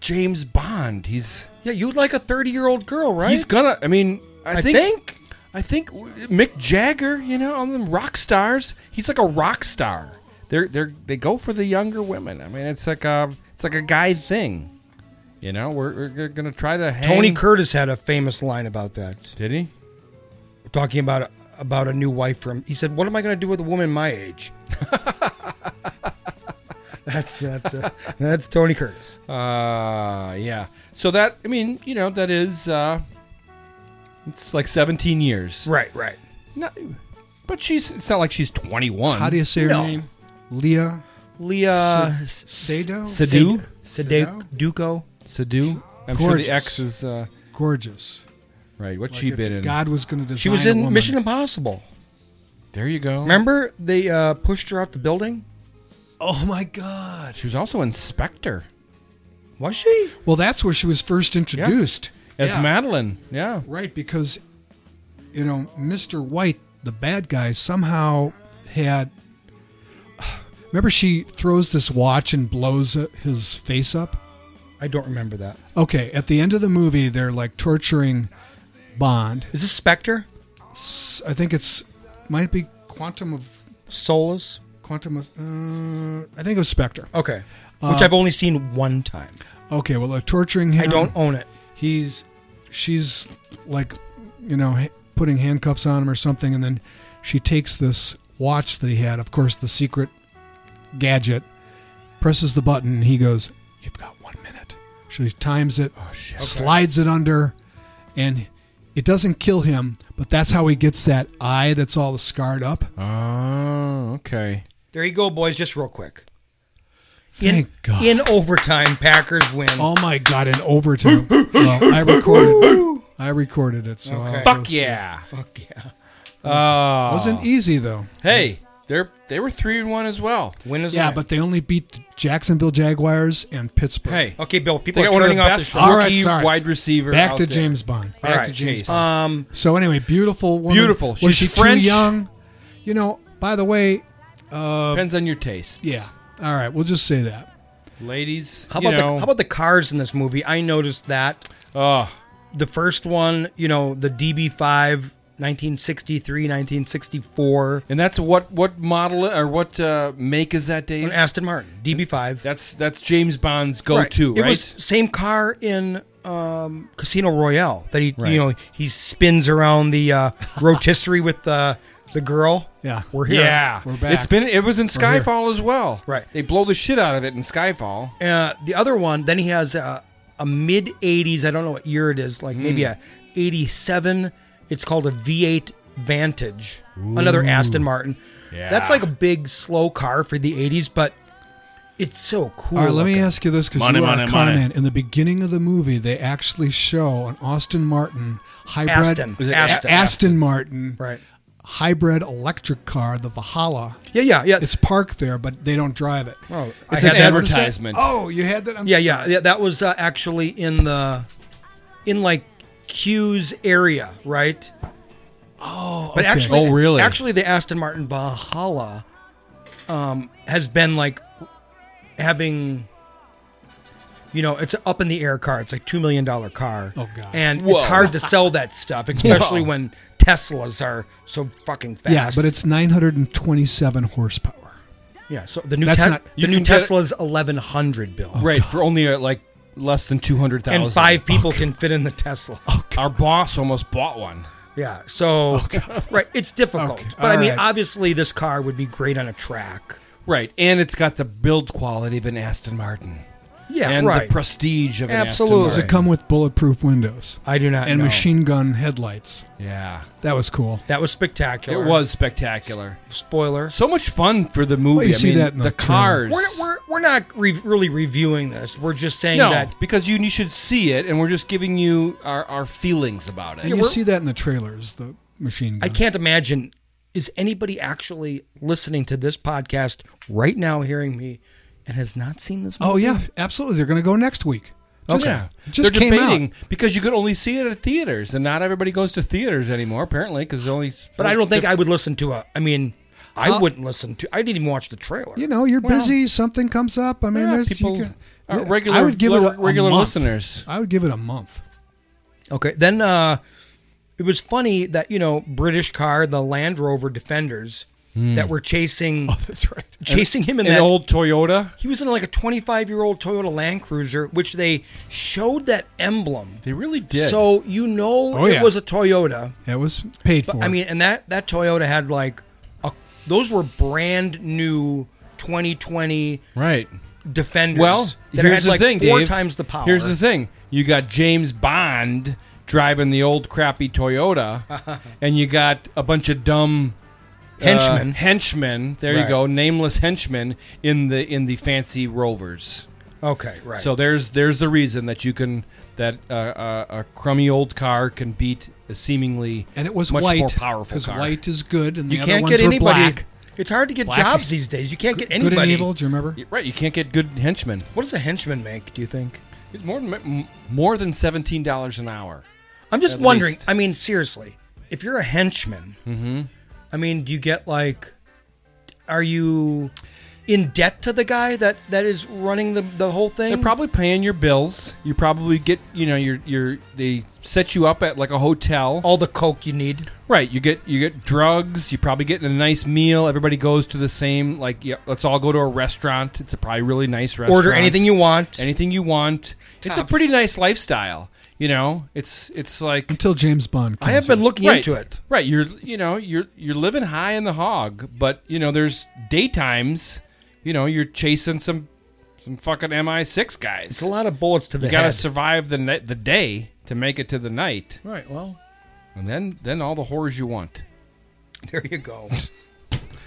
Speaker 9: James Bond. He's
Speaker 10: yeah, you'd like a thirty-year-old girl, right?
Speaker 9: he's gonna. I mean, I,
Speaker 10: I
Speaker 9: think,
Speaker 10: think.
Speaker 9: I think Mick Jagger. You know, all them rock stars. He's like a rock star. They're they're they go for the younger women. I mean, it's like a it's like a guy thing. You know, we're, we're gonna try to hang.
Speaker 10: Tony Curtis had a famous line about that,
Speaker 9: did he?
Speaker 10: talking about about a new wife from. He said, "What am I going to do with a woman my age?" that's that's uh, that's Tony Curtis.
Speaker 9: Uh yeah. So that I mean, you know, that is uh it's like 17 years.
Speaker 10: Right, right.
Speaker 9: No, but she's it's not like she's 21.
Speaker 11: How do you say her
Speaker 10: No.
Speaker 11: name? Leah
Speaker 10: Leah
Speaker 11: S- Sado?
Speaker 9: Sadu?
Speaker 10: Sado Duco.
Speaker 9: Sadu? I'm sure
Speaker 11: Gorgeous.
Speaker 9: the ex is uh
Speaker 11: Gorgeous.
Speaker 9: right, what
Speaker 11: Like
Speaker 9: she
Speaker 11: if
Speaker 9: been in.
Speaker 11: God was going to design.
Speaker 10: She was
Speaker 11: a
Speaker 10: in
Speaker 11: woman.
Speaker 10: Mission Impossible.
Speaker 9: There you go.
Speaker 10: Remember they uh, pushed her out the building?
Speaker 11: Oh my God!
Speaker 9: She was also Inspector
Speaker 10: Was she?
Speaker 11: Well, that's where she was first introduced.
Speaker 9: as
Speaker 11: Yeah.
Speaker 9: Madeline. Yeah.
Speaker 11: Right, because you know, Mr. White, the bad guy, somehow had. Remember, she throws this watch and blows uh, his face up.
Speaker 10: I don't remember that.
Speaker 11: Okay, at the end of the movie, they're like torturing Bond.
Speaker 10: Is this Spectre?
Speaker 11: S- I think it's might it be Quantum of
Speaker 10: Solus?
Speaker 11: Quantum of. Uh, I think it was Spectre.
Speaker 10: Okay.
Speaker 11: Uh,
Speaker 10: Which I've only seen one time.
Speaker 11: Okay, well, they're torturing him.
Speaker 10: I don't own it.
Speaker 11: he's she's like you know ha- putting handcuffs on him or something and then she takes this watch that he had of course the secret gadget presses the button and he goes you've got one minute she times it slides it under and it doesn't kill him but that's how he gets that eye that's all scarred up
Speaker 9: Oh, okay.
Speaker 10: There you go, boys, just real quick.
Speaker 11: thank
Speaker 10: in,
Speaker 11: god
Speaker 10: In overtime, Packers win.
Speaker 11: oh my god in overtime well, i
Speaker 10: *laughs*
Speaker 11: recorded i recorded it so uh, I'll
Speaker 10: Okay.
Speaker 11: go
Speaker 9: Fuck
Speaker 11: see it.
Speaker 9: yeah.
Speaker 10: Fuck yeah.
Speaker 9: Oh.
Speaker 11: wasn't easy though
Speaker 9: Hey, they're they were 3 and 1 as well.
Speaker 10: Win is
Speaker 11: Yeah,
Speaker 10: win.
Speaker 11: but they only beat the Jacksonville Jaguars and Pittsburgh.
Speaker 9: Hey.
Speaker 10: Okay, Bill, people
Speaker 9: They
Speaker 10: are
Speaker 9: got one of
Speaker 10: turning
Speaker 9: the
Speaker 10: off the
Speaker 9: best
Speaker 10: show.
Speaker 11: All right,
Speaker 9: rookie
Speaker 11: sorry.
Speaker 9: wide receiver.
Speaker 11: back
Speaker 9: out
Speaker 11: to
Speaker 9: there.
Speaker 11: James Bond. Back
Speaker 9: right,
Speaker 11: to James
Speaker 9: Chase.
Speaker 11: Bond.
Speaker 10: Um,
Speaker 11: So anyway, beautiful woman.
Speaker 9: Beautiful.
Speaker 11: Was
Speaker 9: She's
Speaker 11: she
Speaker 9: French.
Speaker 11: too young? You know. By the way, uh,
Speaker 9: Depends on your taste.
Speaker 11: yeah. All right, we'll just say that.
Speaker 9: ladies.
Speaker 10: how
Speaker 9: you
Speaker 10: about the,
Speaker 9: know.
Speaker 10: how about the cars in this movie? I noticed that
Speaker 9: Oh,
Speaker 10: the first one, you know, the DB5 1963, 1964,
Speaker 9: and that's what what model or what uh, make is that, Dave?
Speaker 10: an Aston Martin, DB5.
Speaker 9: That's that's James Bond's go-to, right?
Speaker 10: It was same car in um, Casino Royale that he
Speaker 9: Right.
Speaker 10: you know he spins around the uh, rotisserie with the the girl.
Speaker 11: Yeah.
Speaker 10: we're here.
Speaker 9: yeah,
Speaker 11: We're back.
Speaker 9: it's been it was in
Speaker 11: here.
Speaker 9: Skyfall as well.
Speaker 10: Right.
Speaker 9: they blow the shit out of it in Skyfall.
Speaker 10: Uh, the other one, then he has a, a mid '80s. I don't know what year it is. Like maybe
Speaker 11: Hmm.
Speaker 10: a '87. It's called a V8 Vantage. Another Aston Martin. That's
Speaker 9: Yeah.
Speaker 10: like a big slow car for the '80s, but it's so cool.
Speaker 11: All right, let me
Speaker 10: looking.
Speaker 11: ask you this because
Speaker 9: Money,
Speaker 11: you are
Speaker 9: money,
Speaker 11: a con
Speaker 9: money.
Speaker 11: man. In the beginning of the movie, they actually show an Austin Martin hybrid
Speaker 10: Aston.
Speaker 9: it
Speaker 10: Aston.
Speaker 11: A- Aston Martin
Speaker 10: Right.
Speaker 11: hybrid electric car, the Valhalla.
Speaker 10: Yeah, yeah, yeah.
Speaker 11: It's parked there, but they don't drive it.
Speaker 10: oh, I
Speaker 9: It's
Speaker 10: had
Speaker 9: an
Speaker 10: that-
Speaker 9: advertisement.
Speaker 11: Oh, you had that. I'm
Speaker 10: Yeah, yeah,
Speaker 11: sorry.
Speaker 10: yeah. That was uh, actually in the, in like Q's area, right?
Speaker 11: Oh,
Speaker 10: But
Speaker 11: okay.
Speaker 10: actually,
Speaker 9: Oh, really?
Speaker 10: Actually, the Aston Martin Valhalla, um, has been like having, you know, it's an up in the air car. It's like two million dollar car.
Speaker 11: Oh, God.
Speaker 10: And
Speaker 9: Whoa.
Speaker 10: it's hard to sell
Speaker 11: *laughs*
Speaker 10: that stuff, especially when Teslas are so fucking fast.
Speaker 11: Yeah, but it's 927 horsepower.
Speaker 10: yeah. So the new
Speaker 11: That's
Speaker 10: Tes-
Speaker 11: not-
Speaker 10: the
Speaker 9: You
Speaker 10: new
Speaker 9: can get-
Speaker 11: Oh,
Speaker 10: Tesla's eleven hundred bill.
Speaker 9: right for only uh, like less than 200,000.
Speaker 10: and five people can fit in
Speaker 11: *laughs*
Speaker 10: the Tesla.
Speaker 9: Our boss almost bought one.
Speaker 10: Yeah. So right, it's difficult.
Speaker 9: Okay,
Speaker 10: But I mean,
Speaker 9: alright.
Speaker 10: obviously, this car would be great on a track.
Speaker 9: Right, and it's got the build quality of an Aston Martin.
Speaker 10: Yeah,
Speaker 9: and
Speaker 10: right.
Speaker 9: the prestige of
Speaker 10: Absolutely.
Speaker 9: an
Speaker 11: Does
Speaker 9: Aston
Speaker 11: it come with bulletproof windows?
Speaker 10: I do not
Speaker 11: And
Speaker 10: know.
Speaker 11: machine gun headlights.
Speaker 9: Yeah.
Speaker 11: That was cool.
Speaker 10: That was spectacular.
Speaker 9: It was spectacular.
Speaker 10: Spoiler.
Speaker 9: So much fun for the movie.
Speaker 11: Well, you
Speaker 9: I
Speaker 11: see
Speaker 9: mean,
Speaker 11: that in
Speaker 9: the,
Speaker 11: the trailer.
Speaker 9: cars.
Speaker 10: We're, we're, we're not re- really reviewing this. We're just saying
Speaker 9: no,
Speaker 10: that
Speaker 9: because you, you should see it, and we're just giving you our, our feelings about it.
Speaker 11: And you see that in the trailers, the machine
Speaker 10: I
Speaker 11: gun.
Speaker 10: can't imagine. Is anybody actually listening to this podcast right now, hearing me, and has not seen this movie?
Speaker 11: Oh yeah, absolutely. They're going to go next week. Just,
Speaker 9: Okay.
Speaker 11: it just
Speaker 9: Oh, They're
Speaker 11: came
Speaker 9: debating
Speaker 11: out.
Speaker 9: because you could only see it at theaters, and not everybody goes to theaters anymore, apparently, because only.
Speaker 10: But I don't think I would listen to a. I mean, I
Speaker 9: Uh,
Speaker 10: wouldn't listen to. I didn't even watch the trailer.
Speaker 11: You know, you're
Speaker 9: Well-
Speaker 11: busy. Something comes up. I mean,
Speaker 9: Yeah,
Speaker 11: there's you
Speaker 9: people-
Speaker 11: can-
Speaker 9: uh,
Speaker 11: yeah,
Speaker 9: regular-
Speaker 11: I would give it a, a
Speaker 9: regular
Speaker 11: month.
Speaker 9: listeners.
Speaker 11: I would give it
Speaker 9: *laughs*
Speaker 11: a month.
Speaker 10: Okay, then uh, it was funny that you know British car, the Land Rover Defenders, that were chasing.
Speaker 11: Oh, that's right.
Speaker 10: Chasing him in
Speaker 9: Hmm. an
Speaker 10: that
Speaker 9: old Toyota.
Speaker 10: He was in like a 25 year old Toyota Land Cruiser, which they showed that emblem.
Speaker 9: They really did.
Speaker 10: So you know
Speaker 11: Oh,
Speaker 10: it
Speaker 11: yeah.
Speaker 10: was a Toyota.
Speaker 11: That was paid for.
Speaker 10: But, I mean, and that that Toyota had like a, those were brand new 2020
Speaker 9: right.
Speaker 10: Defenders.
Speaker 9: Well,
Speaker 10: that
Speaker 9: here's
Speaker 10: had
Speaker 9: the
Speaker 10: like
Speaker 9: thing,
Speaker 10: four
Speaker 9: Dave.
Speaker 10: times the power.
Speaker 9: Here's the thing: you got James Bond driving the old crappy
Speaker 10: *laughs*
Speaker 9: Toyota, and you got a bunch of dumb uh,
Speaker 10: Henchmen.
Speaker 9: henchmen. There
Speaker 10: Right.
Speaker 9: you go, nameless henchmen in the in the fancy Rovers.
Speaker 10: Okay, right.
Speaker 9: So there's there's the reason that you can that uh, uh, a crummy old car can beat a seemingly
Speaker 11: and it was
Speaker 9: much
Speaker 11: white
Speaker 9: more powerful car.
Speaker 11: white is good, and the
Speaker 9: You
Speaker 11: other
Speaker 9: can't
Speaker 11: ones
Speaker 9: get
Speaker 11: were
Speaker 9: anybody-
Speaker 11: black.
Speaker 10: it's hard to get
Speaker 9: Black-
Speaker 10: jobs these days. You can't get
Speaker 11: Good and
Speaker 10: anybody.
Speaker 11: evil. Do you remember?
Speaker 9: Right, you can't get good henchmen.
Speaker 10: What does a henchman make? Do you think?
Speaker 9: It's more than m- more than seventeen dollars an hour.
Speaker 10: I'm just
Speaker 9: At
Speaker 10: wondering.
Speaker 9: least.
Speaker 10: I mean, seriously, if you're a henchman,
Speaker 11: Mm-hmm.
Speaker 10: I mean, do you get like, are you in debt to the guy that that is running the the whole thing?
Speaker 9: They're probably paying your bills. You probably get you know your your they set you up at like a hotel.
Speaker 10: all the coke you need.
Speaker 9: Right, you get you get drugs. You probably get a nice meal. Everybody goes to the same like yeah, let's all go to a restaurant. It's a probably really nice restaurant.
Speaker 10: Order anything you want.
Speaker 9: anything you want. It's a
Speaker 10: Tops.
Speaker 9: pretty nice lifestyle. You know, it's it's like
Speaker 11: Until James Bond. Comes
Speaker 10: I have been
Speaker 11: out.
Speaker 10: looking
Speaker 9: right,
Speaker 10: into it.
Speaker 9: Right, you're you know you're you're living high in the hog, but you know there's daytimes. You know you're chasing some some fucking MI6 guys.
Speaker 10: It's a lot of bullets to the
Speaker 9: you got to
Speaker 10: head.
Speaker 9: survive the ni- the day to make it to the night,
Speaker 11: Right. Well,
Speaker 9: and then then all the horrors you want.
Speaker 10: there you go.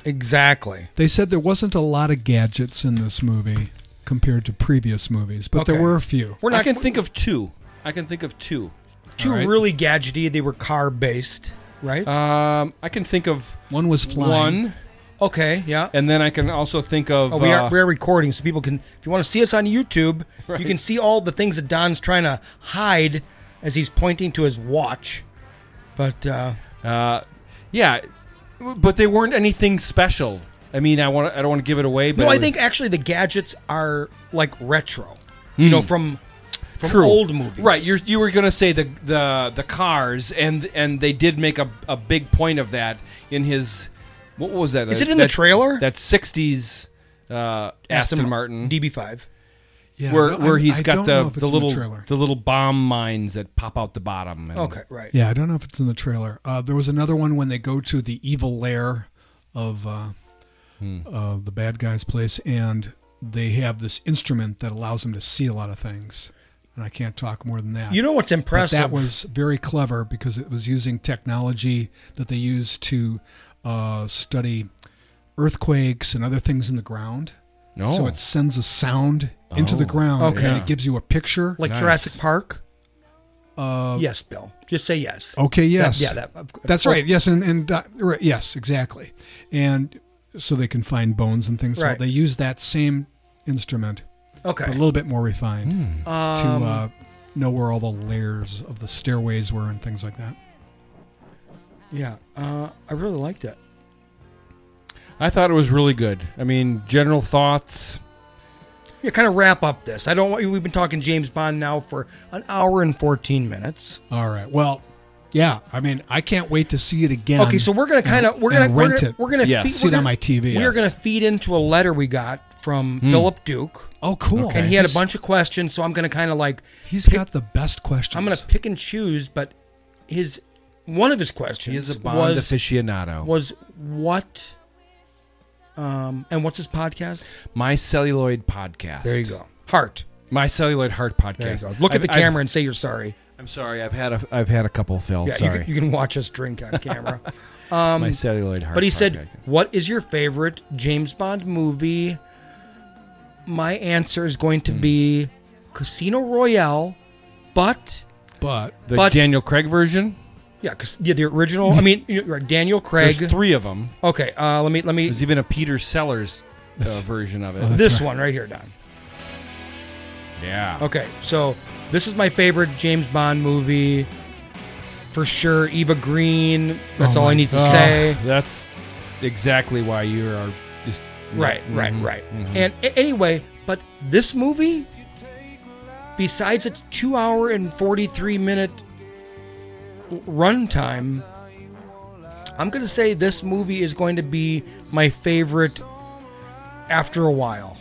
Speaker 10: exactly.
Speaker 11: they said there wasn't a lot of gadgets in this movie compared to previous movies, but there
Speaker 10: Okay.
Speaker 11: were a few.
Speaker 10: We're
Speaker 9: I
Speaker 10: not
Speaker 9: can think of two. I can think of two.
Speaker 10: two
Speaker 11: All right. Uh,
Speaker 10: really gadgety. They were car based, right?
Speaker 9: Um, I can think of
Speaker 11: One was flying.
Speaker 9: one,
Speaker 10: okay, yeah.
Speaker 9: and then I can also think of
Speaker 10: Oh, we
Speaker 9: uh,
Speaker 10: are we're recording, so people can. If you want to see us on YouTube, you can see all the things that Don's trying to hide as he's pointing to his watch. But uh,
Speaker 9: Uh, yeah, but they weren't anything special. I mean, I want I don't want to give it away, but it
Speaker 10: no, I
Speaker 9: was-
Speaker 10: think actually the gadgets are like retro. You know, from from
Speaker 9: Hmm. True.
Speaker 10: old movies,
Speaker 9: right. You you were gonna say the the the cars, and and they did make a, a big point of that in his what was that?
Speaker 10: Is
Speaker 9: Uh,
Speaker 10: it in the
Speaker 9: that-
Speaker 10: trailer?
Speaker 9: That '60s uh, Aston, Martin.
Speaker 10: DB5.
Speaker 11: Yeah,
Speaker 9: where,
Speaker 11: no,
Speaker 9: where
Speaker 11: I'm-
Speaker 9: he's
Speaker 11: I
Speaker 9: got
Speaker 11: don't
Speaker 9: the,
Speaker 11: know if it's
Speaker 9: the
Speaker 11: in
Speaker 9: little
Speaker 11: trailer.
Speaker 9: the little bomb mines that pop out the bottom. and-
Speaker 10: Okay, right.
Speaker 11: Yeah, I don't know if it's in the trailer. Uh, there was another one when they go to the evil lair of uh,
Speaker 9: Hmm.
Speaker 11: uh, the bad guy's place, and they have this instrument that allows them to see a lot of things. And I can't talk more than that.
Speaker 10: You know what's
Speaker 11: but
Speaker 10: impressive?
Speaker 11: that was very clever because it was using technology that they use to uh, study earthquakes and other things in the ground.
Speaker 9: No.
Speaker 11: So it sends a sound into the
Speaker 9: Oh,
Speaker 11: ground,
Speaker 9: okay.
Speaker 11: and it gives you a picture.
Speaker 10: like
Speaker 9: Nice.
Speaker 10: Jurassic Park.
Speaker 11: Uh,
Speaker 10: yes, Bill. Just say yes.
Speaker 11: Okay. Yes.
Speaker 10: yeah. That, of- of
Speaker 11: That's
Speaker 10: course.
Speaker 11: right. Yes, and and uh, right, yes, exactly. And so they can find bones and things.
Speaker 10: Right.
Speaker 11: Well, they use that same instrument,
Speaker 10: Okay.
Speaker 11: but a little bit more refined,
Speaker 9: Hmm.
Speaker 11: to
Speaker 10: Um,
Speaker 11: uh, know where all the layers of the stairways were and things like that.
Speaker 10: yeah. Uh, I really like that.
Speaker 9: I thought it was really good. I mean, general thoughts.
Speaker 10: Yeah, kind of wrap up this. I don't want you. We've been talking James Bond now for an hour and 14 minutes.
Speaker 11: All right. Well, yeah. I mean, I can't wait to see it again.
Speaker 10: Okay, so we're gonna kind of
Speaker 11: and-
Speaker 10: we're gonna
Speaker 11: and
Speaker 10: we're
Speaker 11: rent
Speaker 10: gonna,
Speaker 11: it.
Speaker 10: We're gonna
Speaker 9: Yes.
Speaker 10: feed,
Speaker 11: See it
Speaker 10: we're
Speaker 11: on
Speaker 10: gonna-
Speaker 11: my TV,
Speaker 10: We are
Speaker 11: yes.
Speaker 10: gonna feed into a letter we got from
Speaker 11: Hmm.
Speaker 10: Philip Duke.
Speaker 11: Oh, cool.
Speaker 10: And he had a
Speaker 11: He's-
Speaker 10: bunch of questions, so I'm going to kind of like
Speaker 11: He's got the best questions.
Speaker 10: I'm going to pick and choose, but his one of his questions
Speaker 9: He is a Bond
Speaker 10: was,
Speaker 9: aficionado.
Speaker 10: Was what? Um, and what's his podcast?
Speaker 9: My Celluloid Podcast.
Speaker 10: There you go. Heart.
Speaker 9: My Celluloid Heart Podcast.
Speaker 10: There you go. Look at the camera and say you're sorry.
Speaker 9: I'm sorry. I've had a, I've had a couple, Phil.
Speaker 10: Yeah, you
Speaker 9: sorry.
Speaker 10: can, you can watch us drink on
Speaker 11: *laughs*
Speaker 10: camera.
Speaker 9: My celluloid heart
Speaker 10: Mm. But he
Speaker 9: part,
Speaker 10: said,
Speaker 9: okay.
Speaker 10: "What is your favorite James Bond movie?" My answer is going to
Speaker 9: Hmm.
Speaker 10: be Casino Royale, but
Speaker 11: but
Speaker 9: the Daniel Craig version.
Speaker 10: yeah, 'cause- yeah, the original. I mean, you know, right, Daniel Craig.
Speaker 9: There's three of them.
Speaker 10: Okay, uh, let me let me.
Speaker 9: There's even a Peter Sellers uh, version of it.
Speaker 10: this one right here, Don.
Speaker 9: Yeah.
Speaker 10: Okay, so this is my favorite James Bond movie for sure. Eva Green. That's
Speaker 9: Oh
Speaker 10: all I
Speaker 9: my-
Speaker 10: need to
Speaker 9: oh,
Speaker 10: say.
Speaker 9: That's exactly why you are just
Speaker 10: Right, right,
Speaker 9: Mhm,
Speaker 10: right.
Speaker 9: mhm.
Speaker 10: And a- anyway, but this movie, besides its two hour and 43 minute runtime, I'm going to say this movie is going to be my favorite after a while.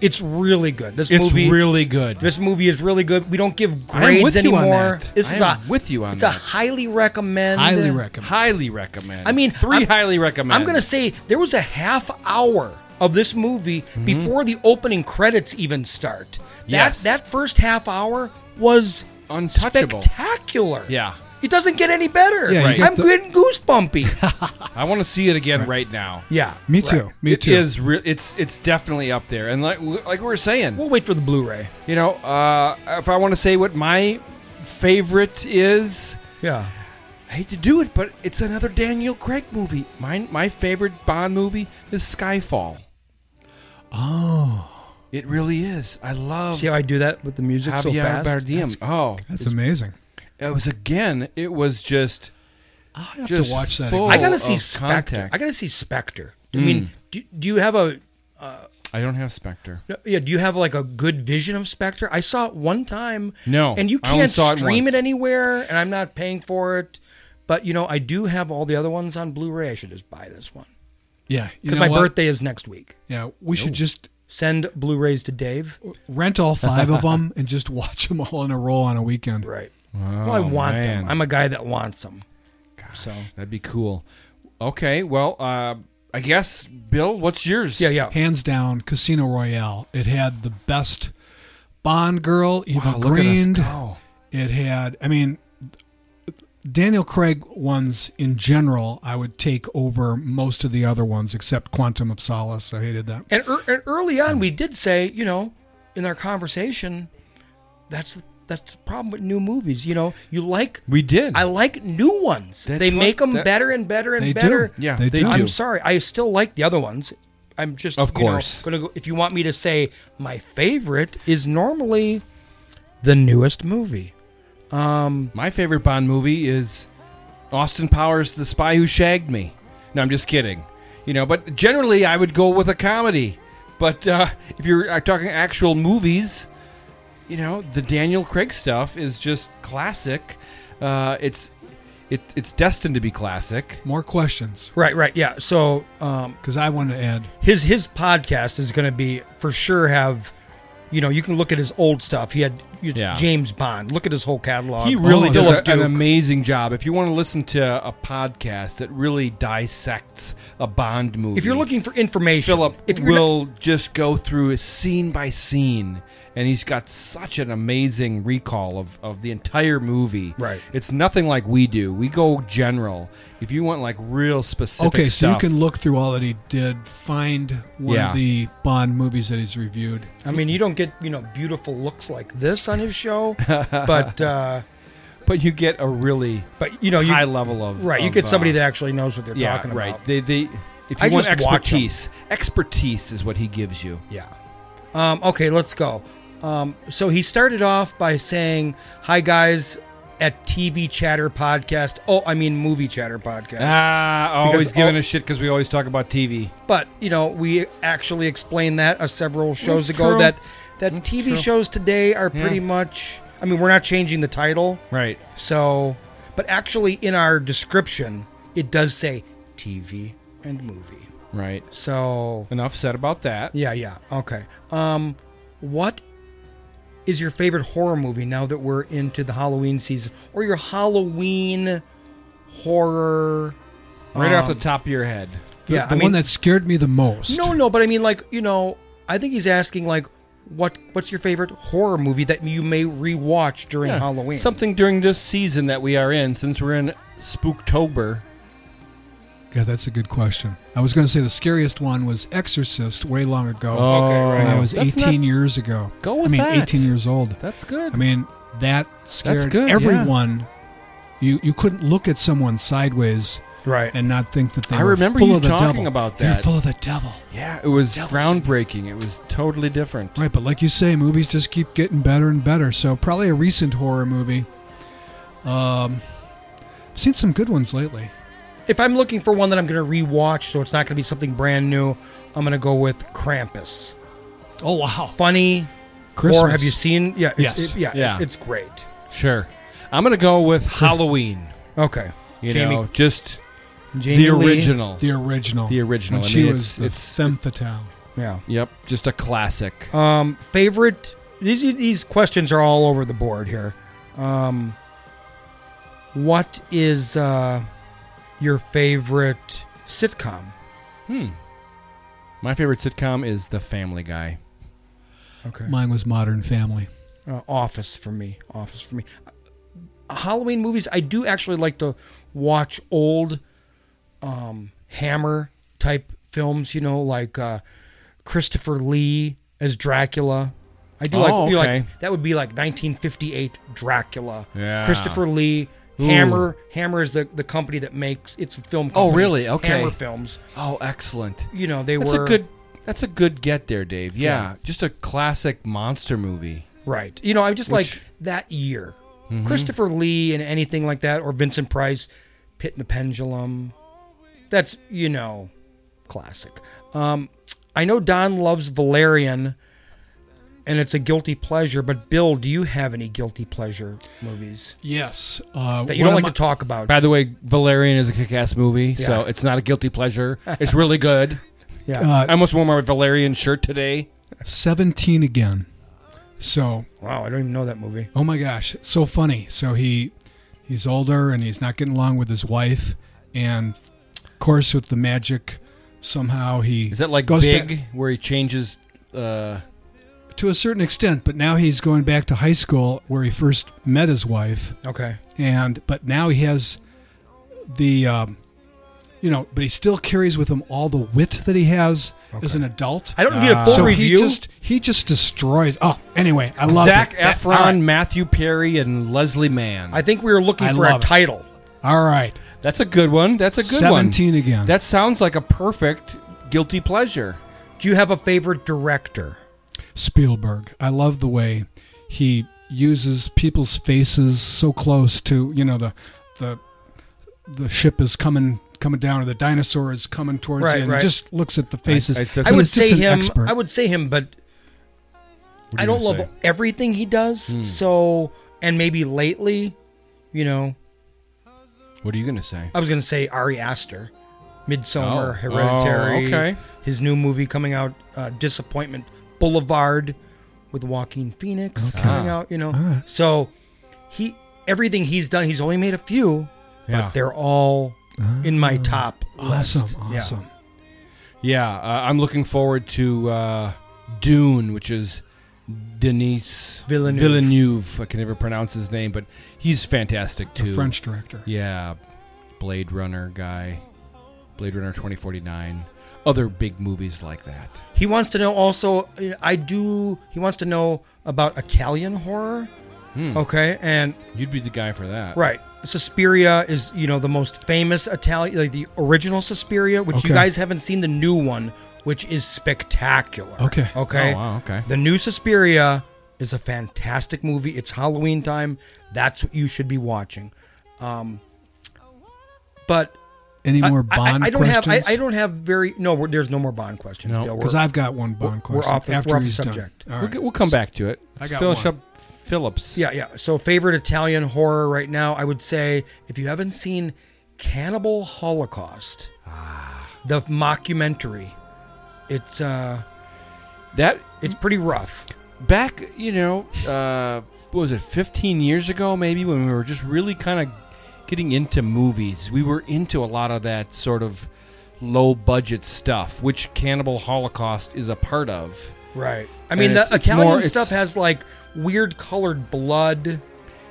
Speaker 10: It's really good. This
Speaker 9: It's
Speaker 10: movie
Speaker 9: really good.
Speaker 10: This movie is really good. We don't give
Speaker 9: I'm
Speaker 10: grades
Speaker 9: with you
Speaker 10: anymore.
Speaker 9: on that.
Speaker 10: This
Speaker 9: I
Speaker 10: is
Speaker 9: am
Speaker 10: a
Speaker 9: with you on
Speaker 10: it's
Speaker 9: that.
Speaker 10: a highly recommend.
Speaker 11: Highly recommend.
Speaker 9: highly recommend.
Speaker 10: I mean,
Speaker 9: 3
Speaker 10: I'm-
Speaker 9: highly recommend.
Speaker 10: I'm gonna say there was a half hour of this movie before the opening credits even start. That
Speaker 9: Mm-hmm. Yes.
Speaker 10: that first half hour was
Speaker 9: Untouchable.
Speaker 10: spectacular.
Speaker 9: Yeah.
Speaker 10: It doesn't get any better.
Speaker 11: Yeah, you get
Speaker 10: I'm
Speaker 11: the- *laughs*
Speaker 10: getting goosebumpy.
Speaker 9: I want to see it again right, now.
Speaker 10: yeah.
Speaker 11: Me too. Me too.
Speaker 9: It is re- it's it's definitely up there. And like like we were saying,
Speaker 10: We'll wait for the Blu-ray.
Speaker 9: you know, uh, if I want to say what my favorite is,
Speaker 10: Yeah.
Speaker 9: I hate to do it, but it's another Daniel Craig movie. Mine, my favorite Bond movie is Skyfall.
Speaker 11: Oh,
Speaker 9: It really is. I love
Speaker 10: See how I do that with the music so
Speaker 9: Javier
Speaker 10: fast?
Speaker 9: Bardem. oh,
Speaker 11: that's amazing.
Speaker 9: it was again. It was just
Speaker 11: I'll have
Speaker 9: Just
Speaker 11: to watch that.
Speaker 9: full-
Speaker 11: again.
Speaker 10: I gotta
Speaker 9: Oh, of
Speaker 10: see Spectre.
Speaker 9: contact. Mm.
Speaker 10: I gotta see Spectre. I mean, do, do you have a
Speaker 9: I don't have Spectre.
Speaker 10: No, Yeah, do you have like a good vision of Spectre? I saw it one time.
Speaker 9: No,
Speaker 10: and you
Speaker 9: I only
Speaker 10: can't
Speaker 9: saw it
Speaker 10: stream it,
Speaker 9: once.
Speaker 10: anywhere, and I'm not paying for it. But you know, I do have all the other ones on Blu-ray. I should just buy this one
Speaker 11: Yeah, you
Speaker 10: because
Speaker 11: know
Speaker 10: my
Speaker 11: what?
Speaker 10: birthday is next week.
Speaker 11: Yeah, we should just
Speaker 10: Send Blu-rays to Dave.
Speaker 11: rent all five of them and just watch them all in a row on a weekend.
Speaker 10: Right. well, I want
Speaker 9: Oh, man.
Speaker 10: them. I'm a guy that wants them. So
Speaker 9: That'd be cool. Okay, well, uh, I guess Bill, what's yours?
Speaker 10: yeah, yeah.
Speaker 11: Hands down, Casino Royale. It had the best Bond girl, Eva
Speaker 9: Wow, look at us
Speaker 11: Green.
Speaker 9: go.
Speaker 11: It had, I mean, Daniel Craig ones in general, I would take over most of the other ones except Quantum of Solace. I hated that.
Speaker 10: And, ear and early on, we did say, you know, in our conversation, that's that's the problem with new movies. You know, you like
Speaker 9: We did.
Speaker 10: I like new ones.
Speaker 9: That's
Speaker 10: they
Speaker 9: what-
Speaker 10: make them
Speaker 9: that-
Speaker 10: better and better and
Speaker 11: They
Speaker 10: better.
Speaker 11: do.
Speaker 9: Yeah,
Speaker 11: they,
Speaker 9: they
Speaker 11: do.
Speaker 9: do.
Speaker 10: I'm sorry. I still like the other ones. I'm just
Speaker 9: Of
Speaker 10: you know,
Speaker 9: course.
Speaker 10: gonna go. If you want me to say my favorite is normally the newest movie. Um,
Speaker 9: My favorite Bond movie is Austin Powers: The Spy Who Shagged Me. No, I'm just kidding. You know, but generally I would go with a comedy. But uh, if you're uh, talking actual movies, you know, the Daniel Craig stuff is just classic. Uh, it's it, it's destined to be classic.
Speaker 11: More questions
Speaker 10: Right, right, yeah. So um,
Speaker 11: because I want to add.
Speaker 10: his his podcast is going to be for sure have, you know, you can look at his old stuff. He had it's
Speaker 9: Yeah.
Speaker 10: James Bond. Look at his whole catalog.
Speaker 9: He really
Speaker 11: Oh,
Speaker 9: does
Speaker 10: Philip
Speaker 9: a- an
Speaker 10: Duke.
Speaker 9: amazing job. If you want to listen to a podcast that really dissects a Bond movie,
Speaker 10: If you're looking for information,
Speaker 9: Philip
Speaker 10: if you're not-
Speaker 9: will just go through scene by scene, and he's got such an amazing recall of, of the entire movie.
Speaker 10: Right.
Speaker 9: It's nothing like we do. We go general. If you want like real specific
Speaker 11: Okay, so you
Speaker 9: stuff-
Speaker 11: can look through all that he did, find one
Speaker 9: Yeah.
Speaker 11: of the Bond movies that he's reviewed.
Speaker 10: I mean, you don't get you know beautiful looks like this on
Speaker 9: *laughs*
Speaker 10: his show, but uh,
Speaker 9: but you get a really
Speaker 10: but you know you
Speaker 9: high level of
Speaker 10: right. You
Speaker 9: of,
Speaker 10: get somebody
Speaker 9: uh,
Speaker 10: that actually knows what they're
Speaker 9: yeah,
Speaker 10: talking
Speaker 9: right.
Speaker 10: about.
Speaker 9: They they if you
Speaker 10: I
Speaker 9: want
Speaker 10: just watch 'em.
Speaker 9: expertise, expertise is what he gives you.
Speaker 10: Yeah. Um, okay, let's go. Um, so he started off by saying, "Hi guys, at TV Chatter podcast. Oh, I mean Movie Chatter podcast.
Speaker 9: Ah, always
Speaker 10: Because
Speaker 9: giving
Speaker 10: all-
Speaker 9: a shit because we always talk about TV.
Speaker 10: But you know, we actually explained that uh, several shows
Speaker 9: That's
Speaker 10: ago
Speaker 9: true.
Speaker 10: that that TV
Speaker 9: true.
Speaker 10: shows today are
Speaker 9: Yeah.
Speaker 10: pretty much. I mean, we're not changing the title,
Speaker 9: Right.
Speaker 10: so. But actually, in our description, it does say TV and movie.
Speaker 9: Right.
Speaker 10: So
Speaker 9: enough said about that.
Speaker 10: Yeah, yeah. Okay. Um what is your favorite horror movie now that we're into the Halloween season or your Halloween horror
Speaker 9: Right off the
Speaker 10: um,
Speaker 9: top of your head.
Speaker 11: The,
Speaker 10: Yeah,
Speaker 11: the
Speaker 10: I mean-
Speaker 11: one that scared me the most.
Speaker 10: No, no, but I mean like, you know, I think he's asking like what what's your favorite horror movie that you may rewatch during
Speaker 9: Yeah.
Speaker 10: Halloween?
Speaker 9: Something during this season that we are in, since we're in Spooktober.
Speaker 11: Yeah, that's a good question. I was going to say the scariest one was Exorcist way long ago.
Speaker 9: Oh, Okay, right.
Speaker 11: When I was
Speaker 9: That's
Speaker 11: 18
Speaker 9: not-
Speaker 11: years ago.
Speaker 9: Go with
Speaker 11: I mean,
Speaker 9: that.
Speaker 11: 18 years old.
Speaker 9: That's good.
Speaker 11: I mean, that scared
Speaker 9: good, yeah.
Speaker 11: everyone. You you couldn't look at someone sideways
Speaker 10: Right.
Speaker 11: and not think that they
Speaker 9: I
Speaker 11: were
Speaker 9: remember
Speaker 11: full
Speaker 9: you
Speaker 11: of the
Speaker 9: talking
Speaker 11: devil.
Speaker 9: about
Speaker 11: You're
Speaker 9: that.
Speaker 11: full of the devil.
Speaker 9: Yeah, it was groundbreaking. It was totally different.
Speaker 11: Right, but like you say, movies just keep getting better and better. So probably a recent horror movie. Um, I've seen some good ones lately.
Speaker 10: if I'm looking for one that I'm going to rewatch, so it's not going to be something brand new, I'm going to go with Krampus.
Speaker 11: Oh wow!
Speaker 10: Funny.
Speaker 9: Christmas.
Speaker 10: Or have you seen? Yeah. It's,
Speaker 9: Yes.
Speaker 10: it- yeah.
Speaker 9: Yeah.
Speaker 10: It's great.
Speaker 9: Sure. I'm going to go with Halloween.
Speaker 10: Okay.
Speaker 9: You
Speaker 10: Jamie-
Speaker 9: know, just
Speaker 10: Jamie
Speaker 9: the
Speaker 10: Lee.
Speaker 9: original.
Speaker 11: The original.
Speaker 9: The original.
Speaker 11: When
Speaker 9: I
Speaker 11: she
Speaker 9: mean,
Speaker 11: was
Speaker 9: it's,
Speaker 11: the
Speaker 9: it's
Speaker 11: femme fatale.
Speaker 10: Yeah.
Speaker 9: Yep, just a classic.
Speaker 10: Um, favorite. These these questions are all over the board here. Um, what is uh, your favorite sitcom?
Speaker 9: Hmm. My favorite sitcom is The Family Guy.
Speaker 10: Okay.
Speaker 11: Mine was Modern Family.
Speaker 10: Uh, office for me. Office for me. Uh, Halloween movies. I do actually like to watch old um, Hammer type films. You know, like uh, Christopher Lee as Dracula. I do like,
Speaker 9: Oh,
Speaker 10: you know, like-
Speaker 9: okay.
Speaker 10: that would be like 1958 Dracula.
Speaker 9: Yeah.
Speaker 10: Christopher Lee.
Speaker 9: Ooh.
Speaker 10: Hammer. Hammer is the, the company that makes it's a film.
Speaker 9: Oh,
Speaker 10: Company,
Speaker 9: really? Okay.
Speaker 10: Hammer films.
Speaker 9: Oh, excellent.
Speaker 10: You know they
Speaker 9: that's
Speaker 10: were
Speaker 9: a good. That's a good get there, Dave. Yeah,
Speaker 10: Yeah.
Speaker 9: just a classic monster movie.
Speaker 10: Right. You know, I'm just
Speaker 9: Which-
Speaker 10: like that year.
Speaker 11: Mm-hmm.
Speaker 9: Mhm.
Speaker 10: Christopher Lee and anything like that, or Vincent Price, Pit and the Pendulum. That's, you know, classic. Um, I know Don loves Valerian, and it's a guilty pleasure, but Bill, do you have any guilty pleasure movies?
Speaker 11: Yes. Uh,
Speaker 10: That you
Speaker 11: one
Speaker 10: don't
Speaker 11: of
Speaker 10: like
Speaker 11: my-
Speaker 10: to talk about.
Speaker 9: By the way, Valerian is a kick-ass movie, so
Speaker 10: Yeah.
Speaker 9: it's not a guilty *laughs* pleasure. It's really good.
Speaker 10: Yeah.
Speaker 11: Uh,
Speaker 9: I almost wore my Valerian shirt today.
Speaker 11: 17 again. So,
Speaker 10: wow, I don't even know that movie.
Speaker 11: oh my gosh, it's so funny. So he he's older and he's not getting along with his wife and of course with the magic somehow he
Speaker 9: Is that like
Speaker 11: goes
Speaker 9: Big,
Speaker 11: back-
Speaker 9: where he changes? Uh,
Speaker 11: to a certain extent, but now he's going back to high school where he first met his wife
Speaker 10: Okay.
Speaker 11: and but now he has the um, you know, but he still carries with him all the wit that he has as an adult.
Speaker 10: I don't need a full
Speaker 11: so
Speaker 10: review.
Speaker 11: He just he just destroys. Oh, anyway, I love
Speaker 9: Zach
Speaker 11: it.
Speaker 9: Efron, Matthew Perry, and Leslie Mann.
Speaker 10: I think we were looking
Speaker 11: I
Speaker 10: for a
Speaker 11: love it.
Speaker 10: title.
Speaker 11: All right,
Speaker 9: That's a good one. That's a good one.
Speaker 11: 17 again.
Speaker 9: That sounds like a perfect guilty pleasure.
Speaker 10: Do you have a favorite director?
Speaker 11: Spielberg. I love the way he uses people's faces so close to you know the the the ship is coming coming down or the dinosaur is coming towards
Speaker 10: Right,
Speaker 11: you and
Speaker 10: right.
Speaker 11: just looks at the faces.
Speaker 9: I- I said-
Speaker 11: But
Speaker 10: I would
Speaker 11: it's just
Speaker 10: say
Speaker 11: an
Speaker 10: him.
Speaker 11: expert.
Speaker 10: I would say him, but
Speaker 9: are
Speaker 10: I
Speaker 9: you
Speaker 10: don't
Speaker 9: gonna
Speaker 10: love
Speaker 9: say? Hmm.
Speaker 10: everything he does. So, and maybe lately, you know,
Speaker 9: What are you gonna say?
Speaker 10: I was gonna say Ari Aster,
Speaker 9: Oh.
Speaker 10: Midsummer, Hereditary.
Speaker 9: Oh, okay.
Speaker 10: His new movie coming out, uh, Disappointment Boulevard, with Joaquin Phoenix coming
Speaker 9: Ah.
Speaker 10: out. You know,
Speaker 11: right.
Speaker 10: so he everything he's done. He's only made a few,
Speaker 9: Yeah. Ah.
Speaker 10: but they're all in my top.
Speaker 11: awesome,
Speaker 10: list. Yeah.
Speaker 11: awesome.
Speaker 9: Yeah, uh, I'm looking forward to uh, Dune, which is Denise
Speaker 10: Villeneuve.
Speaker 9: Villeneuve. I can never pronounce his name, but he's fantastic
Speaker 11: The
Speaker 9: too.
Speaker 11: French director.
Speaker 9: Yeah, Blade Runner guy, Blade Runner 2049, other big movies like that.
Speaker 10: He wants to know also. uh, I do. He wants to know about Italian horror.
Speaker 9: Hmm.
Speaker 11: Oh.
Speaker 10: Okay, and
Speaker 9: You'd be the guy for that,
Speaker 10: right, Suspiria is you know the most famous Italian, like the original Suspiria, which
Speaker 11: Okay.
Speaker 10: you guys haven't seen. The new one, which is spectacular.
Speaker 11: Okay.
Speaker 10: okay,
Speaker 9: Oh, wow, okay.
Speaker 10: The new Suspiria is a fantastic movie. It's Halloween time. That's what you should be watching. Um, but
Speaker 11: Any more
Speaker 10: I- I-
Speaker 11: Bond
Speaker 10: I, don't
Speaker 11: questions?
Speaker 10: have. I, I don't have very. No, we're, there's no more Bond questions.
Speaker 9: No.
Speaker 10: Dale. We're-
Speaker 11: because I've got one Bond
Speaker 10: we're- we're
Speaker 11: question
Speaker 10: off the-
Speaker 11: after
Speaker 10: we're off the
Speaker 11: he's done.
Speaker 10: subject.
Speaker 11: All
Speaker 9: We'll,
Speaker 11: right.
Speaker 9: get- we'll come back to it.
Speaker 11: I got
Speaker 9: Phyllis
Speaker 11: one.
Speaker 9: Shep- Phillips.
Speaker 10: Yeah, yeah. So favorite Italian horror right now, I would say if you haven't seen Cannibal Holocaust, the mockumentary. It's uh,
Speaker 9: that
Speaker 10: it's pretty rough.
Speaker 9: Back, you know, uh, what was it 15 years ago, maybe when we were just really kind of getting into movies? We were into a lot of that sort of low budget stuff, which Cannibal Holocaust is a part of.
Speaker 10: Right. I
Speaker 9: And
Speaker 10: mean, the
Speaker 9: it's- it's
Speaker 10: Italian
Speaker 9: more- it's-
Speaker 10: stuff has like weird colored blood.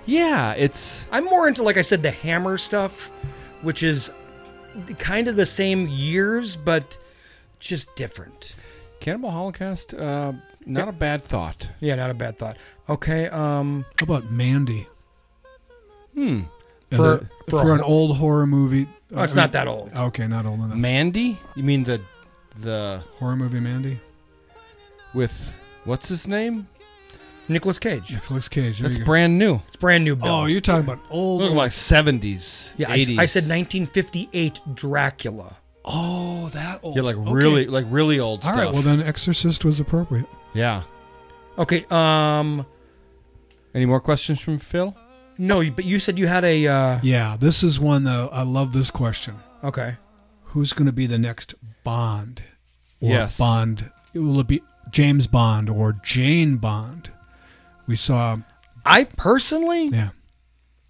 Speaker 9: Yeah, it's.
Speaker 10: I'm more into, like I said, the hammer stuff, which is kind of the same years, but just different.
Speaker 9: Cannibal Holocaust, uh, not a bad thought.
Speaker 10: Yeah, not a bad thought. Okay. Um.
Speaker 11: How about Mandy?
Speaker 9: Hmm.
Speaker 11: As
Speaker 10: For-
Speaker 11: a-
Speaker 10: for
Speaker 11: for,
Speaker 10: a-
Speaker 11: an old horror movie.
Speaker 10: Oh, it's
Speaker 11: I mean-
Speaker 10: not that old.
Speaker 11: Okay, not old enough.
Speaker 9: Mandy? You mean the the
Speaker 11: horror movie Mandy?
Speaker 9: with what's his name?
Speaker 10: Nicolas Cage.
Speaker 11: Nicolas Cage. there
Speaker 9: That's
Speaker 11: you go.
Speaker 9: brand new.
Speaker 10: It's brand new. Bill.
Speaker 11: Oh, you're talking about old.
Speaker 9: Looking like seventies,
Speaker 10: yeah. I, s-
Speaker 9: eighties.
Speaker 10: I said 1958 Dracula.
Speaker 11: oh, that old.
Speaker 9: Yeah, like
Speaker 11: Okay.
Speaker 9: really, like really old
Speaker 11: All
Speaker 9: stuff.
Speaker 11: right. Well, then Exorcist was appropriate.
Speaker 9: yeah.
Speaker 10: Okay. Um.
Speaker 9: Any more questions from Phil?
Speaker 10: No, you- but you said you had a. Uh,
Speaker 11: Yeah, this is one though. I love this question.
Speaker 10: okay.
Speaker 11: Who's going to be the next Bond? Or
Speaker 9: Yes.
Speaker 11: Bond. Will it be James Bond or Jane Bond? We saw.
Speaker 10: I personally
Speaker 11: Yeah.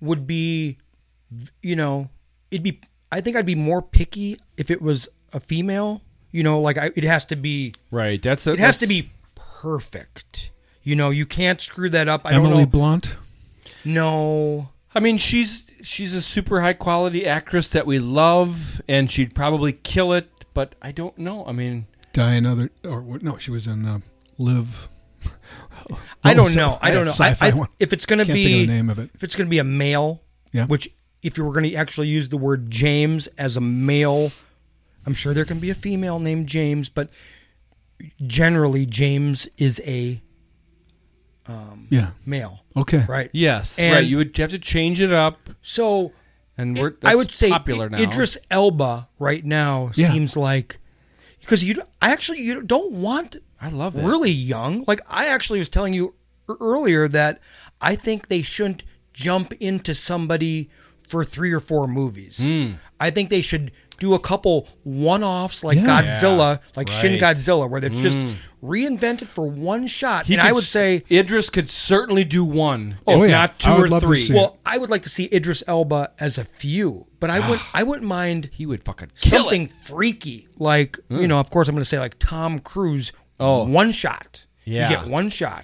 Speaker 10: would be, you know, it'd be. I think I'd be more picky if it was a female. You know, like I, it has to be.
Speaker 9: Right. That's a,
Speaker 10: It has
Speaker 9: that's-
Speaker 10: to be perfect. You know, you can't screw that up. I
Speaker 11: Emily
Speaker 10: don't know.
Speaker 11: Blunt.
Speaker 10: no.
Speaker 9: I mean, she's she's a super high quality actress that we love, and she'd probably kill it. But I don't know. I mean,
Speaker 11: Die another. Or what- no, she was in uh, Live.
Speaker 10: I
Speaker 11: What
Speaker 10: don't
Speaker 11: was
Speaker 10: know.
Speaker 11: that
Speaker 10: I don't know. I,
Speaker 11: Oh, Sci-fi
Speaker 10: I-
Speaker 11: one.
Speaker 10: If it's gonna
Speaker 11: Can't
Speaker 10: be
Speaker 11: think of the name of it.
Speaker 10: if it's gonna be a male,
Speaker 11: Yeah.
Speaker 10: Which, if you were gonna actually use the word James as a male, I'm sure there can be a female named James, but generally James is a
Speaker 11: Yeah.
Speaker 10: male,
Speaker 11: Okay.
Speaker 10: right?
Speaker 9: yes,
Speaker 10: And-
Speaker 9: right. You would have to change it up,
Speaker 10: So
Speaker 9: and
Speaker 10: it-
Speaker 9: we're that's
Speaker 10: I would say
Speaker 9: popular
Speaker 10: I-
Speaker 9: now.
Speaker 10: Idris Elba right now
Speaker 11: Yeah.
Speaker 10: seems like because you I actually you don't want
Speaker 9: I love it.
Speaker 10: really young. Like I actually was telling you e- earlier that I think they shouldn't jump into somebody for three or four movies.
Speaker 9: Hmm.
Speaker 10: I think they should do a couple one-offs like
Speaker 11: Yeah.
Speaker 10: Godzilla, like Shin
Speaker 9: right. Hmm.
Speaker 10: Godzilla, where it's just reinvented for one shot.
Speaker 9: He
Speaker 10: and
Speaker 9: could
Speaker 10: I would
Speaker 9: s-
Speaker 10: say
Speaker 9: Idris could certainly do one,
Speaker 11: Oh,
Speaker 9: if
Speaker 11: yeah.
Speaker 9: not two
Speaker 11: I would
Speaker 9: or
Speaker 11: love to
Speaker 9: three.
Speaker 11: see it.
Speaker 10: well, I would like to see Idris Elba as a few, but
Speaker 9: Ah.
Speaker 10: I would I wouldn't mind
Speaker 9: he would fucking kill
Speaker 10: something
Speaker 9: it. Hmm.
Speaker 10: freaky like you know. Of course, I'm going to say like Tom Cruise.
Speaker 9: Oh.
Speaker 10: one shot.
Speaker 9: Yeah. Hmm.
Speaker 10: you get one shot.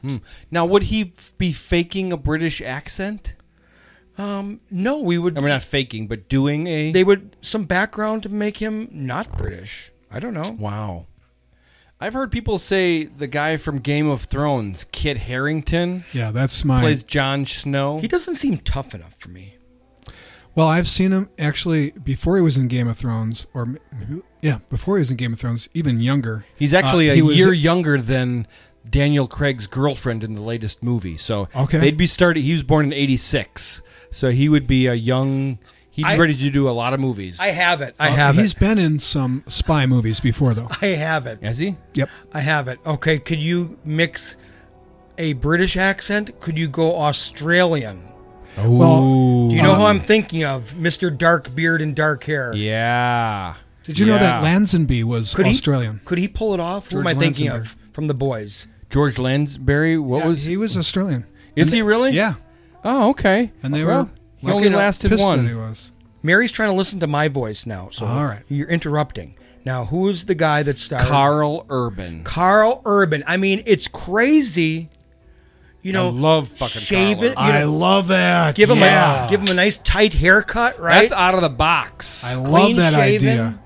Speaker 9: Now, would he f- be faking a British accent?
Speaker 10: No, we would.
Speaker 9: I mean, not faking, but doing a.
Speaker 10: they would some background to make him not British. I don't know.
Speaker 9: wow. I've heard people say the guy from Game of Thrones, Kit Harrington,
Speaker 11: Yeah, that's my.
Speaker 9: plays Jon Snow.
Speaker 10: He doesn't seem tough enough for me.
Speaker 11: Well, I've seen him actually before he was in Game of Thrones, or m- who- yeah, before he was in Game of Thrones, even younger.
Speaker 9: He's actually
Speaker 11: Uh,
Speaker 9: a
Speaker 11: he was-
Speaker 9: year younger than Daniel Craig's girlfriend in the latest movie. So
Speaker 11: Okay.
Speaker 9: they'd be starting. He was born in '86, so he would be a young. He'd be
Speaker 10: I-
Speaker 9: ready to do a lot of movies.
Speaker 10: I have it. I
Speaker 9: Oh,
Speaker 11: uh,
Speaker 10: have
Speaker 11: He's
Speaker 10: it.
Speaker 11: been in some spy movies before, though.
Speaker 10: I have it.
Speaker 9: Is he?
Speaker 11: Yep.
Speaker 10: I have it. Okay, could you mix a British accent? Could you go Australian?
Speaker 11: Well,
Speaker 10: Do you know who
Speaker 11: Um,
Speaker 10: I'm thinking of? Mr. Dark Beard and Dark Hair.
Speaker 9: Yeah.
Speaker 11: Did you know
Speaker 9: Yeah.
Speaker 11: that Lansonby was
Speaker 10: Could
Speaker 11: Australian?
Speaker 10: He, could he pull it off? Who am I
Speaker 11: George
Speaker 10: thinking
Speaker 11: Lansingburgh.
Speaker 10: of from the boys?
Speaker 9: George Lansbury? What
Speaker 11: Yeah,
Speaker 9: was
Speaker 11: he was Australian?
Speaker 9: Is
Speaker 11: And
Speaker 9: he
Speaker 11: they-
Speaker 9: really?
Speaker 11: Yeah,
Speaker 9: Oh, okay.
Speaker 11: and they
Speaker 9: Well,
Speaker 11: were
Speaker 9: he only lasted
Speaker 11: pissed
Speaker 9: one.
Speaker 11: That he was.
Speaker 10: Mary's trying to listen to my voice now. So
Speaker 11: All right.
Speaker 10: you're interrupting. Now, who is the guy that started?
Speaker 9: Carl Urban.
Speaker 10: Carl Urban. I mean, it's crazy. You know,
Speaker 9: love fucking
Speaker 10: shave
Speaker 9: Carl
Speaker 10: it.
Speaker 9: Urban.
Speaker 10: you know,
Speaker 11: I love that.
Speaker 10: give him
Speaker 11: yeah.
Speaker 10: a give him a nice tight haircut, right?
Speaker 9: That's out of the box.
Speaker 11: I love that
Speaker 10: clean-shaven.
Speaker 11: idea.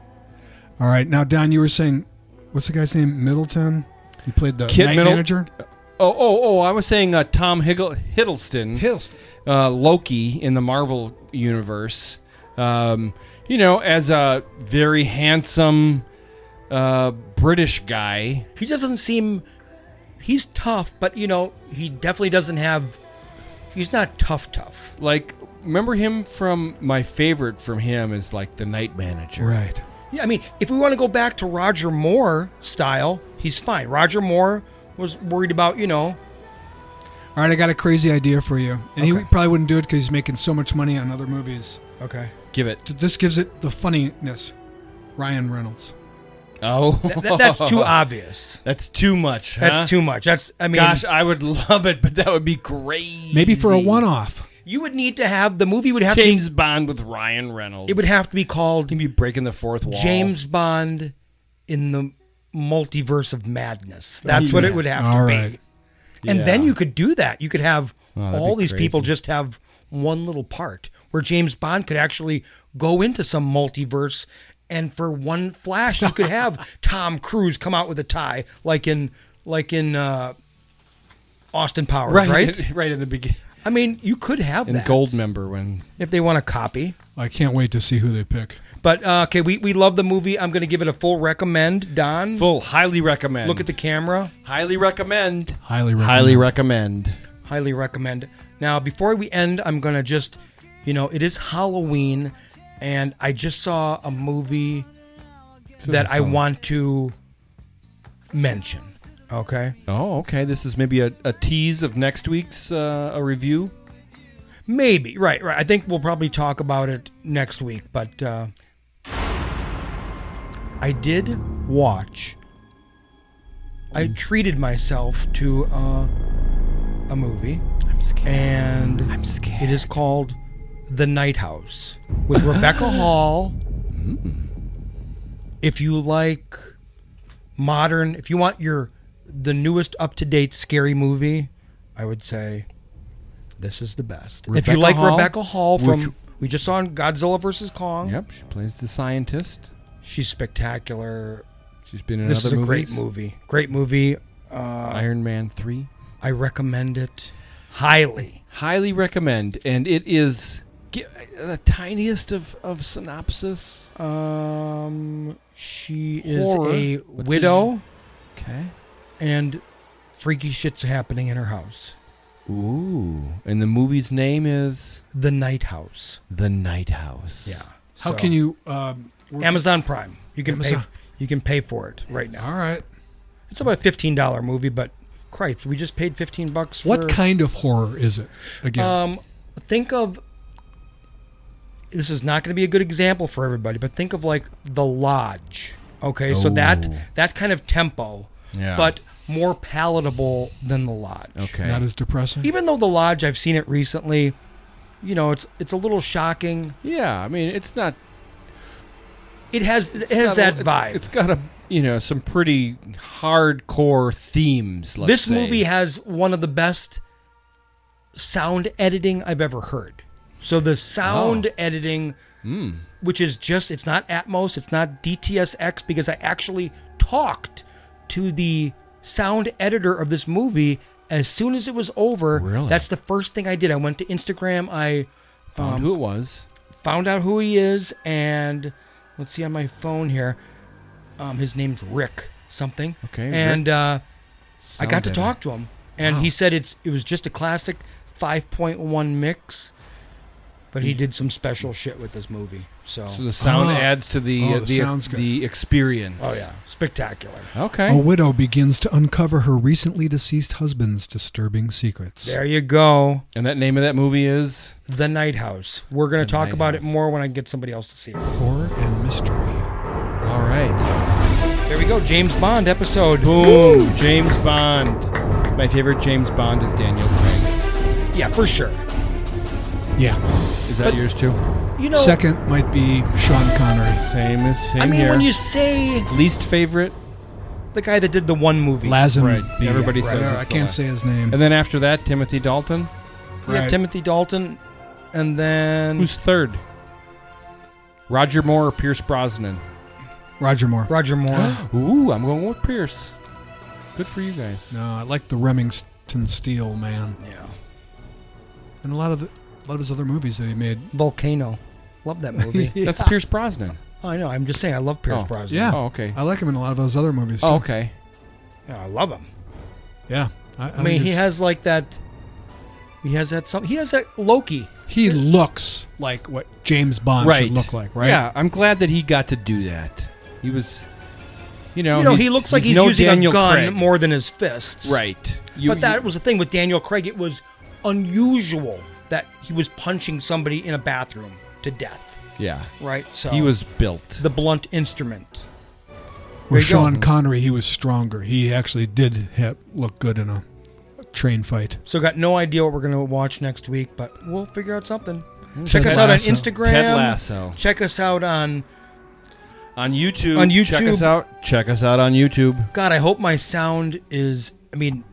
Speaker 11: All right, now Don, you were saying, what's the guy's name? Middleton. He played the
Speaker 9: Kit
Speaker 11: night
Speaker 9: Middle-
Speaker 11: manager.
Speaker 9: oh, oh, oh! I was saying uh, Tom Higgle- Hiddleston,
Speaker 11: Hills.
Speaker 9: uh, Loki in the Marvel universe. Um, you know, as a very handsome uh, British guy.
Speaker 10: he just doesn't seem. He's tough, but you know, he definitely doesn't have. He's not tough, tough.
Speaker 9: Like, remember him from my favorite from him is like the Night Manager.
Speaker 11: Right.
Speaker 10: Yeah, I mean, if we want to go back to Roger Moore style, he's fine. Roger Moore was worried about, you know,
Speaker 11: All right, I got a crazy idea for you. And he probably wouldn't do it because he's making so much money on other movies.
Speaker 10: okay,
Speaker 9: Give it.
Speaker 11: This gives it the funniness. Ryan Reynolds.
Speaker 9: Oh,
Speaker 10: Th- th- that's
Speaker 9: *laughs*
Speaker 10: too obvious.
Speaker 9: That's too much.
Speaker 10: That's
Speaker 9: huh?
Speaker 10: too much. That's I mean,
Speaker 9: gosh, I would love it, but that would be great.
Speaker 11: Maybe for a one-off.
Speaker 10: You would need to have the movie would have
Speaker 9: James
Speaker 10: to
Speaker 9: Bond with Ryan Reynolds.
Speaker 10: be, it would have to be called
Speaker 9: Can be breaking the fourth wall.
Speaker 10: James Bond in the multiverse of madness. That's what it would have
Speaker 11: All
Speaker 10: to
Speaker 11: right.
Speaker 10: be. And
Speaker 9: Yeah.
Speaker 10: then you could do that. You could have
Speaker 9: Oh, that'd
Speaker 10: all
Speaker 9: be
Speaker 10: these people
Speaker 9: crazy.
Speaker 10: just have one little part where James Bond could actually go into some multiverse and for one flash you could
Speaker 9: *laughs*
Speaker 10: have Tom Cruise come out with a tie like in like in uh Austin Powers, right?
Speaker 9: *laughs* *laughs* right, right in the beginning.
Speaker 10: I mean, you could have
Speaker 9: In
Speaker 10: that
Speaker 9: Gold Member, when
Speaker 10: if they want to copy.
Speaker 11: I can't wait to see who they pick.
Speaker 10: But uh, okay, we, we love the movie. I'm going to give it a full recommend. Don,
Speaker 9: full, highly recommend.
Speaker 10: look at the camera.
Speaker 9: highly recommend.
Speaker 11: Highly recommend.
Speaker 9: Highly recommend.
Speaker 10: Highly recommend. Now, before we end, I'm going to just, you know, it is Halloween, and I just saw a movie that I
Speaker 9: song.
Speaker 10: want to mention. Okay?
Speaker 9: Oh, okay. This is maybe a, a tease of next week's uh, a review.
Speaker 10: Maybe. Right, right. I think we'll probably talk about it next week, but uh, I did watch. I treated myself to uh, a movie. I'm scared. And I'm scared. It is called The Night House
Speaker 9: *gasps*
Speaker 10: with Rebecca Hall.
Speaker 9: Hmm.
Speaker 10: If you like modern, if you want your the newest up to date scary movie, I would say this is the best. if you
Speaker 9: Rebecca
Speaker 10: like
Speaker 9: Hall,
Speaker 10: Rebecca Hall from
Speaker 9: which-
Speaker 10: we just saw in Godzilla vs Kong,
Speaker 9: Yep, she plays the scientist.
Speaker 10: she's spectacular.
Speaker 9: She's been in
Speaker 10: This is
Speaker 9: other
Speaker 10: a
Speaker 9: movies.
Speaker 10: great movie. Great movie. Uh,
Speaker 9: Iron Man three.
Speaker 10: I recommend it highly.
Speaker 9: Highly recommend, and it is gi- uh, the tiniest of of synopsis.
Speaker 10: Um, she is
Speaker 9: Horror.
Speaker 10: a
Speaker 9: What's
Speaker 10: widow,
Speaker 9: Okay.
Speaker 10: and freaky shit's happening in her house.
Speaker 9: Ooh, and the movie's name is
Speaker 10: The Night House.
Speaker 9: The Night House.
Speaker 11: How
Speaker 10: So-
Speaker 11: can you? Um, work-
Speaker 10: Amazon Prime. You can pay.
Speaker 11: Amazon.
Speaker 10: You can pay for it right now.
Speaker 11: All right.
Speaker 10: It's about a fifteen dollar movie, but Christ, we just paid fifteen bucks. for,
Speaker 11: What kind of horror is it? Again,
Speaker 10: Um, think of. This is not going to be a good example for everybody, but think of like the Lodge. Okay, so that
Speaker 9: Oh.
Speaker 10: that kind of tempo,
Speaker 9: Yeah.
Speaker 10: but more palatable than the Lodge.
Speaker 9: Okay.
Speaker 11: not as depressing.
Speaker 10: Even though the Lodge, I've seen it recently. You know, it's it's a little shocking.
Speaker 9: yeah, I mean, it's not
Speaker 10: It has it
Speaker 9: it's
Speaker 10: has
Speaker 9: got
Speaker 10: that
Speaker 9: a- it's-
Speaker 10: vibe.
Speaker 9: it's got a you know some pretty hardcore themes. Let's
Speaker 10: this
Speaker 9: say.
Speaker 10: movie has one of the best sound editing I've ever heard. So the sound
Speaker 9: Oh. Hmm.
Speaker 10: editing, which is just, it's not Atmos, it's not DTSX, because I actually talked to the sound editor of this movie as soon as it was over.
Speaker 9: Really?
Speaker 10: That's the first thing I did. I went to Instagram, I um,
Speaker 9: found who it was.
Speaker 10: found out who he is, and let's see on my phone here. Um, his name's Rick something.
Speaker 9: Okay, Rick.
Speaker 10: And, uh, I
Speaker 9: Sound
Speaker 10: got to
Speaker 9: editor.
Speaker 10: talk to him, and he said it's it was just a classic 5.1 mix, but he did some special shit with this movie. Hmm. So,
Speaker 9: So the sound
Speaker 11: Ah.
Speaker 9: adds to the
Speaker 11: Oh,
Speaker 9: uh,
Speaker 11: the
Speaker 9: the
Speaker 11: sound's good.
Speaker 9: the experience.
Speaker 10: oh yeah, Oh. spectacular.
Speaker 9: Okay.
Speaker 11: A widow begins to uncover her recently deceased husband's disturbing secrets.
Speaker 10: There you go,
Speaker 9: And that name of that movie is
Speaker 10: The Night House. We're gonna
Speaker 9: The
Speaker 10: talk
Speaker 9: Night
Speaker 10: about it
Speaker 9: House.
Speaker 10: more when I get somebody else to see it.
Speaker 11: Horror and mystery.
Speaker 9: all right.
Speaker 10: There we go, James Bond episode.
Speaker 9: Boom. James Bond. My favorite James Bond is Daniel Craig.
Speaker 10: Yeah, for sure.
Speaker 11: Yeah.
Speaker 9: Is that yours too?
Speaker 10: You know,
Speaker 11: Second might be Sean Connery.
Speaker 9: Same as same
Speaker 10: I mean,
Speaker 9: here.
Speaker 10: when you say
Speaker 9: least favorite,
Speaker 10: the guy that did the one movie,
Speaker 11: Lazenby.
Speaker 9: Right. Everybody says
Speaker 11: Whatever,
Speaker 9: it's
Speaker 11: I
Speaker 9: the
Speaker 11: can't
Speaker 9: last.
Speaker 11: say his name.
Speaker 9: and then after that, Timothy Dalton.
Speaker 10: you have
Speaker 11: Right.
Speaker 10: Timothy Dalton, and then
Speaker 9: Who's third? Roger Moore or Pierce Brosnan?
Speaker 11: Roger Moore.
Speaker 10: Roger Moore. *gasps*
Speaker 9: Ooh, I'm going with Pierce. Good for you guys.
Speaker 11: No, I like the Remington Steel man,
Speaker 10: yeah,
Speaker 11: and a lot of the, a lot of his other movies that he made.
Speaker 10: Volcano. Love that *laughs* movie.
Speaker 9: That's Pierce Brosnan.
Speaker 10: I know. I'm just saying. I love Pierce
Speaker 9: Oh.
Speaker 10: Brosnan.
Speaker 11: Yeah.
Speaker 9: Oh, okay.
Speaker 11: I like him in a lot of those other movies. Too.
Speaker 9: Oh, okay.
Speaker 10: Yeah, I love him.
Speaker 11: Yeah. I, I
Speaker 10: I mean,
Speaker 11: think
Speaker 10: he
Speaker 11: his-
Speaker 10: has like that. He has that. Some. He has that Loki.
Speaker 11: he looks like what James Bond should look like, right?
Speaker 9: Yeah, I'm glad that he got to do that. He was, you know,
Speaker 10: You know,
Speaker 9: Oh,
Speaker 10: he
Speaker 9: he's-
Speaker 10: looks like he's,
Speaker 9: no
Speaker 10: using
Speaker 9: Daniel
Speaker 10: a gun
Speaker 9: Craig.
Speaker 10: more than his fists.
Speaker 9: Right. You-
Speaker 10: but that was the thing with Daniel Craig. It was unusual that he was punching somebody in a bathroom to death.
Speaker 9: yeah.
Speaker 10: Right. So
Speaker 9: He was built.
Speaker 10: the blunt instrument.
Speaker 11: With
Speaker 10: you go.
Speaker 11: Sean Connery, he was stronger. He actually did hit, look good in a train fight.
Speaker 10: So got no idea what we're gonna watch next week, but we'll figure out something.
Speaker 11: Mm.
Speaker 10: Check
Speaker 11: Ted
Speaker 10: us out on
Speaker 11: Lasso.
Speaker 10: Instagram.
Speaker 9: Ted Lasso.
Speaker 10: Check us out on
Speaker 9: on YouTube.
Speaker 10: On YouTube.
Speaker 9: Check us out. Check us out on YouTube.
Speaker 10: God, I hope my sound is. I mean,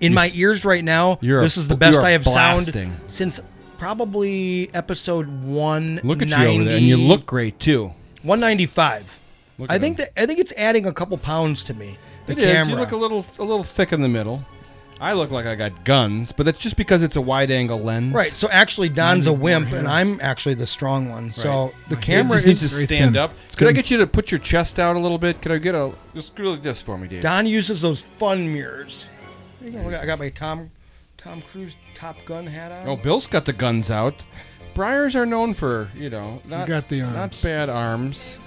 Speaker 10: in
Speaker 9: You
Speaker 10: my
Speaker 9: s-
Speaker 10: ears right now,
Speaker 9: you're a
Speaker 10: this is the
Speaker 9: bl-
Speaker 10: best
Speaker 9: you're
Speaker 10: I have
Speaker 9: blasting.
Speaker 10: sound since probably episode one.
Speaker 9: Look at you over there, and you look great too.
Speaker 10: one ninety five.
Speaker 9: Look
Speaker 10: I
Speaker 9: at
Speaker 10: think that I think it's adding a couple pounds to me. The
Speaker 9: It is.
Speaker 10: camera.
Speaker 9: You look a little a little thick in the middle. I look like I got guns, but that's just because it's a wide angle lens.
Speaker 10: Right, so actually Don's a
Speaker 9: Maybe more
Speaker 10: wimp
Speaker 9: hair.
Speaker 10: and I'm actually the strong one. So
Speaker 9: Right.
Speaker 10: the
Speaker 9: It
Speaker 10: camera
Speaker 9: just needs
Speaker 10: is
Speaker 9: to stand up. Could I get you to put your chest out a little bit? Could I get a just do like this for me, Dave?
Speaker 10: Don uses those fun mirrors. There you go. I got my Tom Tom Cruise Top Gun hat on.
Speaker 9: Oh, Bill's got the guns out. Briars are known for you know not
Speaker 11: got the arms.
Speaker 9: not bad arms.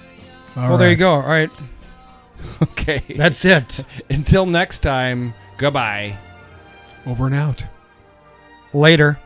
Speaker 11: All
Speaker 10: well, there you
Speaker 11: right.
Speaker 10: go. All right.
Speaker 9: *laughs* Okay,
Speaker 10: That's it.
Speaker 9: *laughs* Until next time, goodbye.
Speaker 11: Over and out.
Speaker 10: Later.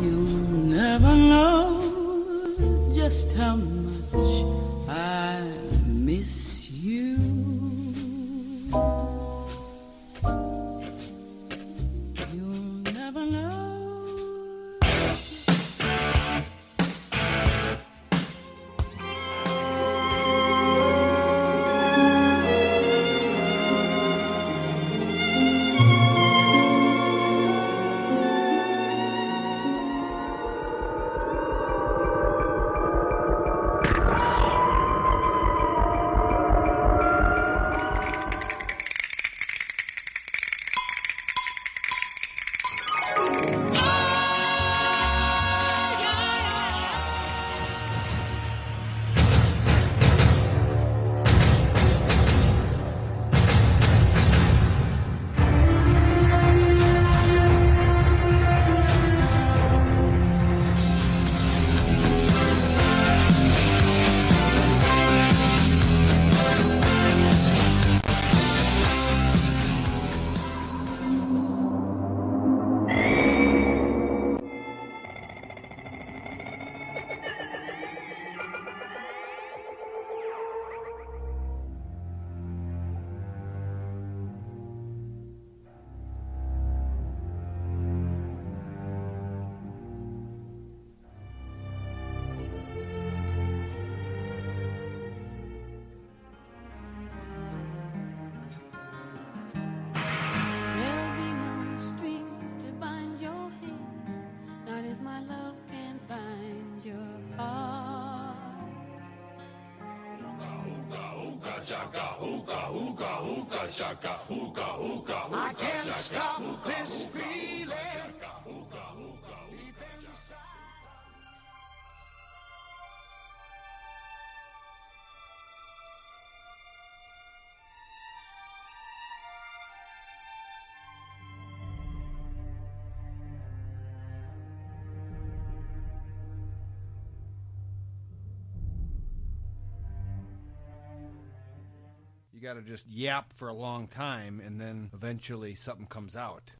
Speaker 12: You'll never know just how much I miss you. You'll never know.
Speaker 13: There'll be no strings to bind your hands, not if my love can bind your heart.
Speaker 14: I can't stop this feeling. Deep inside.
Speaker 9: You got to just yap for a long time, and then eventually something comes out.